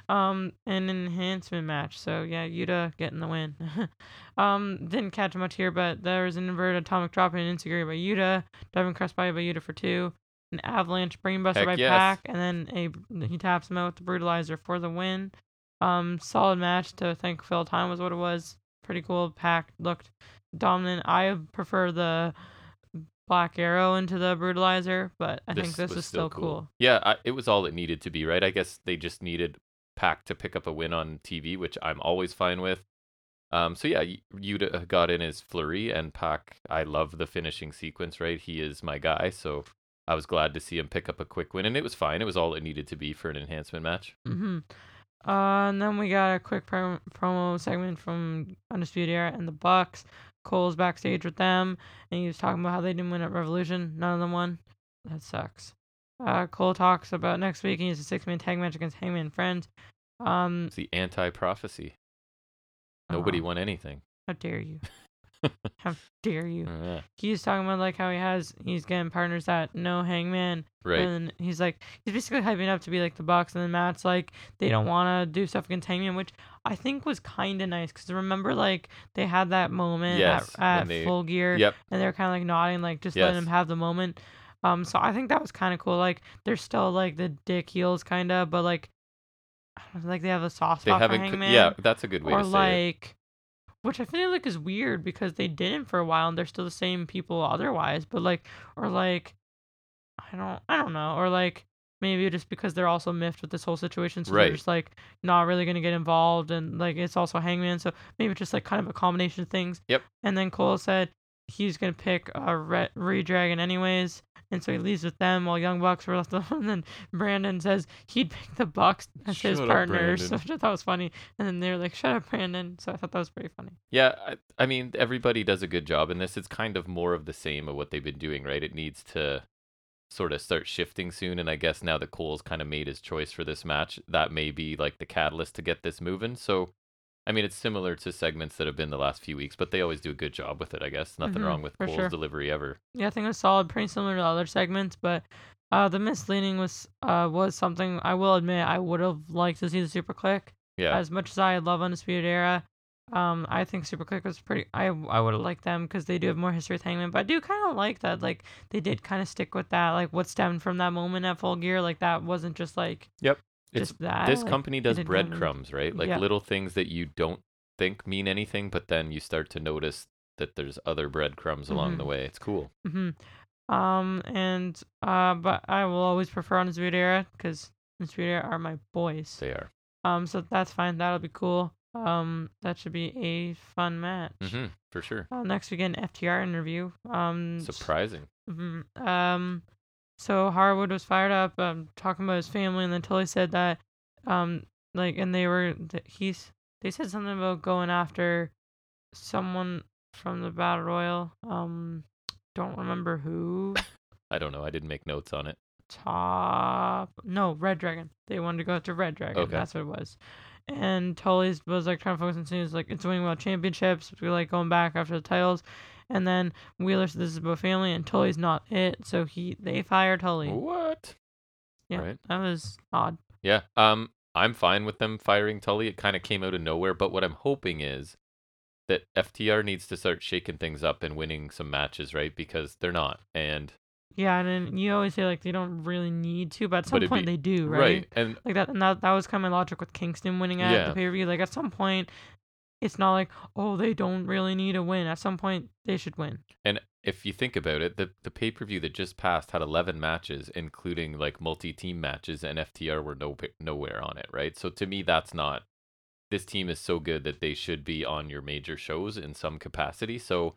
Um, and an enhancement match. So yeah, Yuta getting the win. [laughs] um, didn't catch much here, but there was an inverted atomic drop and an insecurity by Yuta, diving crossbody by Yuta for two, an avalanche brainbuster Heck by yes. Pack, and then a he taps him out with the brutalizer for the win. Um, solid match to think Phil time was what it was. Pretty cool. Pack looked dominant. I prefer the black arrow into the brutalizer, but I think this was is still cool. Yeah, I, it was all it needed to be, right? I guess they just needed Pac to pick up a win on TV, which I'm always fine with. Um, so yeah, Y- Yuta uh, got in his flurry, and Pac. I love the finishing sequence, right? He is my guy, so I was glad to see him pick up a quick win, and it was fine. It was all it needed to be for an enhancement match. Mm-hmm. Uh, and then we got a quick prom- promo segment from Undisputed Era and the Bucks. Cole's backstage with them, and he was talking about how they didn't win at Revolution. None of them won. That sucks. Uh, Cole talks about next week, and he's a six-man tag match against Hangman and Friends. Um, It's the anti-prophecy. Nobody oh, won anything. How dare you? how dare you? Yeah. He's talking about like how he has he's getting partners that know Hangman, Right. And he's like, he's basically hyping up to be like the Bucks, and then Matt's like, they don't want to do stuff against Hangman, which I think was kind of nice because remember, like they had that moment Yes, when at, at they- Full Gear, Yep. and they were kind of like nodding, like just letting Yes. him have the moment. Um, so I think that was kind of cool. Like they're still like the dick heels kind of, but like, I don't know, like they have a soft They spot for haven't. c- Hangman, yeah, that's a good way or to say it. like. Which I feel like is weird because they didn't for a while and they're still the same people otherwise, but like or like I don't I don't know or like Maybe just because they're also miffed with this whole situation, so Right. they're just like not really gonna get involved, and like it's also Hangman, so maybe just like kind of a combination of things. Yep. And then Cole said he's gonna pick a Re- Redragon anyways, and so he leaves with them while Young Bucks were left [laughs] alone. And then Brandon says he'd pick the Bucks as his Shut up, partners, Brandon. which I thought was funny. And then they're like, "Shut up, Brandon." So I thought that was pretty funny. Yeah, I, I mean, everybody does a good job in this. It's kind of more of the same of what they've been doing, right? It needs to sort of start shifting soon. And I guess now that Cole's kind of made his choice for this match, that may be like the catalyst to get this moving. So, I mean, it's similar to segments that have been the last few weeks, but they always do a good job with it, I guess. Nothing Mhm, wrong with for Cole's sure. delivery ever. Yeah, I think it was solid, pretty similar to the other segments, but uh, the misleading was uh, was something I will admit I would have liked to see the Super Click. Yeah. As much as I love Undisputed Era, um, I think Super Click was pretty. I I would have liked them because they do have more history with Hangman, but I do kind of like that. Like they did kind of stick with that. Like what stemmed from that moment at Full Gear, like that wasn't just like Yep. It's- just that. this like, company does did kind of- breadcrumbs, right? Like Yeah. little things that you don't think mean anything, but then you start to notice that there's other breadcrumbs along the Mm-hmm. way. It's cool. hmm Um, and uh, but I will always prefer Undisputed Era because Undisputed Era are my boys. They are. Um, so that's fine. That'll be cool. Um, that should be a fun match. hmm for sure. Uh, next we get an FTR interview. Um, s- Surprising. mhm. Um, so Harwood was fired up, um, talking about his family, and then Tully said that, um, like, and they were th- he's they said something about going after someone from the battle royal. Um, don't remember who. I don't know. I didn't make notes on it. top no red dragon they wanted to go after red dragon Okay. that's what it was and Tully was like trying to focus on things like it's winning world championships we like going back after the titles and then wheeler said this is about family and tully's not it so he they fired tully What? yeah right. that was odd Yeah. Um, I'm fine with them firing Tully. It kind of came out of nowhere, but what I'm hoping is that FTR needs to start shaking things up and winning some matches, right? Because they're not. And yeah and then you always say like they don't really need to but at some it'd point be- they do right. right, And like that and that, that was kind of my logic with kingston winning at Yeah. the pay-per-view like at some point it's not like oh they don't really need to win at some point they should win and if you think about it, the the pay per view that just passed had 11 matches, including like multi team matches, and FTR were no nowhere on it, right? So to me, that's not. This team is so good that they should be on your major shows in some capacity. So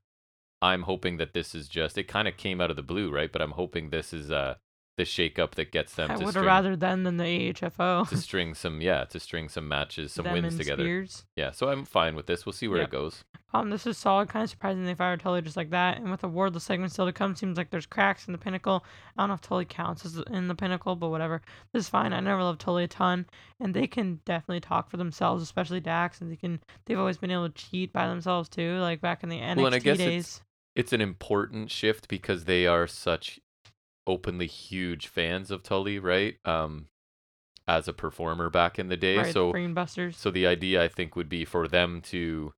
I'm hoping that this is just. It kind of came out of the blue, right? But I'm hoping this is uh the shakeup that gets them I to would have string, rather them than the AHFO. to string some yeah to string some matches, some them wins and together. Spears. Yeah, so I'm fine with this. We'll see where Yep. it goes. Um, this is solid. Kind of surprising they fired Tully just like that. And with the Wardlow segment still to come, seems like there's cracks in the pinnacle. I don't know if Tully counts as in the pinnacle, but whatever. This is fine. I never loved Tully a ton, and they can definitely talk for themselves, especially Dax, and they can. They've always been able to cheat by themselves too, like back in the NXT Well, and I guess it's- days. It's an important shift because they are such openly huge fans of Tully, right? Um, as a performer back in the day, right, so Brainbusters. so the idea I think would be for them to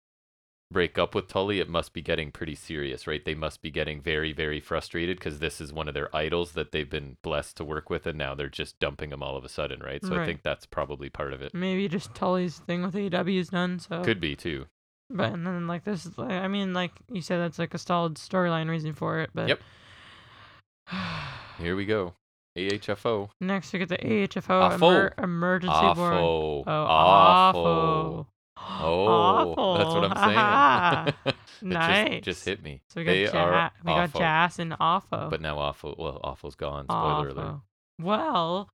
break up with Tully, it must be getting pretty serious, right? They must be getting very, very frustrated because this is one of their idols that they've been blessed to work with, and now they're just dumping him all of a sudden, right? So I Right. think that's probably part of it. Maybe just Tully's thing with AEW is done. So Could be too. But and then like this, is like, I mean, like you said, that's like a solid storyline reason for it. But Yep. Here we go. AHFO. [sighs] next we get the AHFO Awful. emer- emergency board. Awful. Oh, awful. Oh, [gasps] that's what I'm Haha. saying. [laughs] It just- nice. [laughs] just, hit me. So we got they ja- are we awful. got Jas and Awful. but now awful. Well, awful's gone. Spoiler alert. Awful. Well,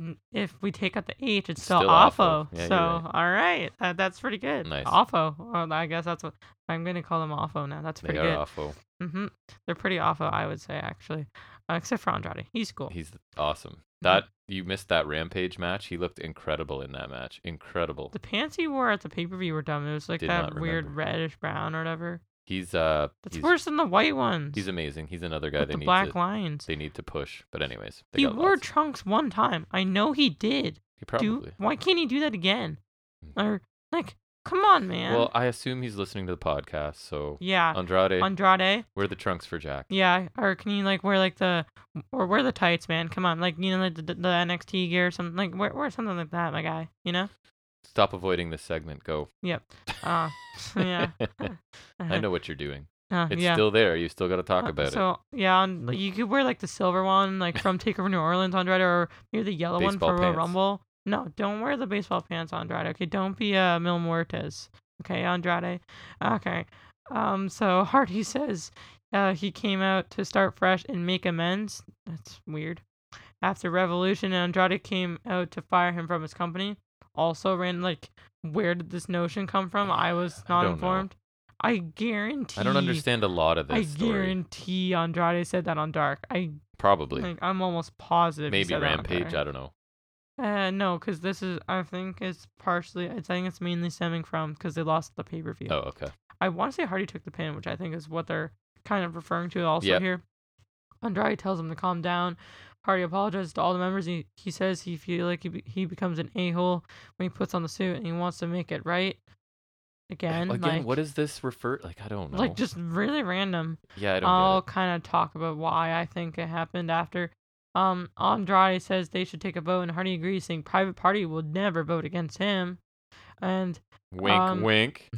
n- if we take out the H, it's still, Still awful. awful. Yeah, you're so right. all right, uh, that's pretty good. Nice. Awful. Well, I guess that's what I'm gonna call them. Awful now. That's They pretty are good. awful. Mm-hmm. They're pretty awful, I would say, actually. Uh, except for Andrade. He's cool. He's awesome. That you missed that rampage match. He looked incredible in that match. Incredible. the pants he wore at the pay per view were dumb. It was like Did that not weird remember. reddish brown or whatever. He's uh That's he's, worse than the white ones. he's amazing. He's another guy with they the need black to lines. they need to push. But anyways, they He got wore lots. trunks one time. I know he did. He probably. Do why can't he do that again? Mm. Or like, come on, man. Well, I assume he's listening to the podcast. So yeah, Andrade, Andrade. wear the trunks for Jack. Yeah, or can you like wear like the or wear the tights, man? Come on, like you know like the, the NXT gear, or something like wear, wear something like that, my guy. You know? Stop avoiding this segment. Go. Yep. Uh, [laughs] yeah. [laughs] I know what you're doing. Uh, It's [laughs] yeah. still there. You still got to talk Uh, about it. so yeah, on, like, you could wear like the silver one, [laughs] like from Takeover New Orleans, Andrade, or maybe the yellow Baseball one for Royal pants. Rumble. No, don't wear the baseball pants, Andrade. Okay, don't be uh, Mil Muertes. Okay, Andrade. Okay. Um. So Hardy [laughs] says, uh, he came out to start fresh and make amends. That's weird. After Revolution, Andrade came out to fire him from his company. Also, ran like, where did this notion come from? I was I not don't know. informed. I guarantee. I don't understand a lot of this I story. guarantee Andrade said that on Dark. I Probably. like, I'm almost positive. he Maybe said that on Rampage. Dark. I don't know. Uh, no, because this is. I think it's partially. I think it's mainly stemming from because they lost the pay per view. Oh, okay. I want to say Hardy took the pin, which I think is what they're kind of referring to also Yep. here. Andrade tells him to calm down. Hardy apologizes to all the members. He, he says he feel like he, be, he becomes an a hole when he puts on the suit and he wants to make it right. Again, Again, like, what does this refer? Like, I don't know. like just really random. yeah, I don't get it. I'll kind of talk about why I think it happened after. Um, Andrade says they should take a vote, and Hardy agrees, saying Private Party will never vote against him. And [laughs] Wink, Um, wink.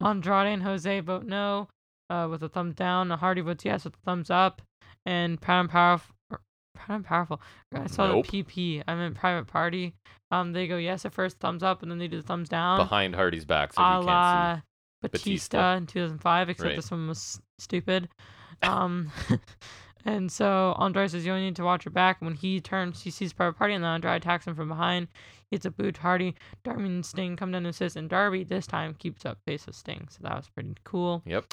Andrade and Jose vote no uh, with a thumbs down. and Hardy votes yes with a thumbs up. And Proud and Powerful. Proud and Powerful. I saw Nope. the PP. I'm in Private Party. Um, They go yes at first, thumbs up, and then they do the thumbs down. Behind Hardy's back, so a you can't la Batista. Batista in 2005, except Right. this one was s- [laughs] stupid. Um, [laughs] and so Andrade says, You only need to watch your back. When he turns, he sees Private Party, and then Andrade attacks him from behind. He hits a boot. Hardy, Darby, and Sting come down and assist, and Darby this time keeps up pace with Sting. So that was pretty cool. see. Yep.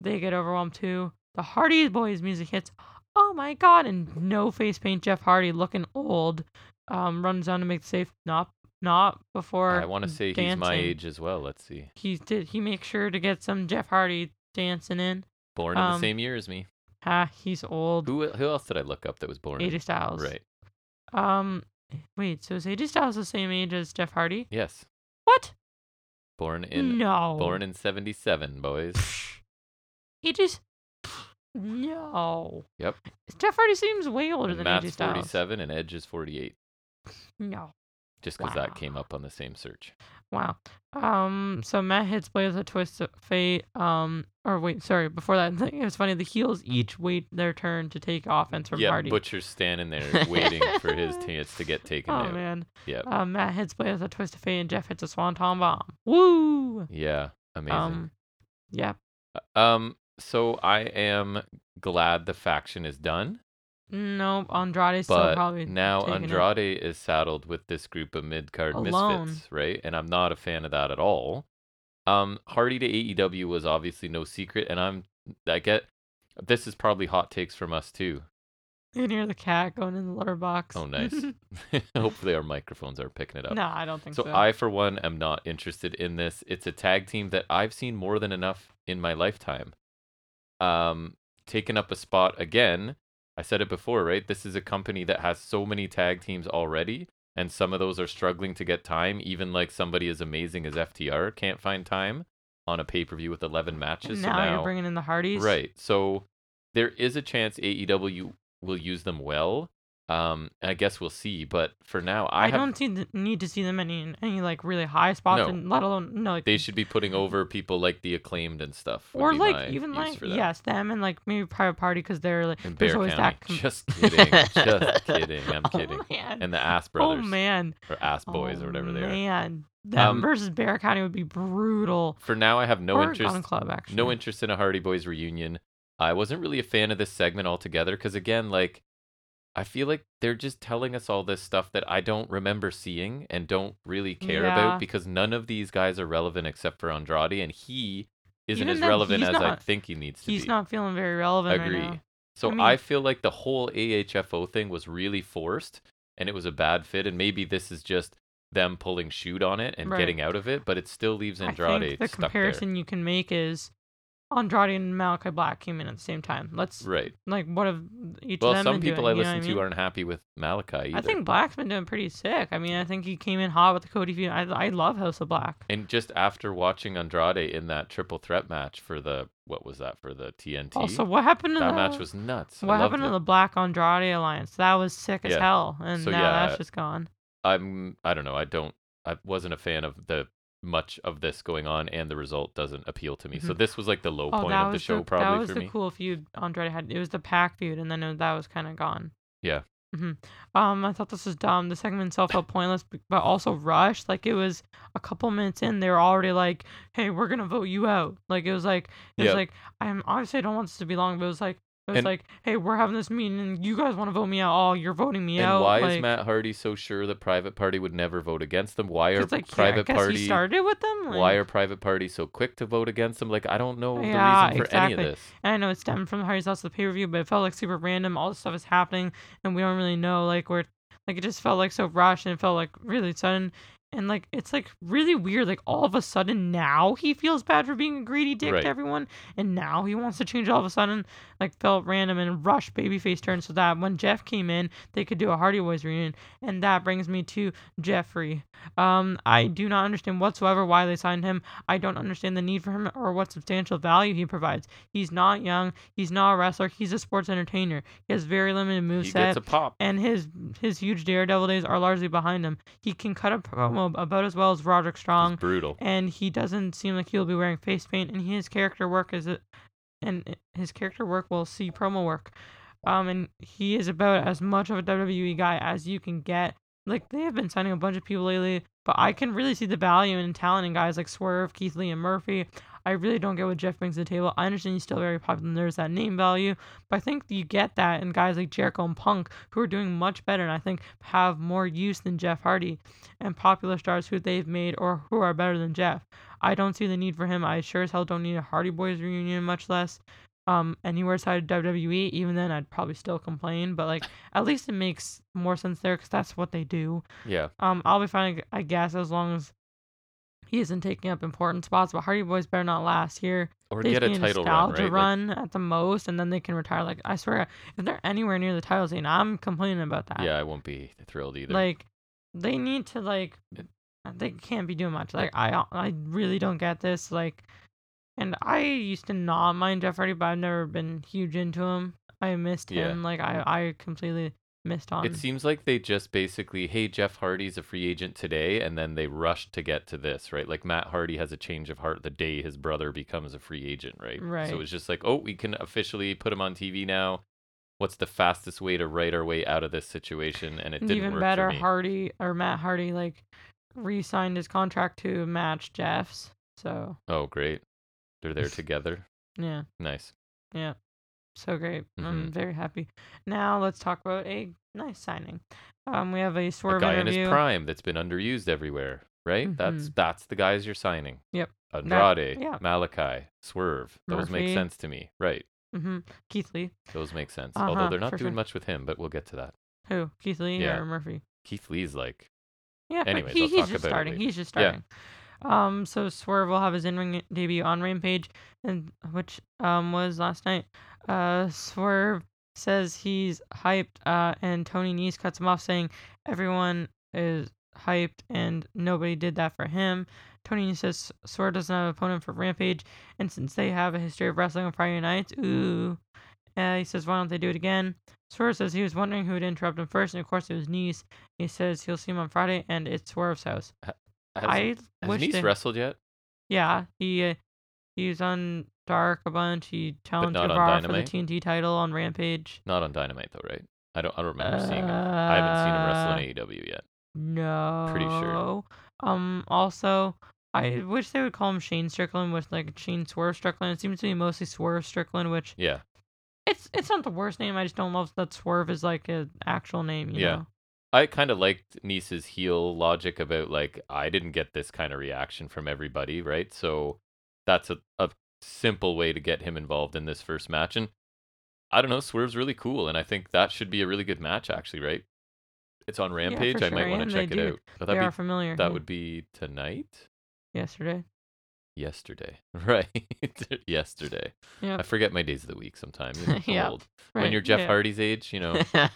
They get overwhelmed too. The Hardy Boys music hits. Oh my god! And no face paint. Jeff Hardy, looking old, um, runs down to make the safe. Not not before. I want to say he's my dancing age as well. Let's see. he did he make sure to get some Jeff Hardy dancing in. Born in the Um, same year as me. Ha, he's old. Who who else did I look up that was born? AJ in? Styles. Right. Um wait, so is AJ Styles the same age as Jeff Hardy? Yes. What? Born in. no. Born in '77, boys. He just No. Yep. Jeff Hardy seems way older And than Matt's AJ Styles. 47 and Edge is 48. No. Just because Wow. that came up on the same search. Wow. Um. So Matt hits Blade with a twist of fate. Um. Or wait, sorry. Before that, [laughs] it was funny. The heels each wait their turn to take offense from yeah, Hardy. Butcher's standing [laughs] there waiting for his chance to get taken oh out. man. Yeah. Um, Matt hits Blaze with a twist of fate, and Jeff hits a swanton bomb. Woo! Yeah. Amazing. Um, yeah. Um, so I am glad the faction is done, No, Andrade's still but [laughs] probably now taking it. Andrade is saddled with this group of mid card Alone. misfits, right? And I'm not a fan of that at all. Um, Hardy to AEW was obviously no secret, and I'm I get this is probably hot takes from us too. You can hear the cat going in the litter box. Oh, [laughs] nice. [laughs] Hopefully our microphones are picking it up. no, I don't think so. So I, for one, am not interested in this. It's a tag team that I've seen more than enough in my lifetime. Um, taking up a spot again. I said it before, right? This is a company that has so many tag teams already, and some of those are struggling to get time. Even like somebody as amazing as FTR can't find time on a pay per view with eleven matches. And so now, now you're bringing in the Hardys. Right. So there is a chance AEW will use them well. Um, I guess we'll see. But for now, I, I, have don't see the need to see them in any, any like really high spots, No. and let alone no. Like, they should be putting over people like the acclaimed and stuff. would or be like my even use like for that. yes, them and like maybe private party because they're like [laughs] And there's Bear always County. that. [laughs] com- [laughs] Just kidding. Just kidding. I'm kidding. Oh man. And the Ass oh Brothers man. Oh, or Ass Boys or whatever they man. are. Man, them Um, versus Bear County would be brutal. For now, I have no or interest. Gun Club, actually. No interest in a Hardy Boys reunion. I wasn't really a fan of this segment altogether because again, like, I feel like they're just telling us all this stuff that I don't remember seeing and don't really care Yeah. about because none of these guys are relevant except for Andrade, and he isn't Even as then, relevant he's as I not- think he needs to be. He's not feeling very relevant Agree. right now. So I, I mean- feel like the whole AHFO thing was really forced and it was a bad fit. And maybe this is just them pulling shoot on it and Right. getting out of it, but it still leaves Andrade I think the stuck comparison you can make is Andrade and Malachi Black came in at the same time. Let's there. Right. like what have each of Well, them some been people doing, I you know what listen to mean? aren't happy with Malachi either. I think Black's been doing pretty sick. I mean, I think he came in hot with the Cody Feud. I, I love House of Black. And just after watching Andrade in that triple threat match for the what was that for the TNT? Also, what happened to that the, match was nuts. I what loved happened to it. the Black Andrade alliance? That was sick as Yeah. hell, and So, now yeah, that's just gone. I'm I don't know. I don't I wasn't a fan of the much of this going on, and the result doesn't appeal to me. So this was like the low Oh, point that of the was show, the, probably that was for the me. cool feud Andrade had. It was the pack feud, and then it- that was kind of gone. Yeah. hmm Um, I thought this was dumb. The segment itself felt pointless, b- but also rushed. Like it was a couple minutes in, they were already like, "Hey, we're gonna vote you out." Like it was like it Yeah. was like I'm obviously I don't want this to be long, but it was like it was And- like, "Hey, we're having this meeting, and you guys want to vote me out? Oh, you're voting me and out." why like, is Matt Hardy so sure that Private Party would never vote against them? Why are 'cause, like, yeah, I Private guess Party he started with them. Like, why are Private Party so quick to vote against them? Like I don't know Yeah, the reason for any exactly. of this. And I know it stemmed from the Hardy's House of the pay per view, but it felt like super random. All this stuff is happening, and we don't really know. Like we're like it just felt like so rushed, and it felt like really sudden, and like it's like really weird. Like all of a sudden now he feels bad for being a greedy dick Right. to everyone, and now he wants to change. All of a sudden, like felt random and rushed babyface turn, so that when Jeff came in, they could do a Hardy Boys reunion, and that brings me to Jeffrey. Um, I do not understand whatsoever why they signed him. I don't understand the need for him or what substantial value he provides. He's not young. He's not a wrestler. He's a sports entertainer. He has very limited He gets moveset, a pop. and his his huge Daredevil days are largely behind him. He can cut a promo about as well as Roderick Strong, It's brutal. and he doesn't seem like he'll be wearing face paint. And his character work is, a, and eh, his character work will see promo work. Um, and he is about as much of a WWE guy as you can get. Like they have been signing a bunch of people lately, but I can really see the value and talent in guys like Swerve, Keith Lee, and Murphy. I really don't get what Jeff brings to the table. I understand he's still very popular and there's that name value, but I think you get that in guys like Jericho and Punk, who are doing much better and I think have more use than Jeff Hardy and popular stars who they've made or who are better than Jeff. I don't see the need for him. I sure as hell don't need a Hardy Boys reunion, much less um anywhere outside of WWE. Even then, I'd probably still complain, but like at least it makes more sense there because that's what they do. Yeah. Um, I'll be fine, I guess, as long as he isn't taking up important spots. But Hardy Boys better not last here. Or They get just a need title run, right? nostalgia Like, run at the most, and then they can retire. Like I swear, if they're anywhere near the title scene, I'm complaining about that. yeah, I won't be thrilled either. Like they need to like uh, they can't be doing much. Like I uh, I really don't get this. Like and I used to not mind Jeff Hardy, but I've never been huge into him. I missed Yeah. Mm. him. Like I I completely missed on. It seems like they just basically, hey, Jeff Hardy's a free agent today, and then they rushed to get to this, right? Like Matt Hardy has a change of heart the day his brother becomes a free agent, right? Right. So it's just like, oh, we can officially put him on TV now. What's the fastest way to write our way out of this situation? And it And didn't even work better, for me. Hardy or Matt Hardy like re-signed his contract to match Jeff's. So oh, great. They're [laughs] there together. yeah, Nice. yeah, so great. Mm-hmm. I'm very happy. Now let's talk about a nice signing. Um, we have a A swerve guy in interview. Mm-hmm. his prime that's been underused everywhere, right? That's that's the guys you're signing. Yep. Andrade, yeah. Malachi, Swerve. Those make Murphy. sense to me. Right. hmm Keith Lee. Those make sense. Uh-huh, Although they're not for doing sure. much with him, but we'll get to that. Who? Keith Lee Yeah. or Murphy? Keith Lee's like, Yeah, but Anyways, he, I'll he's talk just about it starting. later. He's just Yeah. starting. Um, so Swerve will have his in-ring debut on Rampage, and which um was last night. Uh, Swerve says he's hyped. Uh, and Tony Nese cuts him off, saying everyone is hyped and nobody did that for him. Tony Nese says Swerve doesn't have an opponent for Rampage, and since they have a history of wrestling on Friday nights, ooh. Uh, he says, why don't they do it again? Swerve says he was wondering who would interrupt him first, and of course it was Nice. He says he'll see him on Friday, and it's Swerve's house. has, I has wish Nice they- wrestled yet? yeah, he uh, he's on Dark a bunch. He challenged not on Guevara for the Dynamite? TNT title on Rampage. Not on Dynamite though, right? I don't. I don't remember seeing him. I haven't seen him Uh, wrestle in AEW yet. No. Pretty sure. Um. Also, I wish they would call him Shane Strickland, with like Shane Swerve Strickland. It seems to be mostly Swerve Strickland, which Yeah, it's it's not the worst name. I just don't love that Swerve is like an actual name. You Yeah. Know? I kind of liked Nice's heel logic about like I didn't get this kind of reaction from everybody, right? So that's a, a simple way to get him involved in this first match, and I don't know. Swerve's really cool, and I think that should be a really good match, actually, right? It's on Rampage. I sure, might want and to they check it do- out. But They are that'd be, familiar. that yeah. would be tonight. yesterday. Yesterday, [laughs] right? Yesterday. Yep. I forget my days of the week sometimes. [laughs] You know, I'm Yeah, old. When you're Jeff [laughs] Hardy's age, you know, Hardy.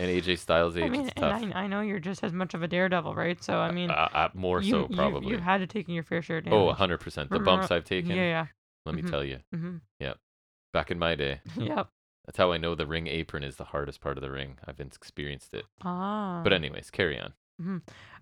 and AJ Styles' age, I mean, it's tough. and I, I know you're just as much of a daredevil, right? So I mean, uh, uh, more you, so you- probably. you've had to take in your fair share of oh, damage. 100 percent. The Remember- bumps I've taken, Yeah, yeah. let me mhm. tell you, hmm [laughs] back in my day, [laughs] Yep. that's how I know the ring apron is the hardest part of the ring. I've experienced it. Ah. But anyways, carry on. Mhm.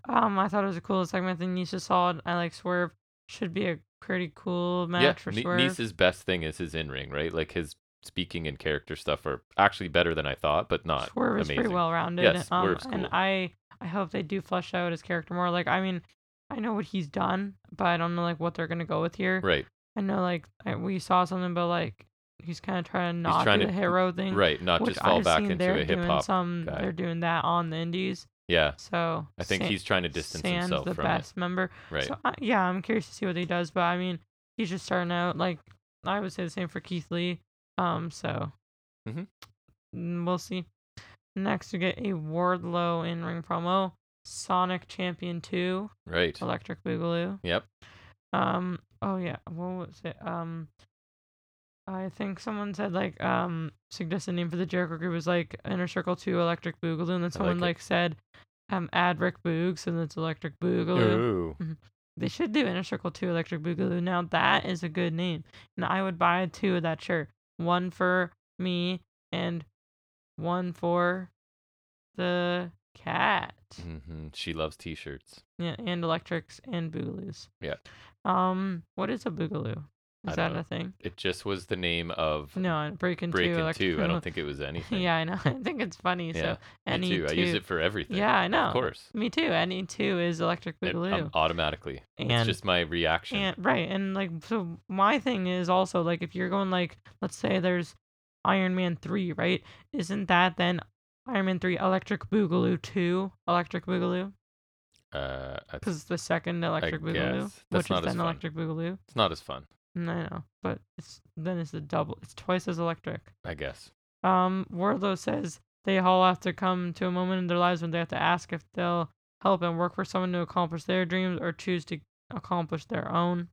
Um, I thought it was the coolest segment. The Nisa Solid, I like Swerve. Should be a pretty cool match yeah, for Ni- Swerve. Nice's best thing is his in ring, right? Like his speaking and character stuff are actually better than I thought, but not Swerve is pretty amazing. well rounded. Yes, um, Swerve's and cool. I I hope they do flesh out his character more. Like I mean, I know what he's done, but I don't know like what they're gonna go with here. Right, I know like I, we saw something, but like he's kind of trying to not trying do to- the hero thing, right. Not Which just fall I've back seen into they're a hip doing hop. Some guy. they're doing that on the indies. Yeah, So I think Sa- he's trying to distance Sans himself the from best member. it. Right. So I, yeah, I'm curious to see what he does, but I mean, he's just starting out. Like I would say the same for Keith Lee. Um, so Mhm. mm, we'll see. Next, we get a Wardlow in ring promo. Sonic Champion Two, right. Electric Boogaloo. Yep. Um. Oh yeah. What was it? Um. I think someone said like um suggested name for the Jericho group was like Inner Circle Two Electric Boogaloo, and then someone it. like, said um add Rick Boog, so that's Electric Boogaloo. Ooh. They should do Inner Circle 2 Electric Boogaloo. Now that is a good name. And I would buy two of that shirt. One for me and one for the cat. hmm She loves t-shirts. Yeah, and electrics and boogaloos. Yeah. Um, what is a boogaloo? I Is that don't a thing? It just was the name of No, I break into Break in electric Two. I Boogaloo. [laughs] don't think it was anything. Yeah, I know. [laughs] I think it's funny. Yeah, So any Me too. I use two- it for everything. Yeah, I know. Of course. Me too. Any two is electric It- boogaloo. um, automatically. it's And- just my reaction. And right, and like so my thing is also like if you're going like let's say there's Iron Man 3, right? Isn't that then Iron Man 3 Electric Boogaloo 2, Electric Boogaloo? uh, that's- Cuz it's the second Electric Boogaloo, guess. That's which not is as then fun. Electric Boogaloo. it's not as fun, Mm, I know, but it's then it's the double. It's twice as electric. I guess. Um Wardlow says they all have to come to a moment in their lives when they have to ask if they'll help and work for someone to accomplish their dreams or choose to accomplish their own.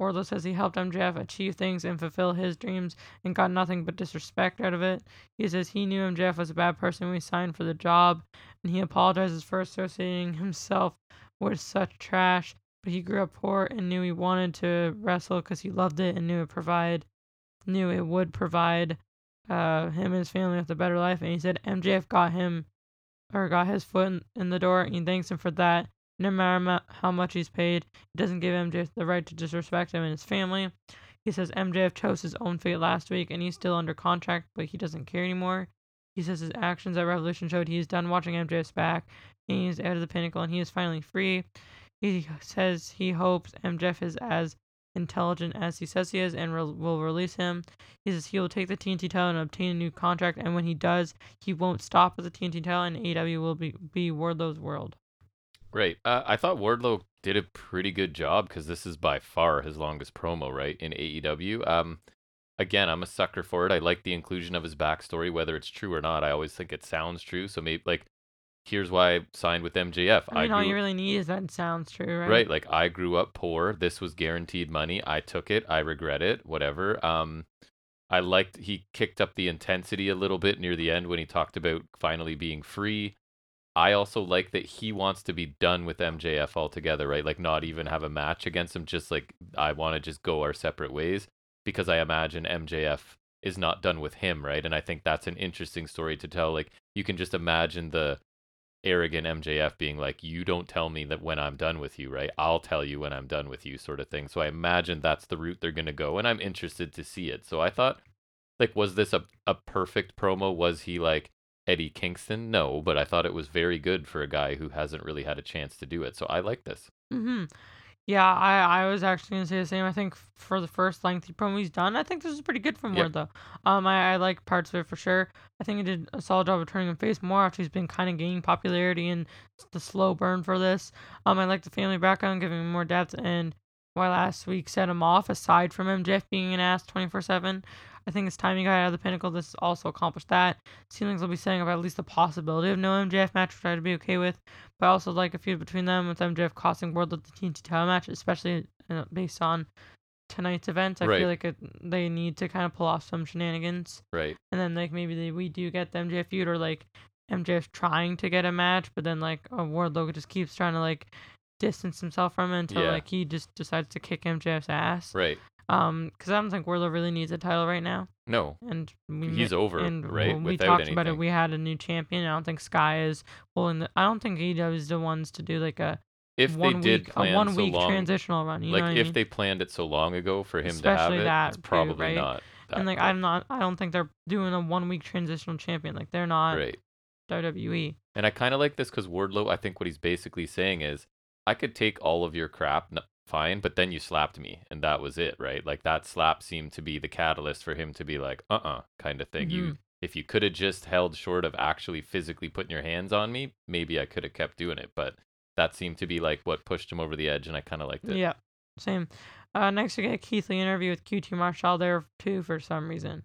Wardlow says he helped MJF achieve things and fulfill his dreams and got nothing but disrespect out of it. He says he knew MJF was a bad person when he signed for the job, and he apologizes for associating himself with such trash. But he grew up poor and knew he wanted to wrestle because he loved it and knew it provide, knew it would provide uh, him and his family with a better life. And he said MJF got him, or got his foot in, in the door, and he thanks him for that. No matter mu- how much he's paid, it doesn't give MJF the right to disrespect him and his family. He says MJF chose his own fate last week and he's still under contract, but he doesn't care anymore. He says his actions at Revolution showed he's done watching MJF's back, and he's out of the pinnacle, and he is finally free. He says he hopes MJF is as intelligent as he says he is and re- will release him. He says he will take the TNT title and obtain a new contract, and when he does, he won't stop at the TNT title, and AEW will be, be Wardlow's world. Right. Uh, I thought Wardlow did a pretty good job because this is by far his longest promo, right, in AEW. Um, again, I'm a sucker for it. I like the inclusion of his backstory, whether it's true or not. I always think it sounds true. So maybe like, here's why I signed with MJF. I mean, all grew- you really need is that it sounds true, right? right? like i grew up poor this was guaranteed money i took it i regret it whatever um i liked he kicked up the intensity a little bit near the end when he talked about finally being free i also like that he wants to be done with mjf altogether right like not even have a match against him just like i want to just go our separate ways because i imagine mjf is not done with him right and i think that's an interesting story to tell like you can just imagine the arrogant MJF being like, "You don't tell me that when I'm done with you, right? I'll tell you when I'm done with you," sort of thing. So I imagine that's the route they're gonna go, and I'm interested to see it. So I thought, like, was this a a perfect promo? Was he like Eddie Kingston? No, but I thought it was very good for a guy who hasn't really had a chance to do it. So I like this. hmm Yeah, I, I was actually gonna say the same. I think for the first lengthy promo he's done, I think this is pretty good from Yep. Ward though. Um, I, I like parts of it for sure. I think he did a solid job of turning him face more after he's been kind of gaining popularity and s- the slow burn for this. Um, I like the family background, giving him more depth, and why last week set him off. Aside from him, Jeff being an ass twenty four seven, I think it's time he got out of the pinnacle. This also accomplished that. Ceilings will be setting up at least the possibility of no MJF match, which I'd be okay with but I also like a feud between them with MJF costing World of the TNT title match, especially uh, based on tonight's events. I Right. feel like it, they need to kind of pull off some shenanigans, Right. and then like maybe they, we do get the MJF feud or like MJF trying to get a match, but then like a Wardlow just keeps trying to like distance himself from it until Yeah. like he just decides to kick MJF's ass. Right. Um, because I don't think Wardlow really needs a title right now, No, and we he's ma- over, and right? when we Without talked anything. about it. We had a new champion. I don't think Sky is well. In the, I don't think AEW is the ones to do like a if they one did week plan a one so week long, transitional run. You know like what I if mean? they planned it so long ago for him Especially to have it, that it's too, probably right? not. That and like good. I'm not. I don't think they're doing a one week transitional champion. Like they're not E. right. WWE. And I kind of like this because Wardlow, I think what he's basically saying is, I could take all of your crap, n- fine, but then you slapped me, and that was it, right? Like that slap seemed to be the catalyst for him to be like, uh, uh kind of thing. You, if you could have just held short of actually physically putting your hands on me, maybe I could have kept doing it. But that seemed to be like what pushed him over the edge, and I kind of liked it. Yeah, same. Uh, next we get Keith Lee interview with QT Marshall there too for some reason.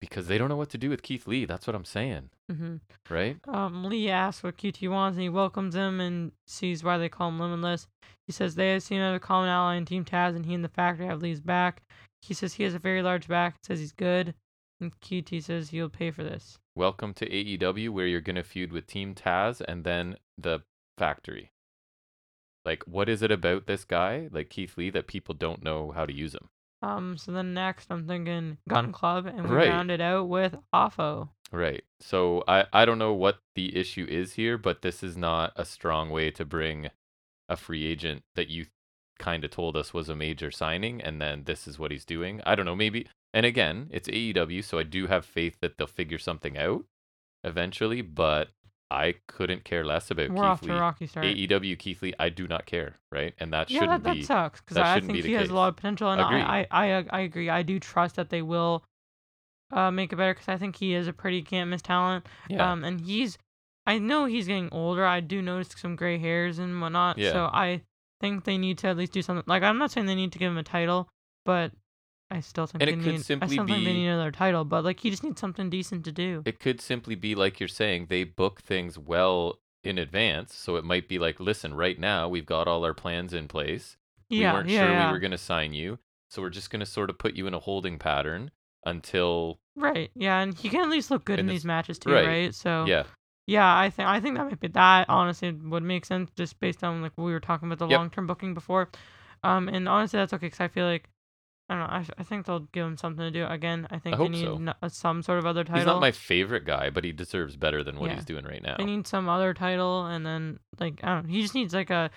because they don't know what to do with Keith Lee. That's what I'm saying, hmm right? Um, Lee asks what QT wants and he welcomes him and sees why they call him Limitless. He says they have seen another common ally in Team Taz and he and the factory have Lee's back. He says he has a very large back, says he's good, and QT says he'll pay for this. Welcome to AEW, where you're gonna feud with Team Taz and then the Factory. Like, what is it about this guy, like Keith Lee, that people don't know how to use him? Um, so then next I'm thinking Gun Club and we Right. round it out with Offo. Right. So I I don't know what the issue is here, but this is not a strong way to bring a free agent that you kind of told us was a major signing, and then this is what he's doing. I don't know. Maybe. And again, it's AEW, so I do have faith that they'll figure something out eventually. But I couldn't care less about We're off Keith to a Lee. rocky start. AEW E Keith Lee, I do not care. Right, and that yeah, that, shouldn't that be. sucks because that I shouldn't think be he the has a case. lot of potential, and Agree. I, I, I, I agree. I do trust that they will uh, make it better because I think he is a pretty can't miss talent. Yeah. Um, and he's, I know he's getting older. I do notice some gray hairs and whatnot. Yeah. So I think they need to at least do something. Like I'm not saying they need to give him a title, but I still think And they it could need. I simply still think they be- need another title, but like he just needs something decent to do. it could simply be like you're saying they book things well in advance so it might be like listen right now we've got all our plans in place yeah. we weren't yeah. sure yeah. we were going to sign you so we're just going to sort of put you in a holding pattern until Right. Yeah, and he can at least look good In in, this- these matches too, right, right? So yeah Yeah, I think I think that might be that. Honestly, would make sense just based on like we were talking about the Yep. long term booking before, um, and honestly that's okay because I feel like I don't know. I, I think they'll give him something to do again. I think they hope need so. n- uh, some sort of other title. he's not my favorite guy but he deserves better than what Yeah. he's doing right now They need some other title, and then like I don't. know. He just needs like a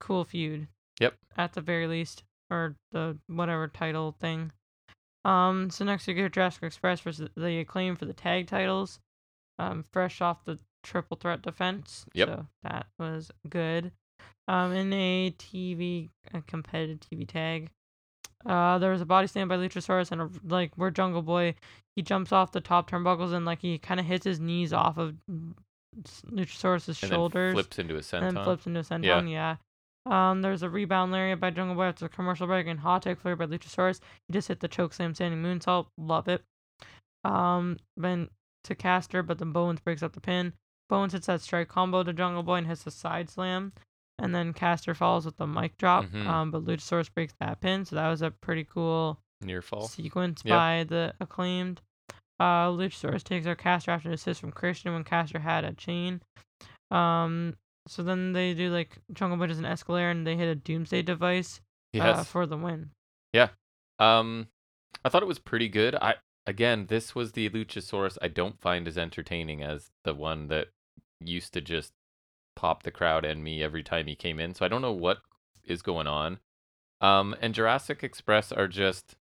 cool feud. Yep. At the very least, or the whatever title thing. Um. So next we get Jurassic Express versus the Acclaim for the tag titles. Um. Fresh off the triple threat defense. Yep. So that was good. Um. In a TV a competitive TV tag. Uh, there was a body slam by Luchasaurus, and a, like where Jungle Boy, he jumps off the top turnbuckles and like he kind of hits his knees off of s- Luchasaurus's and shoulders then flips into a and senton then flips into a senton. Yeah. Um, there's a rebound lariat by Jungle Boy after the commercial break and hot tech flare by Luchasaurus. He just hit the choke slam standing moonsault. Love it. Um, then to Caster, but then Bowens breaks up the pin. Bowens hits that strike combo to Jungle Boy and hits the side slam. And then Caster falls with the mic drop. Mhm. Um, but Luchasaurus breaks that pin. So that was a pretty cool near fall sequence Yep. by the acclaimed. Uh, Luchasaurus takes our caster after an assist from Christian when Caster had a chain. Um, so then they do like Jungle Boy does an escalator and they hit a Doomsday device uh, yes for the win. Um, I thought it was pretty good. I again, this was the Luchasaurus I don't find as entertaining as the one that used to just pop the crowd and me every time he came in. So I don't know what is going on. Um, and Jurassic Express are just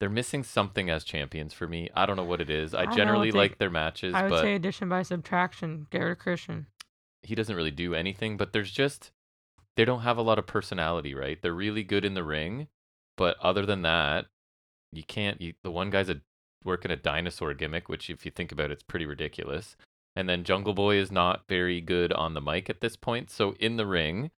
they're missing something as champions for me. I don't know what it is. I, I know what generally they- like their matches, I would but say addition by subtraction, get rid of Christian. he doesn't really do anything, but there's just they don't have a lot of personality, right? They're really good in the ring, but other than that, you can't you, the one guy's a working a dinosaur gimmick, which if you think about it, it's pretty ridiculous. And then Jungle Boy is not very good on the mic at this point, so in the ring,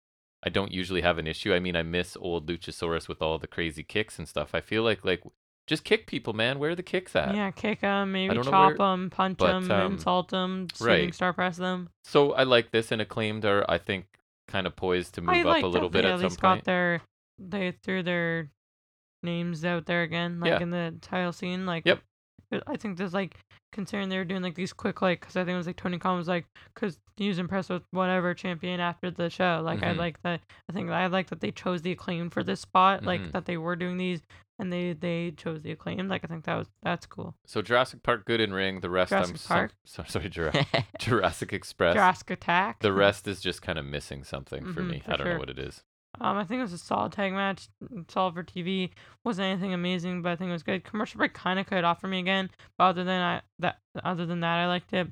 I don't usually have an issue. I mean, I miss old Luchasaurus with all the crazy kicks and stuff. I feel like like just kick people, man. Where are the kicks at? yeah, kick him, maybe don't know chop where- him, punch but, him, um, insult him, shooting right. star press them. So I like this, and acclaimed are I think kind of poised to move I up like a little that they bit at at some least point. got their they threw their names out there again, like Yeah. in the title scene. Like Yep. But I think there's like considering they were doing like these quick like because I think it was like Tony Khan was like because he was impressed with whatever champion after the show. Like I Mhm. like that. I think I like that they chose the acclaim for this spot. Mhm. Like that they were doing these and they they chose the acclaim. Like I think that was [laughs] that's cool. So Jurassic Park, Good and Ring. The rest, I'm Jurassic Park. Some, [laughs] so, sorry, Jura- Jurassic Express. Jurassic Attack. [laughs] The rest is just kind of missing something for Mhm, me. for I don't know sure. what it is. Um, I think it was a solid tag match, n- solid for TV. wasn't anything amazing, but I think it was good. Commercial break kind of cut off for me again, but other than I that other than that, I liked it.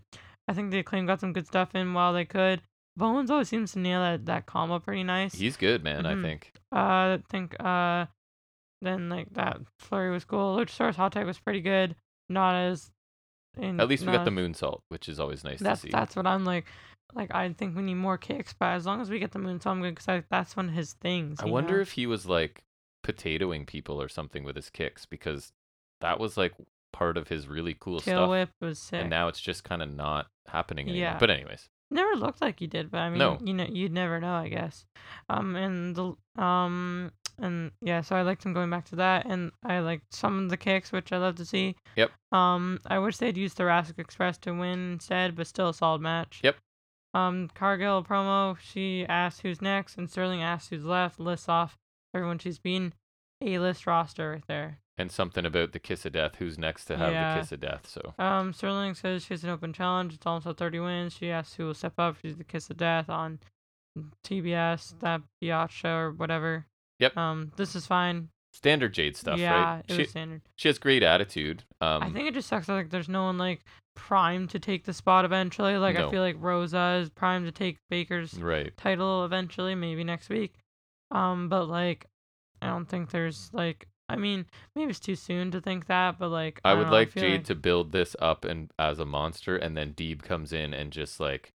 I think the acclaim got some good stuff in while they could. Bones always seems to nail that, that combo pretty nice. He's good, man. I Mhm. think. Uh, I think uh, then like that flurry was cool. Luchasaurus hot tag was pretty good. Not as. In, At least we got not the as- moonsault, which is always nice that's to see. that's what I'm like. Like I think we need more kicks, but as long as we get the moonsault, I'm good because that's one of his things. I you wonder know? if he was like potatoing people or something with his kicks because that was like part of his really cool Tail stuff. whip was sick. And now it's just kind of not happening anymore. Yeah. But anyways, Never looked like you did, but I mean, No. you know, you'd never know, I guess. Um, and the um, and yeah, so I liked him going back to that, and I liked some of the kicks, which I love to see. Yep. Um, I wish they'd used Thoracic Express to win instead, but still a solid match. Yep. Um, Cargill promo. She asked who's next, and Sterling asked who's left. Lists off everyone she's beaten. A list roster right there. and something about the kiss of death. Who's next to have Yeah. the kiss of death? So Um, Sterling says she has an open challenge. It's almost at 30 wins. She asks who will step up. She's the kiss of death on TBS, that Biatch show or whatever. Yep. Um, this is fine. standard Jade stuff, yeah, right? it She, was standard. she has great attitude. Um, I think it just sucks that like there's no one like primed to take the spot eventually. Like No. Mm. I feel like Rosa is primed to take Baker's right. title eventually, maybe next week. Um, but like, I don't think there's like. I mean, maybe it's too soon to think that, but like, I don't would know, like Oh, feel Jade to build this up and as a monster, and then Deeb comes in and just like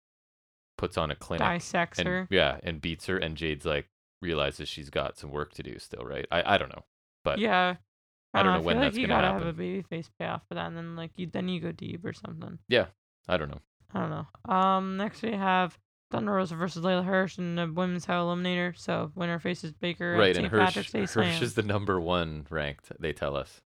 puts on a clinic. dissects and, her. Yeah, and beats her, and Jade's like realizes she's got some work to do still, right? I, I don't know, but yeah. Uh, I don't know I when feel that's like you gonna gotta have happen. a baby face payoff for that, and then like you then you go deep or something. I don't know. I don't know. Um, next we have Thunder Rosa versus Layla Hirsch in the women's title eliminator. So winner faces Baker. right, and and St. Hirsch, [laughs] Patrick's Day Hirsch Slam. is the number one ranked. They tell us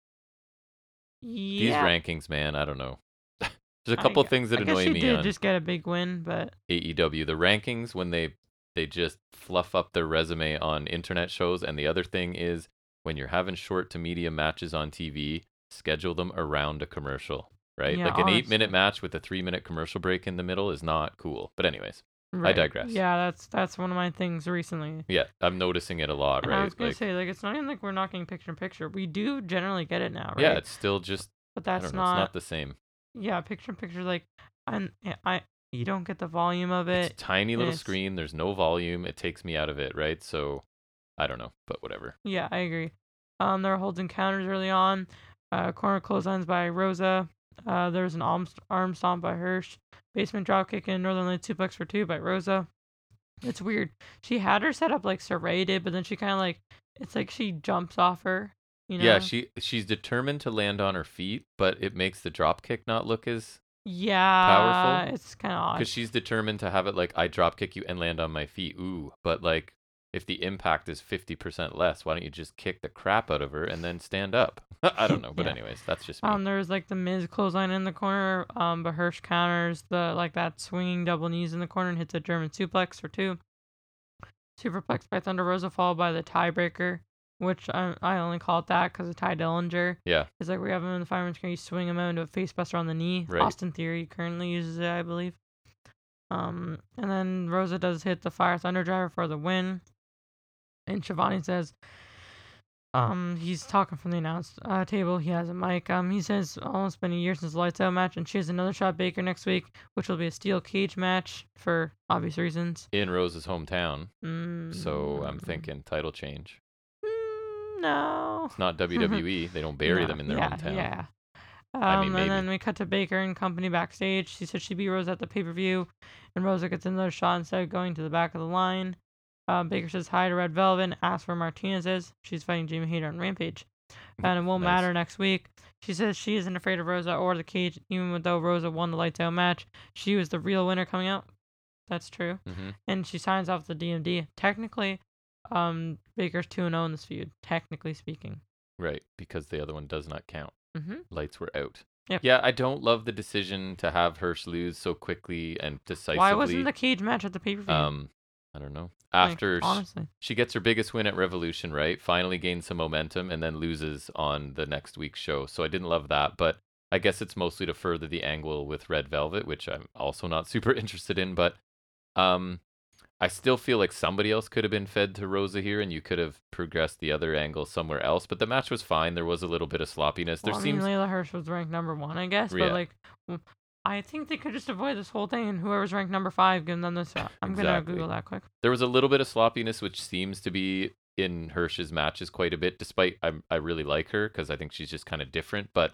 these yeah. rankings, man. I don't know. [laughs] There's a I couple gu- things that I guess annoy she me did on just get a big win, but AEW. E The rankings when they they just fluff up their resume on internet shows, and the other thing is when you're having short to medium matches on TV, schedule them around a commercial. Right, Yeah, like an eight-minute honestly. match with a three-minute commercial break in the middle is not cool. But anyways. right. digress. Yeah, that's that's one of my things recently. Yeah, I'm noticing it a lot, And right? I was gonna like, say like it's not even like we're not getting picture in picture. We do generally get it now, right? yeah, it's still just but I that's don't know, not, it's not the same. yeah picture in picture like and eh, I you don't get the volume of it. It's a tiny little it's- screen. There's no volume. It takes me out of it, right? So, I don't know, but whatever. Yeah, I agree. Um, there were holding counters early on. Uh, corner clotheslines by Rosa. Uh, there was an arm, arm stomp by Hirsch. Basement dropkick and Northern Light suplex for two by Rosa. It's weird. She had her set up like Saray did, but then she kind of like it's like she jumps off her. You know? Yeah, she she's determined to land on her feet, but it makes the drop kick not look as yeah. It's kind of odd. because she's determined to have it like I drop kick you and land on my feet. Ooh, but like if the impact is 50% less, why don't you just kick the crap out of her and then stand up? [laughs] I don't know, but Yeah. anyways, that's just me. Um, there was like the Miz clothesline in the corner. Um, but Hirsch counters the like that swinging double knees in the corner and hits a German suplex for two. Superplex by Thunder Rosa followed by the tiebreaker, which I, I only call it that because of Ty Dillinger. Yeah. it's like we have him in the fireman's carry. You swing him out into a facebuster on the knee. Right. Austin Theory currently uses it, I believe. Um, and then Rosa does hit the Fire Thunder Driver for the win. And Shivani says, um, he's talking from the announce uh, table. He has a mic. Um, he says almost been a year since the lights out match, and she has another shot at Baker next week, which will be a steel cage match for obvious reasons. In Rose's hometown, Mm, so I'm thinking title change. mm, no. It's [laughs] not WWE. they don't bury No, them in their yeah, hometown. Yeah. Um, I mean, maybe. and then we cut to Baker and company backstage. She said she'd be Rosa at the pay per view, and Rosa gets another shot instead of going to the back of the line. Uh, Baker says hi to Red Velvet and asks where Martinez is. She's fighting Jamie Hayter [laughs] on Rampage. And it won't Nice. matter next week. She says she isn't afraid of Rosa or the cage, even though Rosa won the lights out match. She was the real winner coming out. That's true. hmm And she signs off the DMD. Technically, um, Baker's 2 0 in this feud, technically speaking. Right, because the other one does not count. hmm Lights were out. Yep. Yeah, I don't love the decision to have Hirsch lose so quickly and decisively. Why wasn't the cage match at the pay per view? um I don't know. Like, After s- honestly, she gets her biggest win at Revolution, right? Finally gains some momentum and then loses on the next week's show. So I didn't love that, but I guess it's mostly to further the angle with Red Velvet, which I'm also not [laughs] super interested in, but um I still feel like somebody else could have been fed to Rosa here and you could have progressed the other angle somewhere else, but the match was fine. There was a little bit of sloppiness. There well, seems I mean, Layla Hirsch was ranked number one, I guess. Yeah. But like, w- I think they could just avoid this whole thing, and whoever's ranked number five, give them this. shot. I'm gonna Exactly. Google that quick. There was a little bit of sloppiness, which seems to be in Hirsch's matches quite a bit. Despite I, I really like her because I think she's just kind of different, but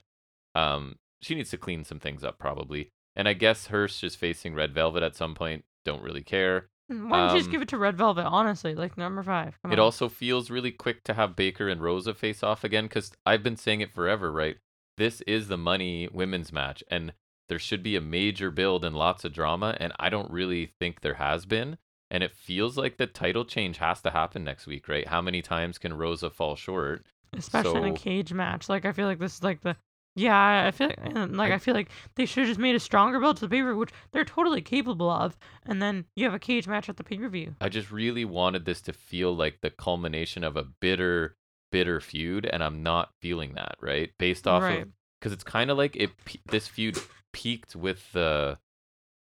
um, she needs to clean some things up probably. And I guess Hirsch is facing Red Velvet at some point. Don't really care. Mm, Why don't you just Um, give it to Red Velvet? Honestly, like number five. Come It on. also feels really quick to have Baker and Rosa face off again because I've been saying it forever, right? This is the money women's match, and there should be a major build and lots of drama, and I don't really think there has been. And it feels like the title change has to happen next week, right? How many times can Rosa fall short? especially in a so- cage match. Like I feel like this is like the yeah. I feel like, and, like I, feel like they should have just made a stronger build to the pay per view, which they're totally capable of. And then you have a cage match at the pay per view. I just really wanted this to feel like the culmination of a bitter, bitter feud, and I'm not feeling that, right? Based off of Right. because it's kind of like it pe- this feud peaked with the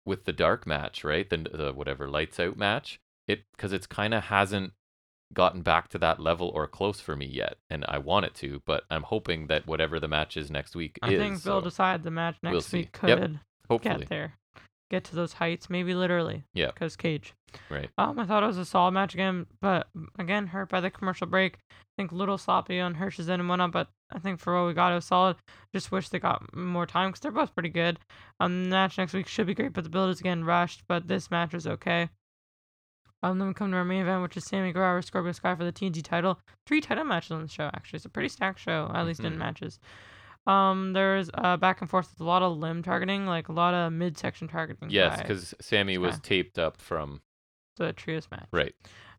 with the dark match right the, the whatever lights out match it because it's kind of hasn't gotten back to that level or close for me yet and i want it to but i'm hoping that whatever the match is next week I is think they'll so decide the match we'll next see. week Yep, could hopefully get there, get to those heights, maybe literally. Yeah. Because cage. Right. Um, I thought it was a solid match again, but mm, again hurt by the commercial break. I think a little sloppy on Hirsch's end and whatnot, but I think for what we got, it was solid. Just wish they got more time because they're both pretty good. Um, the match next week should be great, but the build is getting rushed. But this match was okay. Um, then we come to our main event, which is Sammy Guevara, Scorpio Sky for the TNT title. Three title matches on the show, actually. It's a pretty stacked show, at least Mhm. in matches. Um, there's uh back and forth with a lot of limb targeting, like a lot of midsection targeting. yes by because sammy was Sky. taped up from the trios match. right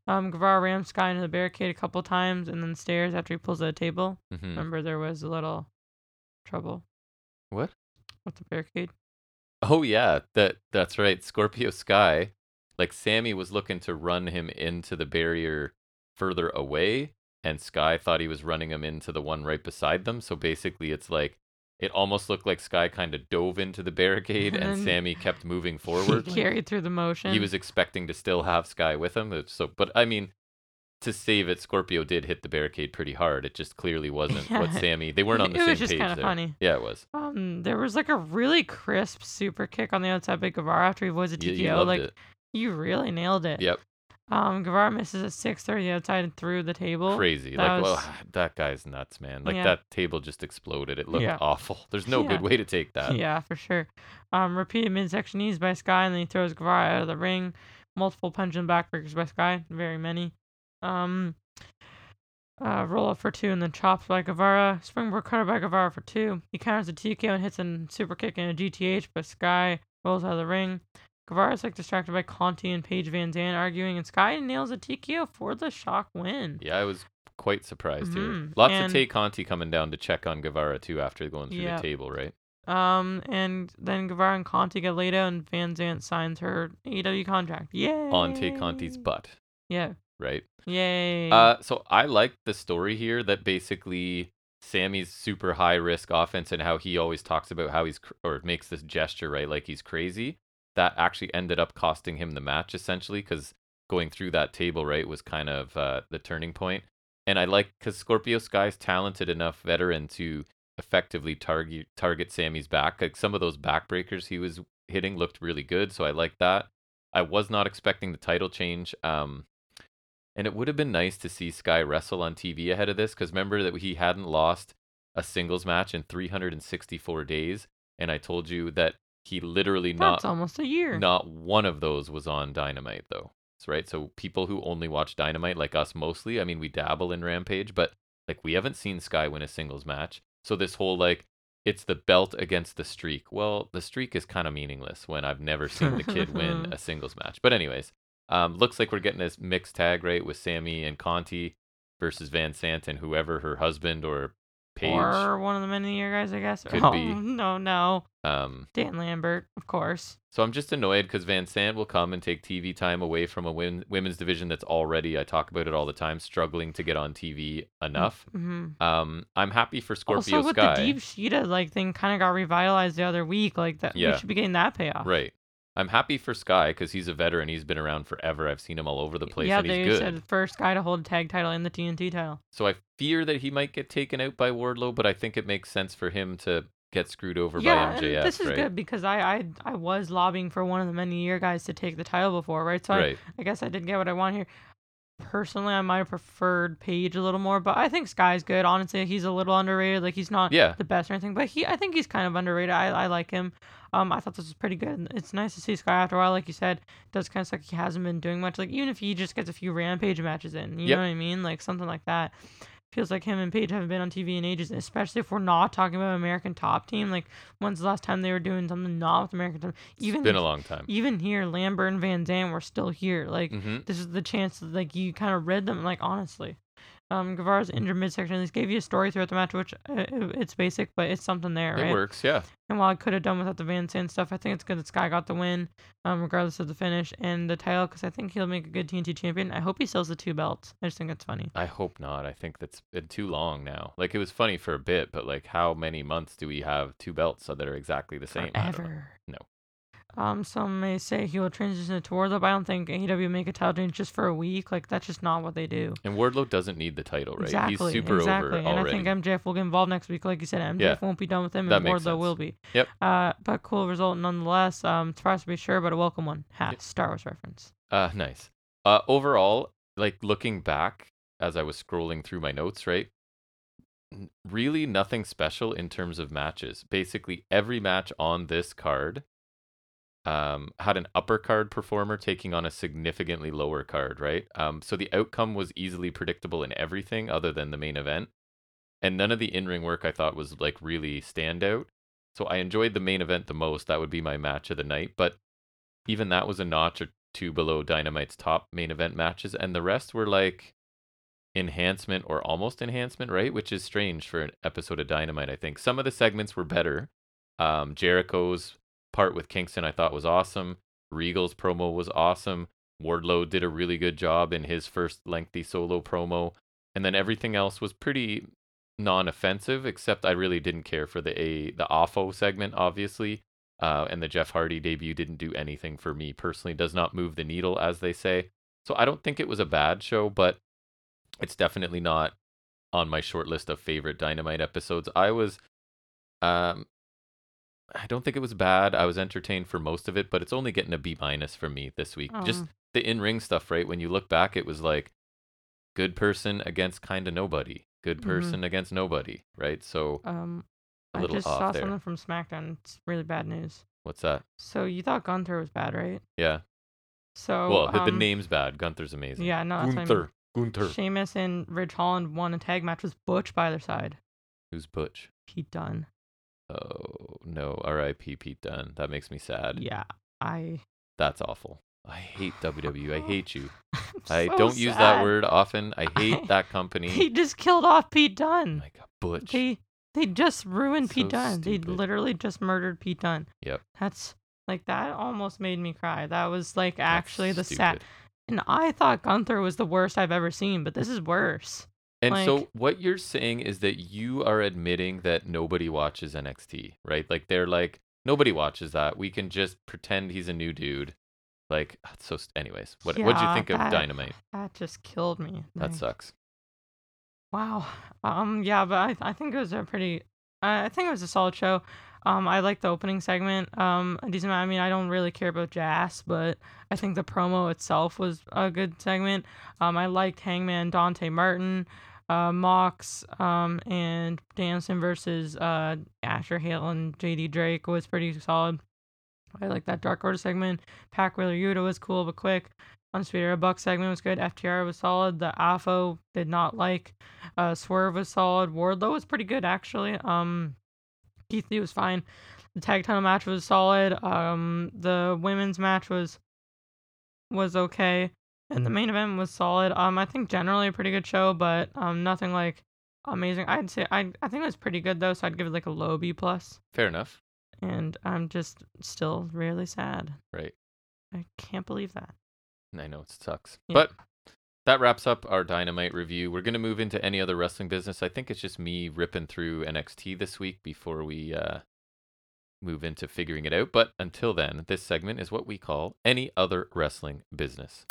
Um, Guevara rams Sky into the barricade a couple times and then stairs after he pulls out a table. hmm Remember, there was a little trouble what with the barricade. [laughs] Oh yeah, that that's right. Scorpio Sky, like Sammy was looking to run him into the barrier further away, and Sky thought he was running him into the one right beside them. So basically, it's like it almost looked like Sky kind of dove into the barricade, And and then Sammy kept moving forward. [laughs] He like, carried through the motion. he was expecting to still have Sky with him. it's So, but I mean. To save it, Scorpio did hit the barricade pretty hard. It just [laughs] clearly wasn't what Yeah. Sammy. They weren't on the It same was just page. kinda there. funny. Yeah, it was. Um, there was like a really crisp super kick on the outside by Guevara after he avoids a You, TKO. you loved like eh, it. you really nailed it. Yep. Um, Guevara misses a six thirty outside and through the table. crazy. that Like, was- well, [sighs] that guy's nuts, man. Like Yeah. that table just exploded. It looked Yeah. awful. [laughs] There's no Yeah. good way to take that. Yeah, for sure. Um, repeated midsection knees by Sky, and then he throws Guevara out of the ring. Multiple punch and backbreakers by Sky, very many. Um, uh, roll up for two, and then chops by Guevara. Springboard cutter by Guevara for two. He counters a TKO and hits a super kick and a GTH, but Sky rolls out of the ring. Guevara's like distracted by Conti and Paige Van Zandt arguing, and Sky nails a TKO for the shock win. Yeah, I was quite surprised here. Mhm. Lots of And- Tay Conti coming down to check on Guevara too after going through Yeah. the table, right? Um, and then Guevara and Conti get laid out, and Van Zant signs her AEW contract. Yay! On Tay Conti's butt, Yeah. right? Yay. Uh, so I like the story here that basically Sammy's super high risk offense and how he always talks about how he's cr- or makes this gesture right like he's crazy. That actually ended up costing him the match essentially because going through that table right was kind of uh, the turning point. And I like because Scorpio Sky's talented enough veteran to effectively target target Sammy's back. Like some of those backbreakers he was hitting looked really good, so I like that. I was not expecting the title change. Um, and it would have been nice to see Sky wrestle on TV ahead of this because remember that he hadn't lost a singles match in 364 days. And I told you that he literally That's not almost a year. not one of those was on Dynamite though. That's right. So people who only watch Dynamite, like us mostly, I mean we dabble in Rampage, but like we haven't seen Sky win a singles match. So this whole like it's the belt against the streak. Well, the streak is kind of meaningless when I've never seen the kid win a singles match. But anyways, um, looks like we're getting this mixed tag right with Sammy and Conti versus Van Sant and whoever her husband or Paige. or one of the men of the year guys, I guess. Could oh, be. [laughs] No, no. Um, Dan Lambert, of course. so I'm just annoyed because Van Sand will come and take TV time away from a win- women's division that's already, I talk about it all the time, struggling to get on TV enough. hmm Um, I'm happy for Scorpio also, with Sky. the Deep Sheeta like thing, kind of got revitalized the other week. Like that, Yeah. we should be getting that payoff. Right. I'm happy for Sky because he's a veteran. He's been around forever. I've seen him all over the place, yeah, and he's they good. said first guy to hold tag title and the TNT title. So I fear that he might get taken out by Wardlow, but I think it makes sense for him to get screwed over yeah, by and MJF. this is right? good because I, I I was lobbying for one of the many year guys to take the title before, right? So I- Right. I guess I did get what I want here. Personally, I might have preferred Paige a little more, but I think Sky's good. Honestly, he's a little underrated. Like he's not Yeah. the best or anything, but he I think he's kind of underrated. I, I like him. Um, I thought this was pretty good. and It's nice to see Sky after a while. Like you said, it does kind of suck. He hasn't been doing much. Like even if he just gets a few Rampage matches in, you Yep. know what I mean? Like something like that. Feels like him and Paige haven't been on TV in ages, and especially if we're not talking about American Top Team. Like when's the last time they were doing something not with American Top? Even it's been a long time. even here, Lambert and Van Dam were still here. Like hmm this is the chance that like you kind of read them. Like honestly, um, Guevara's injured midsection. At least gave you a story throughout the match, which uh, uh, it's basic, but it's something there, It right? works, yeah. And while I could have done without the Van Zandt stuff, I think it's good that Sky got the win, um, regardless of the finish and the title, because I think he'll make a good TNT champion. I hope he sells the two belts. I just think it's funny. I hope not. I think that's been too long now. Like it was funny for a bit, but like how many months do we have two belts that are exactly the same? I don't know. Forever. No. Um, some may say he will transition to tour, though, but I don't think AEW make a title change just for a week. Like that's just not what they do. And Wardlow doesn't need the title, right? Exactly. He's super exactly. over and already. I think MJF will get involved next week. Like you said, MJF Yeah. won't be done with him, That and makes Wardlow will sense. be. Yep. Uh, but cool result nonetheless. Um, surprised to be sure, but a welcome one. Hat Yep. Star Wars reference. Uh, nice. Uh, overall, like looking back as I was scrolling through my notes, right? n- Really nothing special in terms of matches. Basically, every match on this card um, had an upper card performer taking on a significantly lower card, right? Um, so the outcome was easily predictable in everything other than the main event. And none of the in ring work I thought was like really standout. So I enjoyed the main event the most. That would be my match of the night. But even that was a notch or two below Dynamite's top main event matches, and the rest were like enhancement or almost enhancement, right? Which is strange for an episode of Dynamite, I think. Some of the segments were better. Um, Jericho's part with Kingston, I thought was awesome. Regal's promo was awesome. Wardlow did a really good job in his first lengthy solo promo. And then everything else was pretty non offensive, except I really didn't care for the A the AFO segment, obviously uh, and the Jeff Hardy debut didn't do anything for me personally. Does not move the needle, as they say. So I don't think it was a bad show, but it's definitely not on my short list of favorite Dynamite episodes. I was, um, I don't think it was bad. I was entertained for most of it, but it's only getting a B minus from me this week. Just Um, the in ring stuff, right? When you look back, it was like good person against kind of nobody, good Mhm. person against nobody, right? So um, a I little just off saw there. something from SmackDown. It's really bad news. what's that? So you thought Gunther was bad, right? Yeah. So well, the, the um, name's bad. Gunther's amazing. Yeah, no, that's what I mean. Gunther. Gunther. Sheamus and Ridge Holland won a tag match with Butch by their side. Who's Butch? Pete Dunne. Oh no, R.I.P. Pete Dunne. That makes me sad. Yeah, I. [laughs] That's awful. I hate WWE. I hate [sighs] you. I'm I so don't use that sad. word often. [laughs] I hate that company. He just killed off Pete Dunne. Like a Butch. They they just ruined So Pete Dunne. They stupid. literally just murdered Pete Dunne. Yep. That's like that almost made me cry. That was like That's actually the sad. stupid. And I thought Gunther was the worst I've ever seen, but this is worse. And so like- what you're saying is that you are admitting that nobody watches NXT, right? Like they're like nobody watches that. We can just pretend he's a new dude. Like ah, so. St- anyways, what what'd you Yeah, think of that- Dynamite? That just killed me. That Like, sucks. Wow. Um. Yeah, but I I think it was a pretty. I I think it was a solid show. Um. I liked the opening segment. Um. A decent. amount. I mean, I don't really care about Jazz, but I think the promo itself was a good segment. Um. I liked Hangman Dante Martin, uh, Mox, um, and Danielson versus uh Asher Hale and J.D. Drake was pretty solid. I like that Dark Order segment. Pac Wheeler Yuta was cool but quick. Unsweet Era Buck segment was good. FTR was solid. The AFO did not like. Uh, Swerve was solid. Wardlow was pretty good actually. Um, Keith Lee was fine. The tag title match was solid. Um, the women's match was was okay, and the main event was solid. Um, I think generally a pretty good show, but um, nothing like amazing. I'd say I I think it was pretty good though, so I'd give it like a low B plus. Fair enough, And I'm just still really sad. right? I can't believe that. I know it sucks. Yeah. But that wraps up our Dynamite review. We're going to move into any other wrestling business. I think it's just me ripping through NXT this week before we uh, move into figuring it out. But until then, this segment is what we call any other wrestling business.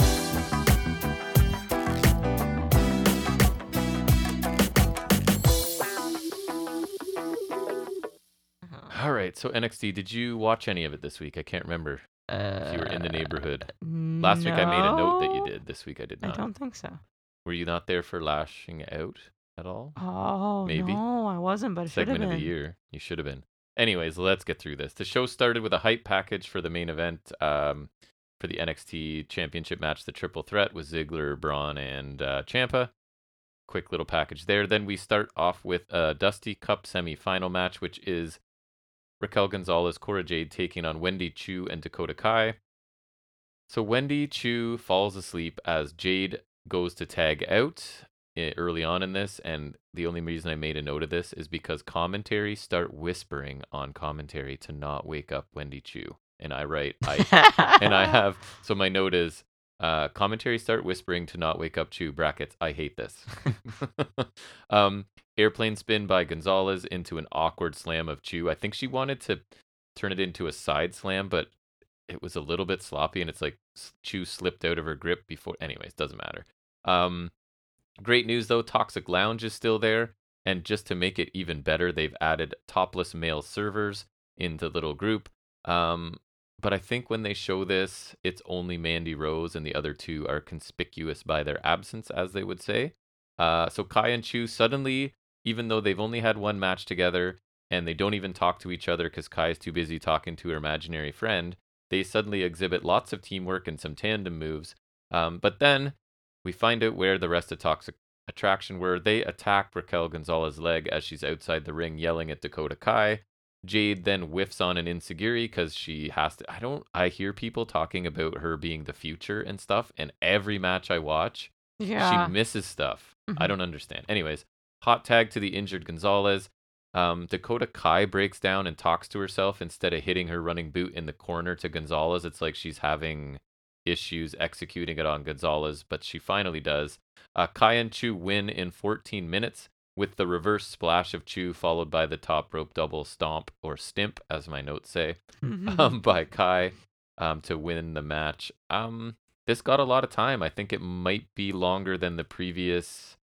All right. So, NXT, did you watch any of it this week? I can't remember if you were Uh, in the neighborhood. Last week I made a note that you did. This week I did I not. don't think so. Were you not there for lashing out at all? Oh Maybe. no, I wasn't, but it should have segment been. of the [laughs] year. You should have been. Anyways, let's get through this. The show started with a hype package for the main event um, for the NXT Championship match, the Triple Threat with Ziggler, Braun, and uh, Champa. Quick little package there. Then we start off with a Dusty Cup semifinal match, which is Raquel Gonzalez, Cora Jade taking on Wendy Chu and Dakota Kai. So Wendy Chu falls asleep as Jade goes to tag out i- early on in this, and the only reason I made a note of this is because commentary start whispering on commentary to not wake up Wendy Chu. And I write, I and I have so my note is uh, commentary start whispering to not wake up Chu brackets. I hate this. [laughs] um, airplane spin by Gonzalez into an awkward slam of Chu. I think she wanted to turn it into a side slam, but it was a little bit sloppy, and it's like s- Chu slipped out of her grip before. Anyways, doesn't matter. Um, great news though, Toxic Lounge is still there, and just to make it even better, they've added topless male servers into little group. Um, but I think when they show this, it's only Mandy Rose and the other two are conspicuous by their absence, as they would say. Uh, so Kai and Chu suddenly, even though they've only had one match together and they don't even talk to each other because Kai is too busy talking to her imaginary friend, they suddenly exhibit lots of teamwork and some tandem moves. Um, but then we find out where the rest of Toxic Attraction were. They attack Raquel Gonzalez's leg as she's outside the ring yelling at Dakota Kai. Jade then whiffs on an Insiguri because she has to. I don't. I hear people talking about her being the future and stuff, and every match I watch, [laughs] yeah. she misses stuff. I Mhm. don't understand. Anyways, hot tag to the injured Gonzalez. Um, Dakota Kai breaks down and talks to herself instead of hitting her running boot in the corner to Gonzalez. It's like she's having issues executing it on Gonzalez, but she finally does. Uh, Kai and Chu win in 14 minutes with the reverse splash of Chu followed by the top rope double stomp or stimp, as my notes say Mhm. um, [laughs] by Kai um, to win the match. Um, this got a lot of time. I think it might be longer than the previous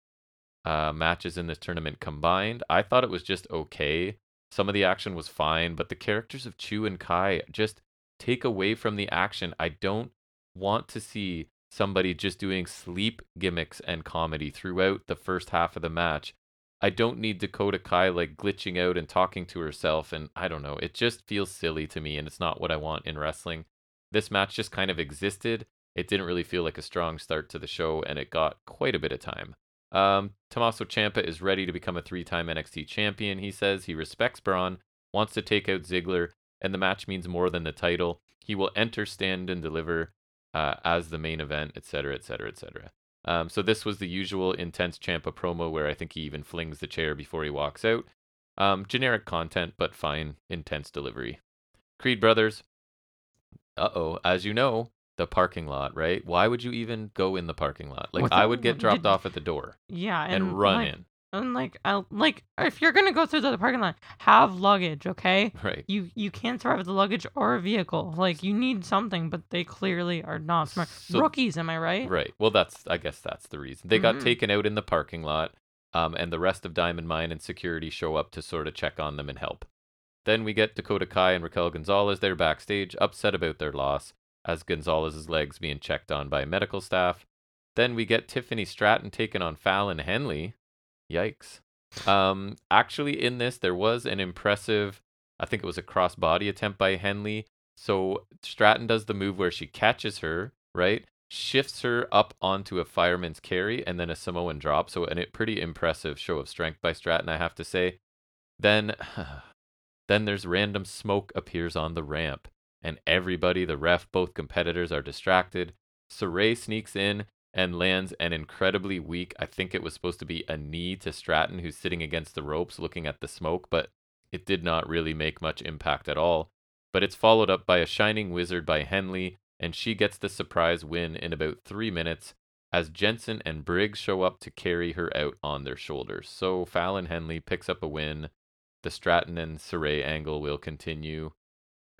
uh, matches in this tournament combined. I thought it was just okay. Some of the action was fine, but the characters of Chu and Kai just take away from the action. I don't want to see somebody just doing sleep gimmicks and comedy throughout the first half of the match. I don't need Dakota Kai like glitching out and talking to herself and I don't know. It just feels silly to me and it's not what I want in wrestling. This match just kind of existed. It didn't really feel like a strong start to the show and it got quite a bit of time. Um, Tommaso Ciampa is ready to become a three-time NXT champion. He says he respects Braun, wants to take out Ziggler, and the match means more than the title. He will enter, stand, and deliver uh, as the main event, etc., etc., etc. Um, so this was the usual intense Champa promo where I think he even flings the chair before he walks out. Um, generic content, but fine, intense delivery. Creed Brothers. Uh oh, as you know, the parking lot, right? Why would you even go in the parking lot? Like What's I that? would get Did- dropped off at the door yeah, and, run like, in, [laughs] And like, I, like if you're gonna go through the parking lot, have luggage, okay? right? You you can't survive with a luggage or a vehicle. Like you need something, but they clearly are not smart. So- Rookies, am I right? Right. Well, that's I guess that's the reason they got Mhm. taken out in the parking lot, um, and the rest of Diamond Mine and security show up to sort of check on them and help. Then we get Dakota Kai and Raquel Gonzalez. They're backstage, upset about their loss, as Gonzalez's legs being checked on by medical staff. Then we get Tiffany Stratton taken on Fallon Henley. Yikes. Um, actually, in this, there was an impressive, I think it was a crossbody attempt by Henley. So Stratton does the move where she catches her, right? Shifts her up onto a fireman's carry and then a Samoan drop. So, and it pretty impressive show of strength by Stratton, I have to say. Then, [sighs] then there's random smoke appears on the ramp, and everybody, the ref, both competitors are distracted. Saray sneaks in and lands an incredibly weak, I think it was supposed to be a knee to Stratton, who's sitting against the ropes looking at the smoke, but it did not really make much impact at all. But it's followed up by a Shining Wizard by Henley, and she gets the surprise win in about three minutes as Jensen and Briggs show up to carry her out on their shoulders. So Fallon Henley picks up a win. The Stratton and Saray angle will continue.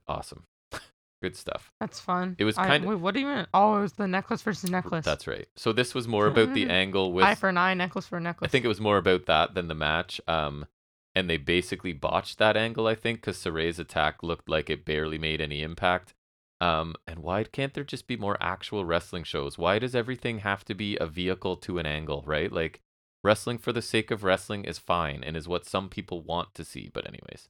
Awesome. [laughs] Good stuff. That's fun. It was I- kinda- Wait, what even? Oh, it was the necklace versus R- necklace. That's right. So this was more about the angle with eye for an eye, necklace for a necklace. I [laughs] think it was more about that than the match. Um and they basically botched that angle, I think, because Saray's attack looked like it barely made any impact. Um, and why can't there just be more actual wrestling shows? Why does everything have to be a vehicle to an angle, right? Like wrestling for the sake of wrestling is fine and is what some people want to see. But anyways,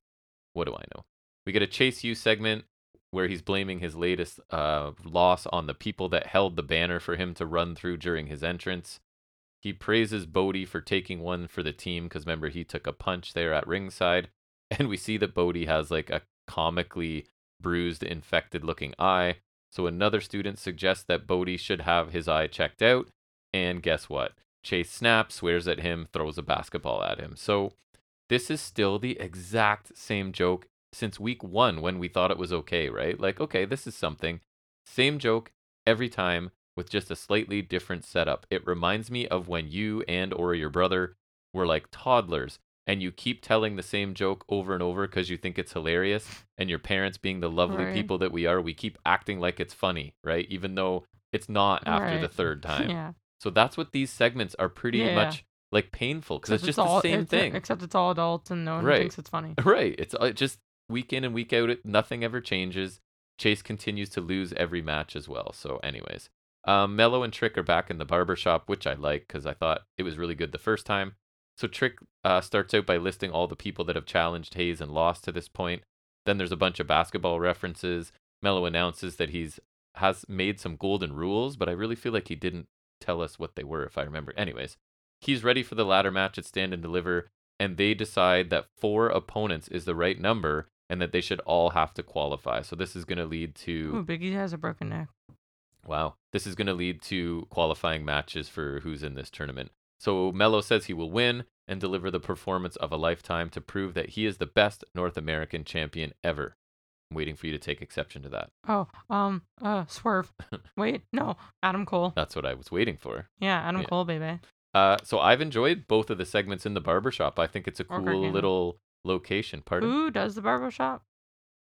what do I know? We get a Chase U segment where he's blaming his latest uh, loss on the people that held the banner for him to run through during his entrance. He praises Bodie for taking one for the team because remember he took a punch there at ringside, [laughs] and we see that Bodie has like a comically bruised, infected looking eye. So another student suggests that Bodie should have his eye checked out, and guess what? Chase snaps, swears at him, throws a basketball at him. So this is still the exact same joke since week one when we thought it was okay, right? Like, okay, this is something. Same joke every time with just a slightly different setup. It reminds me of when you and or your brother were like toddlers and you keep telling the same joke over and over because you think it's hilarious and your parents being the lovely Right. people that we are, we keep acting like it's funny, right? Even though it's not after the Right. third time. Yeah. So that's what these segments are pretty Yeah. much like painful because it's Except just the all- same it's- thing. Except it's all adults and no one Right. thinks it's funny. [laughs] Right. It's uh, just week in and week out. It, nothing ever changes. Chase continues to lose every match as well. So, anyways, um, Mello and Trick are back in the barber shop, which I like because I thought it was really good the first time. So Trick uh, starts out by listing all the people that have challenged Hayes and lost to this point. Then there's a bunch of basketball references. Mello announces that he's has made some golden rules, but I really feel like he didn't tell us what they were, if I remember. Anyways, he's ready for the ladder match at Stand and Deliver and they decide that four opponents is the right number and that they should all have to qualify. So this is going to lead to Ooh, Biggie has a broken neck. wow, this is going to lead to qualifying matches for who's in this tournament. So Mello says he will win and deliver the performance of a lifetime to prove that he is the best North American champion ever. I'm waiting for you to take exception to that. Oh, um, uh, [laughs] Swerve. Wait, no, Adam Cole. That's what I was waiting for. Yeah, Adam Oh, yeah. Cole, baby. Uh, so I've enjoyed both of the segments in the barbershop. I think it's a Or cool Gargano. little location. Pardon? Who does the barber shop?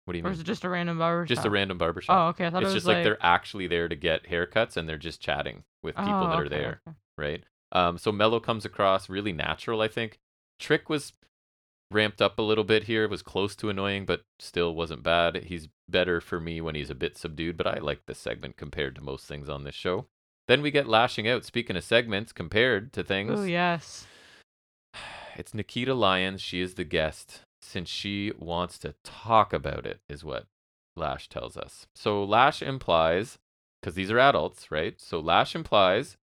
What do you Or mean? is it just a random barber Just shop? a random barbershop. Oh, okay. I thought it's it was just like, they're actually there to get haircuts and they're just chatting with people Oh, that are okay, there, okay. right? Um, so Mello comes across really natural, I think. Trick was ramped up a little bit here, was close to annoying, but still wasn't bad. He's better for me when he's a bit subdued, but I like this segment compared to most things on this show. Then we get lashing out. Speaking of segments compared to things, Oh, yes. it's Nikita Lyons. She is the guest since she wants to talk about it, is what Lash tells us. So Lash implies, because these are adults, right? So Lash implies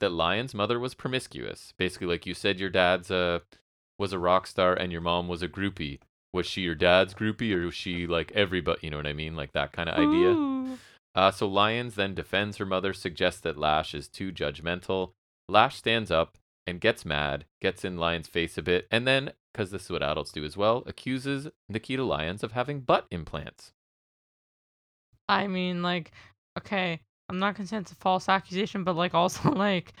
that Lyon's mother was promiscuous. Basically, like you said, your dad's a was a rock star and your mom was a groupie. Was she your dad's groupie or was she like everybody? You know what I mean? Like that kind of idea. Ooh. Uh, so Lyons then defends her mother, suggests that Lash is too judgmental. Lash stands up and gets mad, gets in Lyons' face a bit, and then, because this is what adults do as well, accuses Nikita Lyons of having butt implants. I mean, like, okay, I'm not content it's a false accusation, but like, also, [laughs] like,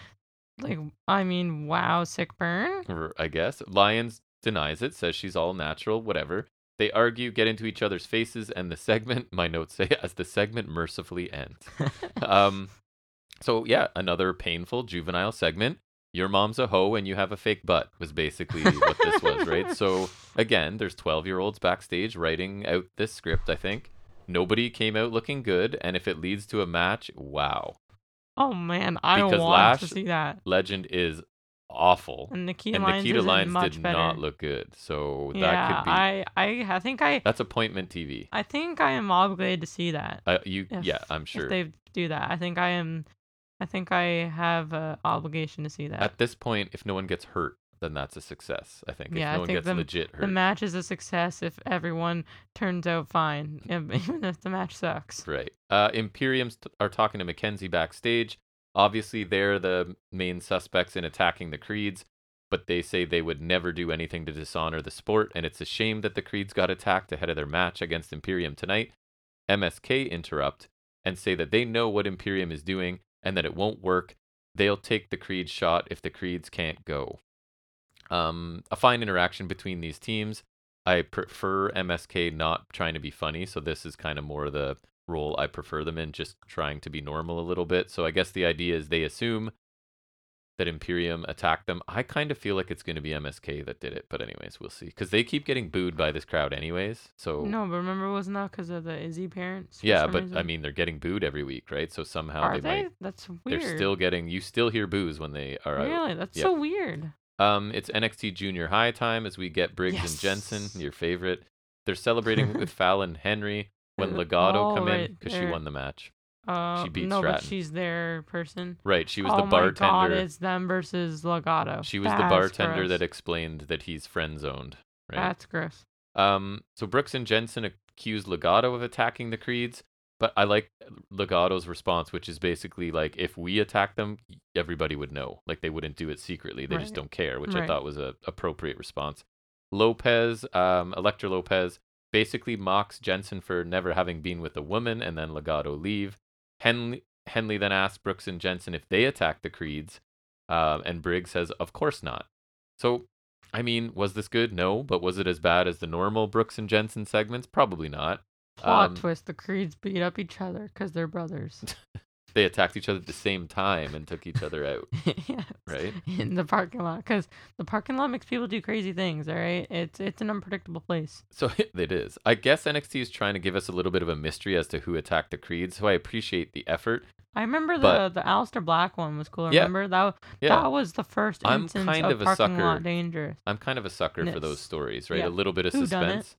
like, I mean, wow, sick burn. or I guess. Lyons denies it, says she's all natural, whatever. They argue, get into each other's faces, and the segment, [laughs] my notes say, as the segment mercifully ends. um, so, yeah, another painful juvenile segment. Your mom's a hoe and you have a fake butt was basically what [laughs] this was, right? So, again, there's 12 year olds backstage writing out this script, I think. Nobody came out looking good, and if it leads to a match, wow. [laughs] Oh man, I Because want to Lash- see that. Legend is awful. And Nikita And Lyons Nikita isn't Lyons much did better. not look good. So that yeah, could be I, I, I think I, That's appointment TV. I think I am obligated to see that. Uh, you, If- yeah, I'm If sure. they do that, I think I am. I think I have a obligation to see that. At this point, if no one gets hurt, then that's a success. I think. if Yeah, I no one think gets the- legit hurt, the match is a success if everyone turns out fine, [laughs] even if the match sucks. right? Uh, Imperiums t- are talking to Mackenzie backstage. Obviously, they're the main suspects in attacking the creeds, but they say they would never do anything to dishonor the sport, and it's a shame that the creeds got attacked ahead of their match against Imperium tonight. MSK interrupt and say that they know what Imperium is doing and that it won't work. They'll take the creed shot if the creeds can't go. Um, a fine interaction between these teams. I prefer MSK not trying to be funny, so this is kind of more the role I prefer them in, just trying to be normal a little bit. So I guess the idea is they assume that Imperium attacked them. I kind of feel like it's going to be MSK that did it, but anyways, we'll see. Because they keep getting booed by this crowd, anyways. So No, but remember, wasn't that because of the Izzy parents? for yeah, some but I reason? mean they're getting booed every week, right? So somehow are they, they? might That's weird. they're still getting you still hear boos when they are out. Really? That's Yeah. so weird. Um, it's NXT Junior High time as we get Briggs and Yes. Jensen, your favorite. They're celebrating [laughs] with Fallon Henry when Uh, Legato oh, come in right because she there. won the match. Uh, beat no, but Stratton. she's their person. Right, she was oh the bartender. my god, it's them versus Legato. she was the That's bartender gross. that explained that he's friend zoned. Right. That's gross. Um, so Brooks and Jensen accuse Legato of attacking the Creeds, but I like Legato's response, which is basically like, if we attack them, everybody would know. Like they wouldn't do it secretly. They just Right. don't care, which I Right. thought was a appropriate response. Lopez, um, Electra Lopez, basically mocks Jensen for never having been with a woman, and then Legato leave. Henley, Henley then asks Brooks and Jensen if they attack the Creeds, um, and Briggs says, "Of course not." So I mean, was this good? No, but was it as bad as the normal Brooks and Jensen segments? Probably not. Plot Um, twist: the Creeds beat up each other because [laughs] they're brothers. [laughs] They attacked each other at the same time and took each other out. yes. Right. In the parking lot, because the parking lot makes people do crazy things. All right, it's it's an unpredictable place. So [laughs] it is. I guess NXT is trying to give us a little bit of a mystery as to who attacked the Creeds, so I appreciate the effort. I remember the But- the Alistair Black one was cool. Yeah. Remember that Yeah. that was the first I'm instance kind of, of a parking sucker lot dangerous. I'm kind of a sucker for Yes. those stories, right? Yeah. A little bit of Whodunit, suspense.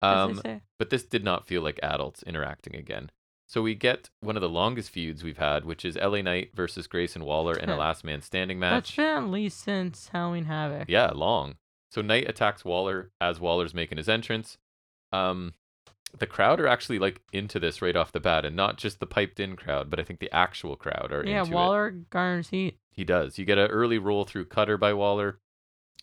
as they Um, say. but this did not feel like adults interacting again. So we get one of the longest feuds we've had, which is LA Knight versus Grayson Waller in a last man standing That's match. been at least since Halloween Havoc. Yeah, long. So Knight attacks Waller as Waller's making his entrance. Um, the crowd are actually like into this right off the bat, and not just the piped in crowd, but I think the actual crowd are Yeah, into it. Waller garners heat. He does. You get an early roll through cutter by Waller.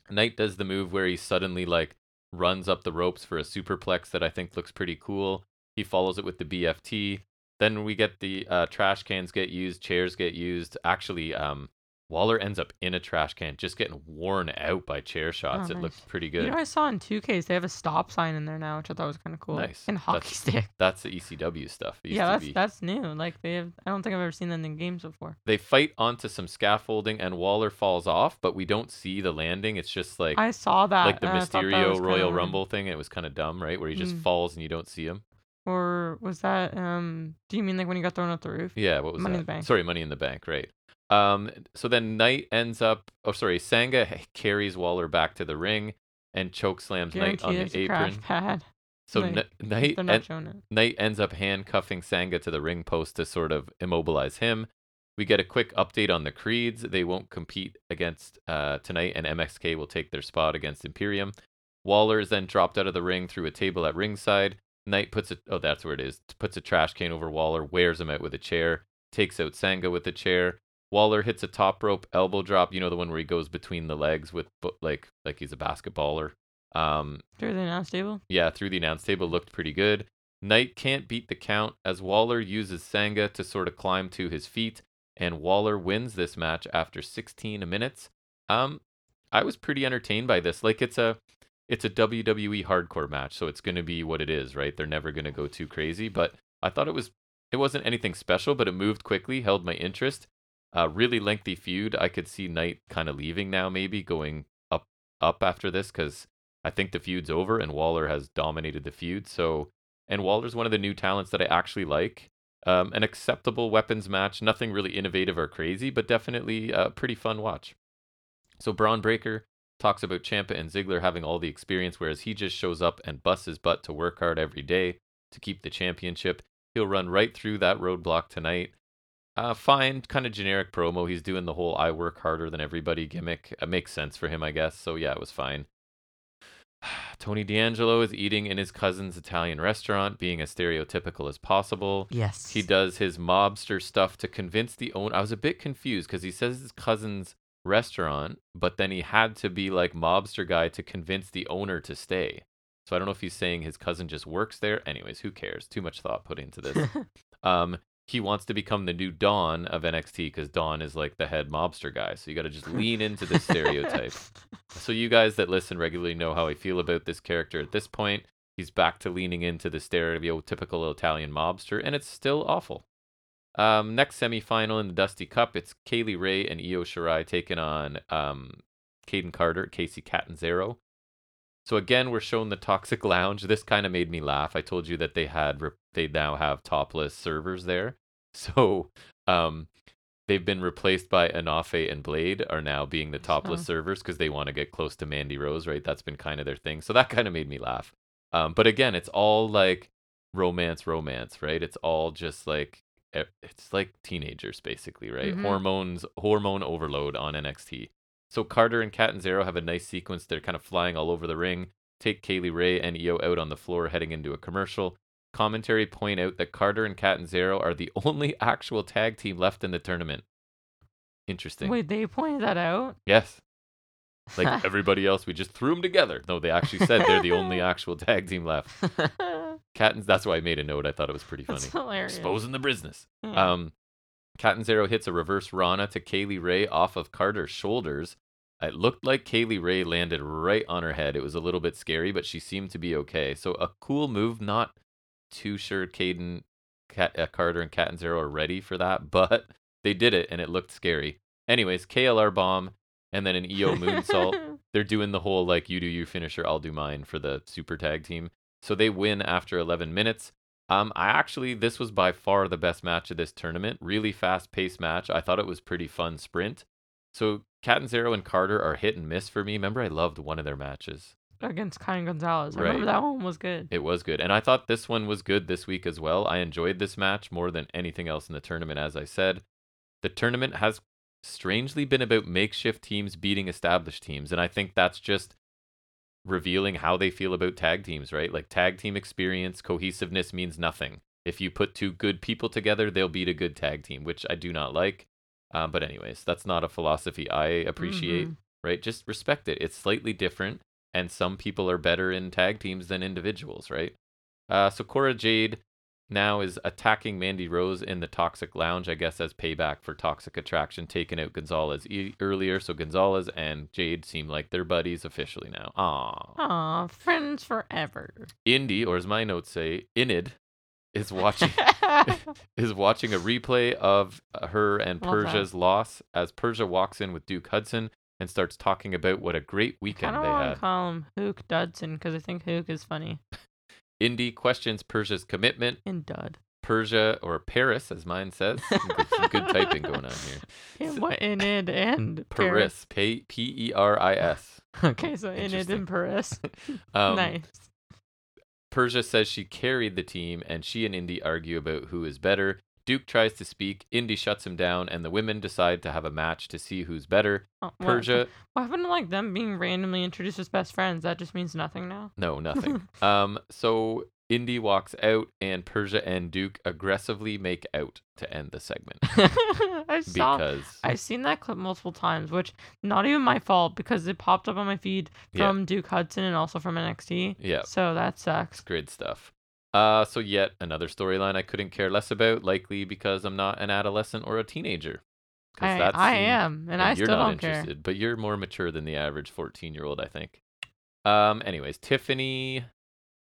Knight does the move where he suddenly like runs up the ropes for a superplex that I think looks pretty cool. He follows it with the BFT. Then we get the uh, trash cans get used, chairs get used. Actually, um, Waller ends up in a trash can, just getting worn out by chair shots. it Oh, nice. looked pretty You good. know, I saw in 2Ks they have a stop sign in there now, which I thought was kind of cool. Nice. And hockey That's- stick. That's the ECW stuff. It used Yeah, to that's be- that's new. Like they have, I don't think I've ever seen that in games before. They fight onto some scaffolding, and Waller falls off, but we don't see the landing. It's just like I saw that. like the and Ah, I thought that was Mysterio kinda Royal weird. Rumble thing. It was kind of dumb, right? Where he just Mm. falls and you don't see him. Or was that? Um, do you mean like when he got thrown off the roof? Yeah, what was Money that? in the Bank. Sorry, Money in the Bank, right? Um, so then Knight ends up. Oh, sorry, Sangha h- carries Waller back to the ring and choke slams Knight Guarantee on the there's a crash apron. pad. So Like, Kn- Knight They're not en- showing it. Knight ends up handcuffing Sangha to the ring post to sort of immobilize him. We get a quick update on the Creeds. They won't compete against uh, tonight, and MXK will take their spot against Imperium. Waller is then dropped out of the ring through a table at ringside. Knight puts a oh that's where it is puts a trash can over Waller, wears him out with a chair, takes out Sangha with a chair. Waller hits a top rope elbow drop, you know the one where he goes between the legs with bo- like like he's a basketballer. Um, They're they now stable? yeah, through the announce table looked pretty good. Knight can't beat the count as Waller uses Sangha to sort of climb to his feet, and Waller wins this match after 16 minutes. Um, I was pretty entertained by this. Like it's a, it's a WWE hardcore match, so it's gonna be what it is, right? They're never gonna go too crazy, but I thought it was, it wasn't anything special, but it moved quickly, held my interest. Uh, really lengthy feud. I could see Knight kind of leaving now, maybe going up up after this because I think the feud's over and Waller has dominated the feud. So, and Waller's one of the new talents that I actually like. Um, an acceptable weapons match, nothing really innovative or crazy, but definitely a pretty fun watch. So Braun Breaker talks about Champa and Ziggler having all the experience, whereas he just shows up and busts his butt to work hard every day to keep the championship. He'll run right through that roadblock tonight. Uh, fine, kind of generic promo. He's doing the whole "I work harder than everybody" gimmick. It makes sense for him, I guess. So yeah, it was fine. [sighs] Tony D'Angelo is eating in his cousin's Italian restaurant, being as stereotypical as possible. Yes. [laughs] He does his mobster stuff to convince the owner. I was a bit confused because he says his cousin's restaurant, but then he had to be like mobster guy to convince the owner to stay. So I don't know if he's saying his cousin just works there. Anyways, who cares? Too much thought put into [laughs] this. um, he wants to become the new Dawn of NXT because Dawn is like the head mobster guy. So you got to just lean into [laughs] this stereotype. So you guys that listen regularly know how I feel about this character at this point. He's back to leaning into the stereotypical Italian mobster, and it's still awful. Um, next semifinal in the Dusty Cup, it's Kaylee Ray and Io Shirai taking on um, Caden Carter, Casey Catanzaro. So again, we're shown the Toxic Lounge. This kind of made me laugh. I told you that they had re- they now have topless servers there. [laughs] So um, they've been replaced by Anafe and Blade are now being the topless Huh. servers because they want to get close to Mandy Rose, right? That's been kind of their thing. So that kind of made me laugh. Um, but again, it's all like romance, romance, right? It's all just like e- it's like teenagers basically, right? Mhm. Hormones, hormone overload on NXT. So Carter and Catanzaro have a nice sequence. They're kind of flying all over the ring. Take Kaylee Ray and Io out on the floor, heading into a commercial. Commentary point out that Carter and Catanzaro are the [laughs] only actual tag team left in the tournament. Interesting. Wait, they pointed that out. Yes. [laughs] Like [laughs] everybody else, we just threw them together. No, they actually said they're the only actual tag team left. Catins, that's why I made a note. I thought it was pretty funny. That's hilarious. Exposing the business. Yeah. Um, Catanzaro hits a reverse Rana to Kaylee Ray off of Carter's shoulders. It looked like Kaylee Ray landed right on her head. It was a little bit scary, but she seemed to be okay. So a cool move. Not too sure Caden, Cat, uh, Carter, and Catanzaro are ready for that, [laughs] but they did it, and it looked scary. Anyways, KLR bomb, and then an [laughs] EO moonsault they're doing the whole like you do you finisher, I'll do mine for the super tag team. So they win after 11 minutes. Um, I actually this was by far the best match of this tournament. Really fast paced match. I thought it was pretty fun sprint. So Catanzaro and Carter are hit and miss for me. Remember, I loved one of their matches. Against Kyan Gonzalez. I remember Right. that one was good. It was good. And I thought this one was good this week as well. I enjoyed this match more than anything else in the tournament, as I said. The tournament has strangely been about makeshift teams beating established teams. And I think that's just revealing how they feel about tag teams, right? Like tag team experience, cohesiveness means nothing. If you put two good people together, they'll beat a good tag team, which I do not like. Um, but, anyways, that's not a philosophy I appreciate Mhm. right? Just respect it. It's slightly different, and some people are better in tag teams than individuals, right? Uh, so Cora Jade now is attacking Mandy Rose in the Toxic Lounge, I guess, as payback for Toxic Attraction taking out Gonzalez e- earlier. So Gonzalez and Jade seem like they're buddies officially now. Aww. Aw, friends forever. [laughs] [laughs] Indy, or as my notes say, Inid, is watching is watching a replay of uh, her and Love that. Persia's loss as Persia walks in with Duke Hudson and starts talking about what a great kind weekend of they want had. to call him Hook Dudson because I think Hook is funny. Indy questions Persia's commitment. And Dud. Persia, or Paris, as mine [laughs] says. Some good, some good typing going on here. And what in it and [laughs] Paris. Paris, P E R I S. [laughs] Okay, so in it Interesting. and Paris. [laughs] Um, nice. Persia says she carried the team, and she and Indy argue about who is better. Duke tries to speak. Indy shuts him down, and the women decide to have a match to see who's better. Oh, what- Persia [laughs] What happened to like them being randomly introduced as best friends? That just means [laughs] nothing now. [laughs] No, nothing. um, so Indy walks out, and Persia and Duke aggressively make out to end the [laughs] segment I saw. because I've seen that clip multiple times, which not even my fault because it popped up on my feed Yeah. from Duke Hudson and also from NXT. Yeah. So that it's sucks. grid stuff. Uh, so yet another storyline I couldn't care less about, likely because I'm not an adolescent or a teenager. 'Cause I, that I seemed- am, and I you're still not don't care. interested, but you're more mature than the average 14 year old, I think. Um, anyways, Tiffany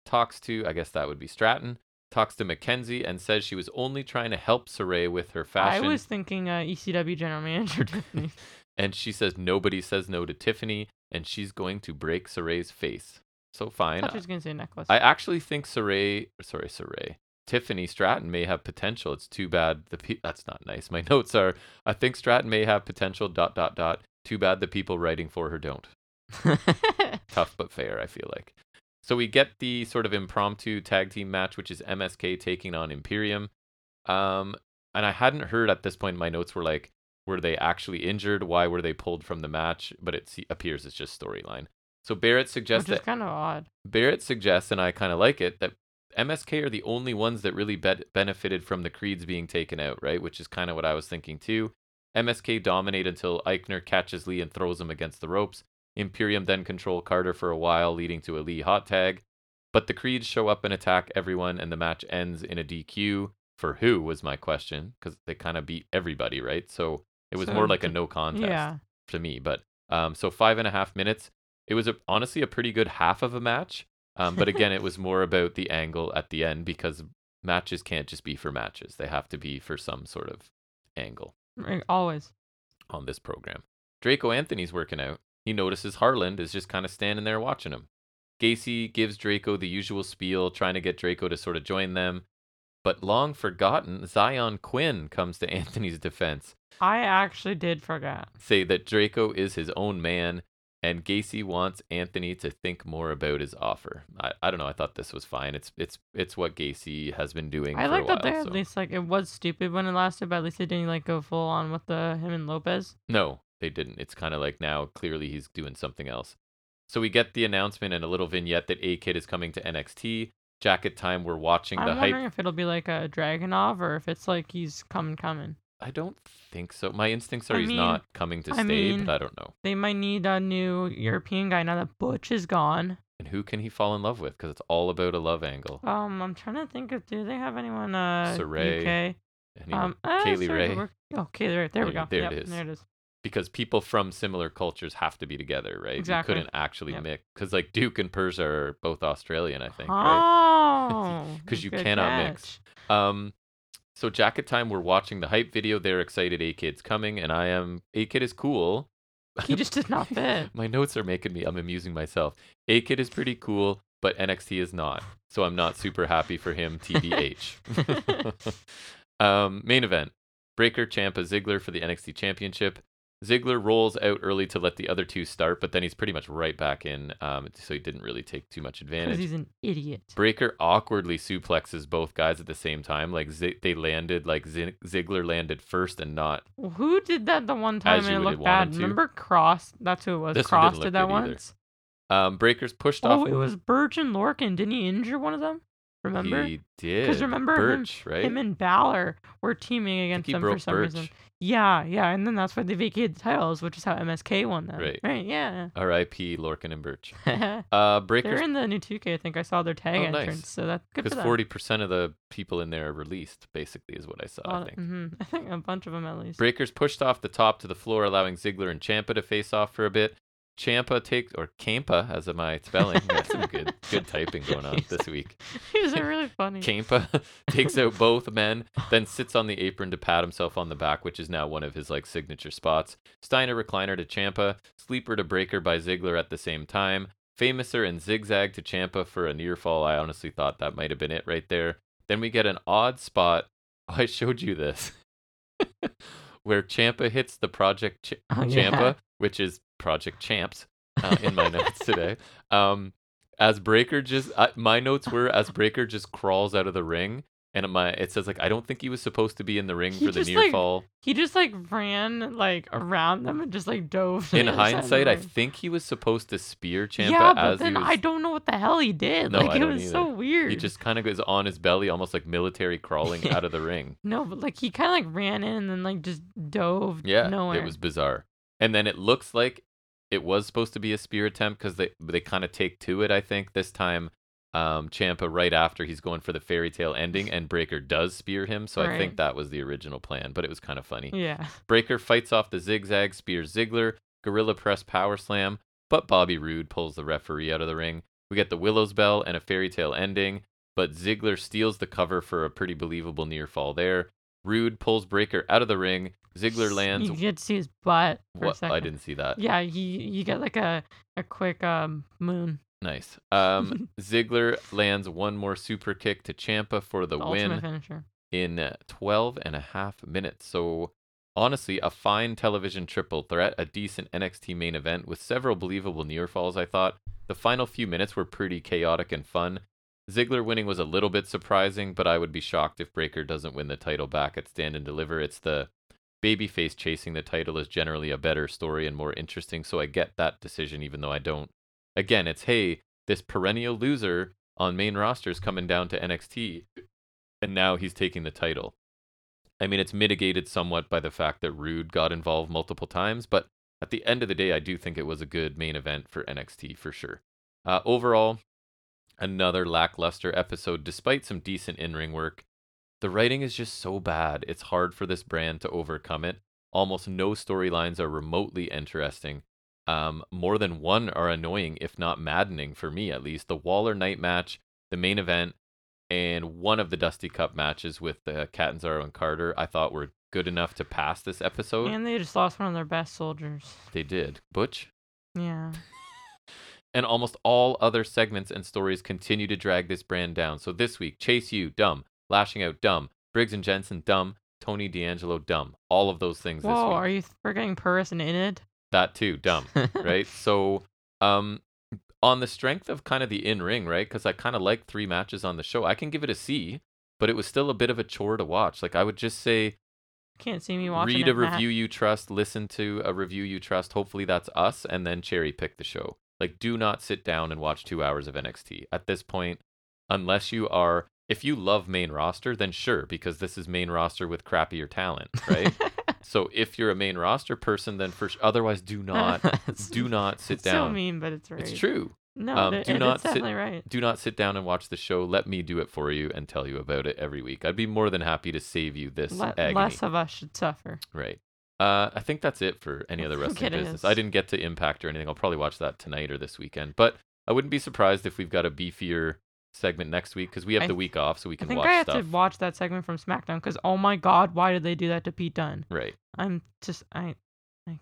talks to, I guess that would be Stratton, talks to Mackenzie and says she was only trying to help Saray with her fashion. I was thinking uh, ECW general [laughs] manager Tiffany. And she says nobody says no to Tiffany, and she's going to break Saray's face. So I fine. thought she was gonna say necklace. [laughs] I actually think Saray, sorry, Saray, Tiffany Stratton may have potential. It's too bad the pe- that's not nice. My [laughs] notes are I think Stratton may have potential. Dot dot dot. Too bad the people writing for her don't. Tough but fair, I feel like. So we get the sort of impromptu tag team match, which is MSK taking on Imperium. Um, and I hadn't heard at this point. My notes were like, were they actually injured? Why were they pulled from the match? But it se- appears it's just storyline. So Barrett suggests Which is that kind of odd. Barrett suggests, and I kind of like it, that MSK are the only ones that really bet benefited from the creeds being taken out, right? Which is kind of what I was thinking too. MSK dominate until Eichner catches Lee and throws him against the ropes. Imperium then control Carter for a while, leading to a Lee hot tag. But the creeds show up and attack everyone, and the match ends in a DQ. For who was my question? Because they kind of beat everybody, right? So it was So more like a d- no contest Yeah. to me. But um, so five and a half minutes. It was a, honestly a pretty good half of a match. Um, but again, it was more about the angle at the end because matches can't just be for matches. They have to be for some sort of angle Right, Always. on this program. Draco Anthony's working out. He notices Harland is just kind of standing there watching him. Gacy gives Draco the usual spiel, trying to get Draco to sort of join them. But long forgotten, Zion Quinn comes to [laughs] Anthony's defense I actually did forget. say that Draco is his own man, and Gacy wants Anthony to think more about his offer. I, I don't know. I thought this was fine. It's it's it's what Gacy has been doing. I for like a while, that they at so- least like it was stupid when it lasted, but at least they didn't like go full on with the him and Lopez. No, they didn't. It's kind of like now clearly he's doing something else. So we get the announcement and a little vignette that A Kid is coming to NXT. Jacket time. We're watching the I'm hype. wondering if it'll be like a Dragonov or if it's like he's coming coming. I don't think so. My instincts are I he's mean- not coming to stay, I mean- but I don't know. They might need a new European guy now that Butch is gone. And who can he fall in love with? Because it's all about a love angle. Um, I'm trying to think of do they have anyone uh Saray. UK? Anyway, um, uh, Kaylee Saray Ray. would work. Oh, Kaylee Ray. There we There- go. there it Yep, is. There it is. because people from similar cultures have to be together, right? Exactly. You couldn't actually Yep. mix because like Duke and Persia are both Australian, I think. Right? Oh, [laughs] 'Cause you good cannot mix. catch. Um, so jacket time. We're watching the hype video. They're excited. A kid's coming, and I am. A kid is cool. He just did [laughs] not fit. My notes are making me. I'm amusing myself. A kid is pretty cool, but NXT is not. So I'm not super happy for him. TBH. [laughs] um, main event: Breaker Champa Ziggler for the NXT Championship. Ziggler rolls out early to let the other two start, but then he's pretty much right back in. Um, so he didn't really take too much Because advantage. he's an idiot. Breaker awkwardly suplexes both guys at the same time. Like Zi- they landed, like Zi- Ziggler landed first and not. Well, Who did that the one time As and you it would looked want him bad? to. Remember Cross? That's who it was. This one Cross didn't did look that good either. once. Um, Breaker's pushed Oh, off. it was Birch and Lorkin. Didn't he injure one of them? Remember? He did. remember him- Birch, right? Him and Balor were teaming I think against he them broke for some Birch. reason. Yeah, yeah. And then that's why they vacated the titles, which is how MSK won them. Right. [laughs] Right, yeah. [laughs] R.I.P. Lorkin and Birch. They're Uh, Breaker's in the new 2K. I think I saw their tag Oh, nice. entrance. So that's good for because them. forty percent of the people in there are released. Basically, is what I saw. I think. hmm [laughs] I think a bunch of them at least. Breakers pushed off the top to the floor, allowing Ziggler and Champa to face off for a bit. Champa takes or Campa, as am I spelling. Got some good good typing going [laughs] on this week. [laughs] These are [laughs] really funny. Campa takes out both men, then sits on the apron to pat himself on the back, which is now one of his like signature spots. Steiner recliner to Champa, sleeper to breaker by Ziggler at the same time. Famouser and zigzag to Champa for a near fall. I honestly thought that might have been it right there. Then we get an odd spot. [laughs] I showed you this, [laughs] where Champa hits the Project Ch- Oh, [laughs] yeah. Champa, which is Project Champs uh, in my notes [laughs] today. Um, as Breaker just I, my notes were as Breaker just crawls out of the ring, and my it says like I don't think he was supposed to be in the ring He for the just, near like, fall. He just like ran like around them and just like dove. to [laughs] In the other side of the hindsight, I ring. think he was supposed to spear Champa yeah, but as then he was. I don't know what the hell he did. No, like I it don't was so either. weird. He just kind of goes on his belly, almost like military crawling out of the ring. no, but like he kind of like ran in and then like just dove. Yeah, nowhere. it was bizarre. And then it looks like it was supposed to be a spear attempt because they they kind of take to it. I think this time, um, Champa right after he's going for the fairy tale ending, and Breaker does spear him. So I think Right. Mm. that was the original plan, but it was kind of funny. Yeah, Breaker fights off the zigzag, spears Ziggler, gorilla press power slam, but Bobby Roode pulls the referee out of the ring. We get the Willow's Bell and a fairy tale ending, but Ziggler steals the cover for a pretty believable near fall there. Rude pulls Breaker out of the ring. Ziggler lands. [laughs] You get to see his butt for a What? second. I didn't see that. Yeah, you you get like a a quick um moon Nice. [laughs] Um, Ziggler lands one more super kick to Champa for the the win ultimate finisher. in uh, 12 and a half minutes. So, honestly, a fine television triple threat, a decent NXT main event with several believable near falls, I thought. The final few minutes were pretty chaotic and fun. Ziggler winning was a little bit surprising, but I would be shocked if Breaker doesn't win the title back at Stand and Deliver. It's the babyface chasing the title is generally a better story and more interesting, so I get that decision, even though I don't Again, it's hey, this perennial loser on main roster is coming down to NXT, and now he's taking the title. I mean, it's mitigated somewhat by the fact that Rude got involved multiple times, but at the end of the day, I do think it was a good main event for NXT for sure. Uh, overall, another lackluster episode, despite some decent in ring work. The writing is just so bad, it's hard for this brand to overcome it. Almost no storylines are remotely interesting. Um, more than one are annoying, if not maddening, for me at least. The Waller Night match, the main event, and one of the Dusty Cup matches with uh, Catanzaro and Carter, I thought were good enough to pass this episode. And they just lost one of their best soldiers. they did. Butch? Yeah. and almost all other segments and stories continue to drag this brand down. So this week, Chase U, dumb. Lashing Out, dumb. Briggs and Jensen, dumb. Tony D'Angelo, dumb. All of those things this Whoa, week. are you forgetting Purvis and Inid? that too, [laughs] dumb. Um, right? So, um, on the strength of kind of the in ring, right? Because I kind of like three matches on the show. I can give it a C, but it was still a bit of a chore to watch. Like I would just say, Can't see me watching. read it, a Matt. [laughs] review you trust, listen to a review you trust. Hopefully that's us, and then cherry pick the show. Like, do not sit down and watch two hours of NXT at this point, unless you are. If you love main roster, then sure, because this is main roster with crappier talent, [laughs] right? so if you're a main roster person, then for sh- otherwise, do [laughs] not, It's- do not sit it's So down. mean, but it's right. it's true. No, Um, th- do it- not it's sit- definitely right. Do not sit down and watch the show. Let me do it for you and tell you about it every week. I'd be more than happy to save you this Le- agony. less of us should suffer. Right. Uh, I think that's it for any [laughs] other I think wrestling it business. is. I didn't get to Impact or anything. I'll probably watch that tonight or this weekend. But I wouldn't be surprised if we've got a beefier segment next week because we have I the th- week off, so we I can think watch I have stuff. to watch that segment from SmackDown because oh my god, why did they do that to Pete Dunne? Right. I'm just I, I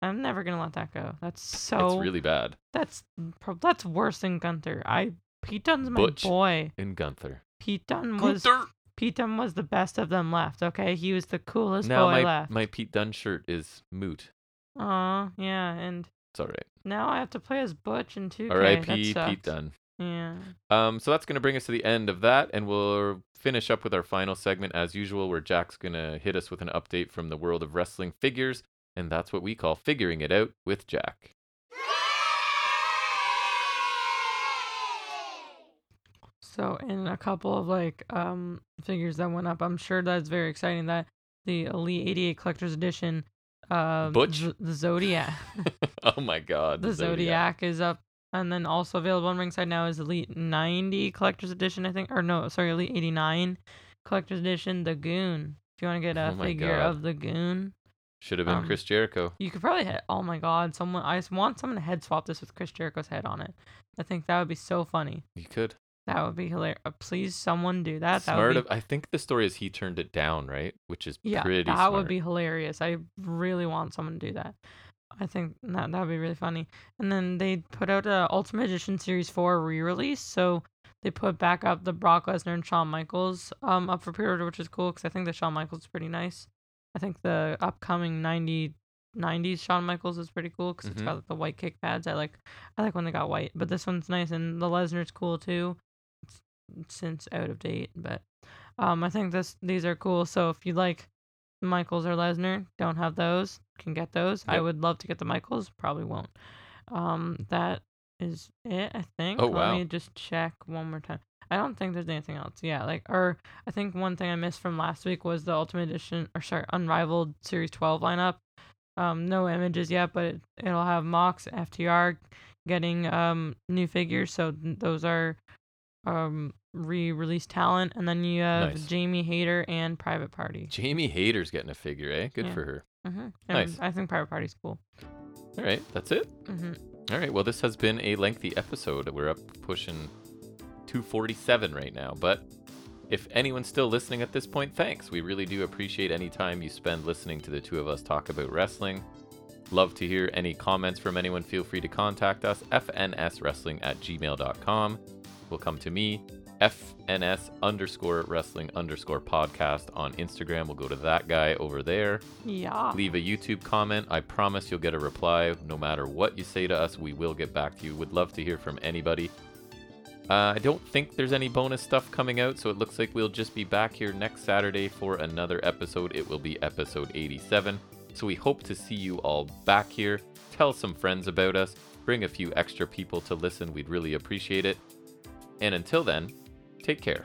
I'm never gonna let that go. That's so It's really bad. that's pro- that's worse than Gunther. I Pete Dunne's my Butch. boy. And Gunther. Pete Dunne was Gunther! Pete Dunne was the best of them left. Okay, he was the coolest Now boy my left. my Pete Dunne shirt is moot. Aw, yeah, and It's all right. now I have to play as Butch in 2K. R.I.P. that Pete sucks. Dunne. Yeah. Um, so that's going to bring us to the end of that, and we'll finish up with our final segment as usual, where Jack's going to hit us with an update from the world of wrestling figures, and that's what we call figuring it out with Jack. So in a couple of like um figures that went up, I'm sure that's very exciting that the Elite 88 Collector's Edition uh Butch? Z- [laughs] the Zodiac oh my God, the Zodiac is up and then also available on Ringside now is Elite 90 Collector's Edition, I think or no, sorry, Elite 89 Collector's Edition, the Goon. If you want to get a Oh my figure God. of the Goon, Should have been Um, Chris Jericho. you could probably hit, oh my god, someone I just want someone to head swap this with Chris Jericho's head on it. I think that would be so funny. He could. That would be hilarious. Please, someone do that. that Smart. would be of, I think the story is he turned it down, right? Which is Yeah, pretty. that smart. would be hilarious. I really want someone to do that. I think that that would be really funny. And then they put out a Ultimate Edition Series Four re-release, so they put back up the Brock Lesnar and Shawn Michaels um up for pre-order, which is cool because I think the Shawn Michaels is pretty nice. I think the upcoming 90, 90s Shawn Michaels is pretty cool because it's Mhm. got the white kick pads. I like I like when they got white, but this one's nice and the Lesnar's cool too. It's, it's since out of date, but um I think this these are cool. So if you like Michaels or Lesnar, don't have those, can get those. I Yep. would love to get the Michaels, probably won't. Um that is it, I think. Oh, Let wow. me just check one more time. I don't think there's anything else. Yeah, like or I think one thing I missed from last week was the Ultimate Edition or sorry, Unrivaled Series 12 lineup. Um, no images yet, but it, it'll have Mox, FTR getting um new figures. So th- those are um re-released talent, and then you have Nice. Jamie Hayter and Private Party. Jamie Hayter's getting a figure, eh? Good Yeah. for her. Mm-hmm. Nice. I think Private Party's cool. All right, that's it. hmm All right. Well, this has been a lengthy episode. We're up pushing 247 right now, but if anyone's still listening at this point, thanks. We really do appreciate any time you spend listening to the two of us talk about wrestling. Love to hear any comments from anyone. Feel free to contact us, fnswrestling at gmail.com. Will come to me, fns underscore wrestling underscore podcast on Instagram. We'll go to that guy over there Yeah. leave a YouTube comment. I promise you'll get a reply. No matter what you say to us, we will get back to you. Would love to hear from anybody. Uh, I don't think there's any bonus stuff coming out, so it looks like we'll just be back here next Saturday for another episode. It will be episode 87. So we hope to see you all back here. Tell some friends about us. Bring a few extra people to listen. We'd really appreciate it. And until then, take care.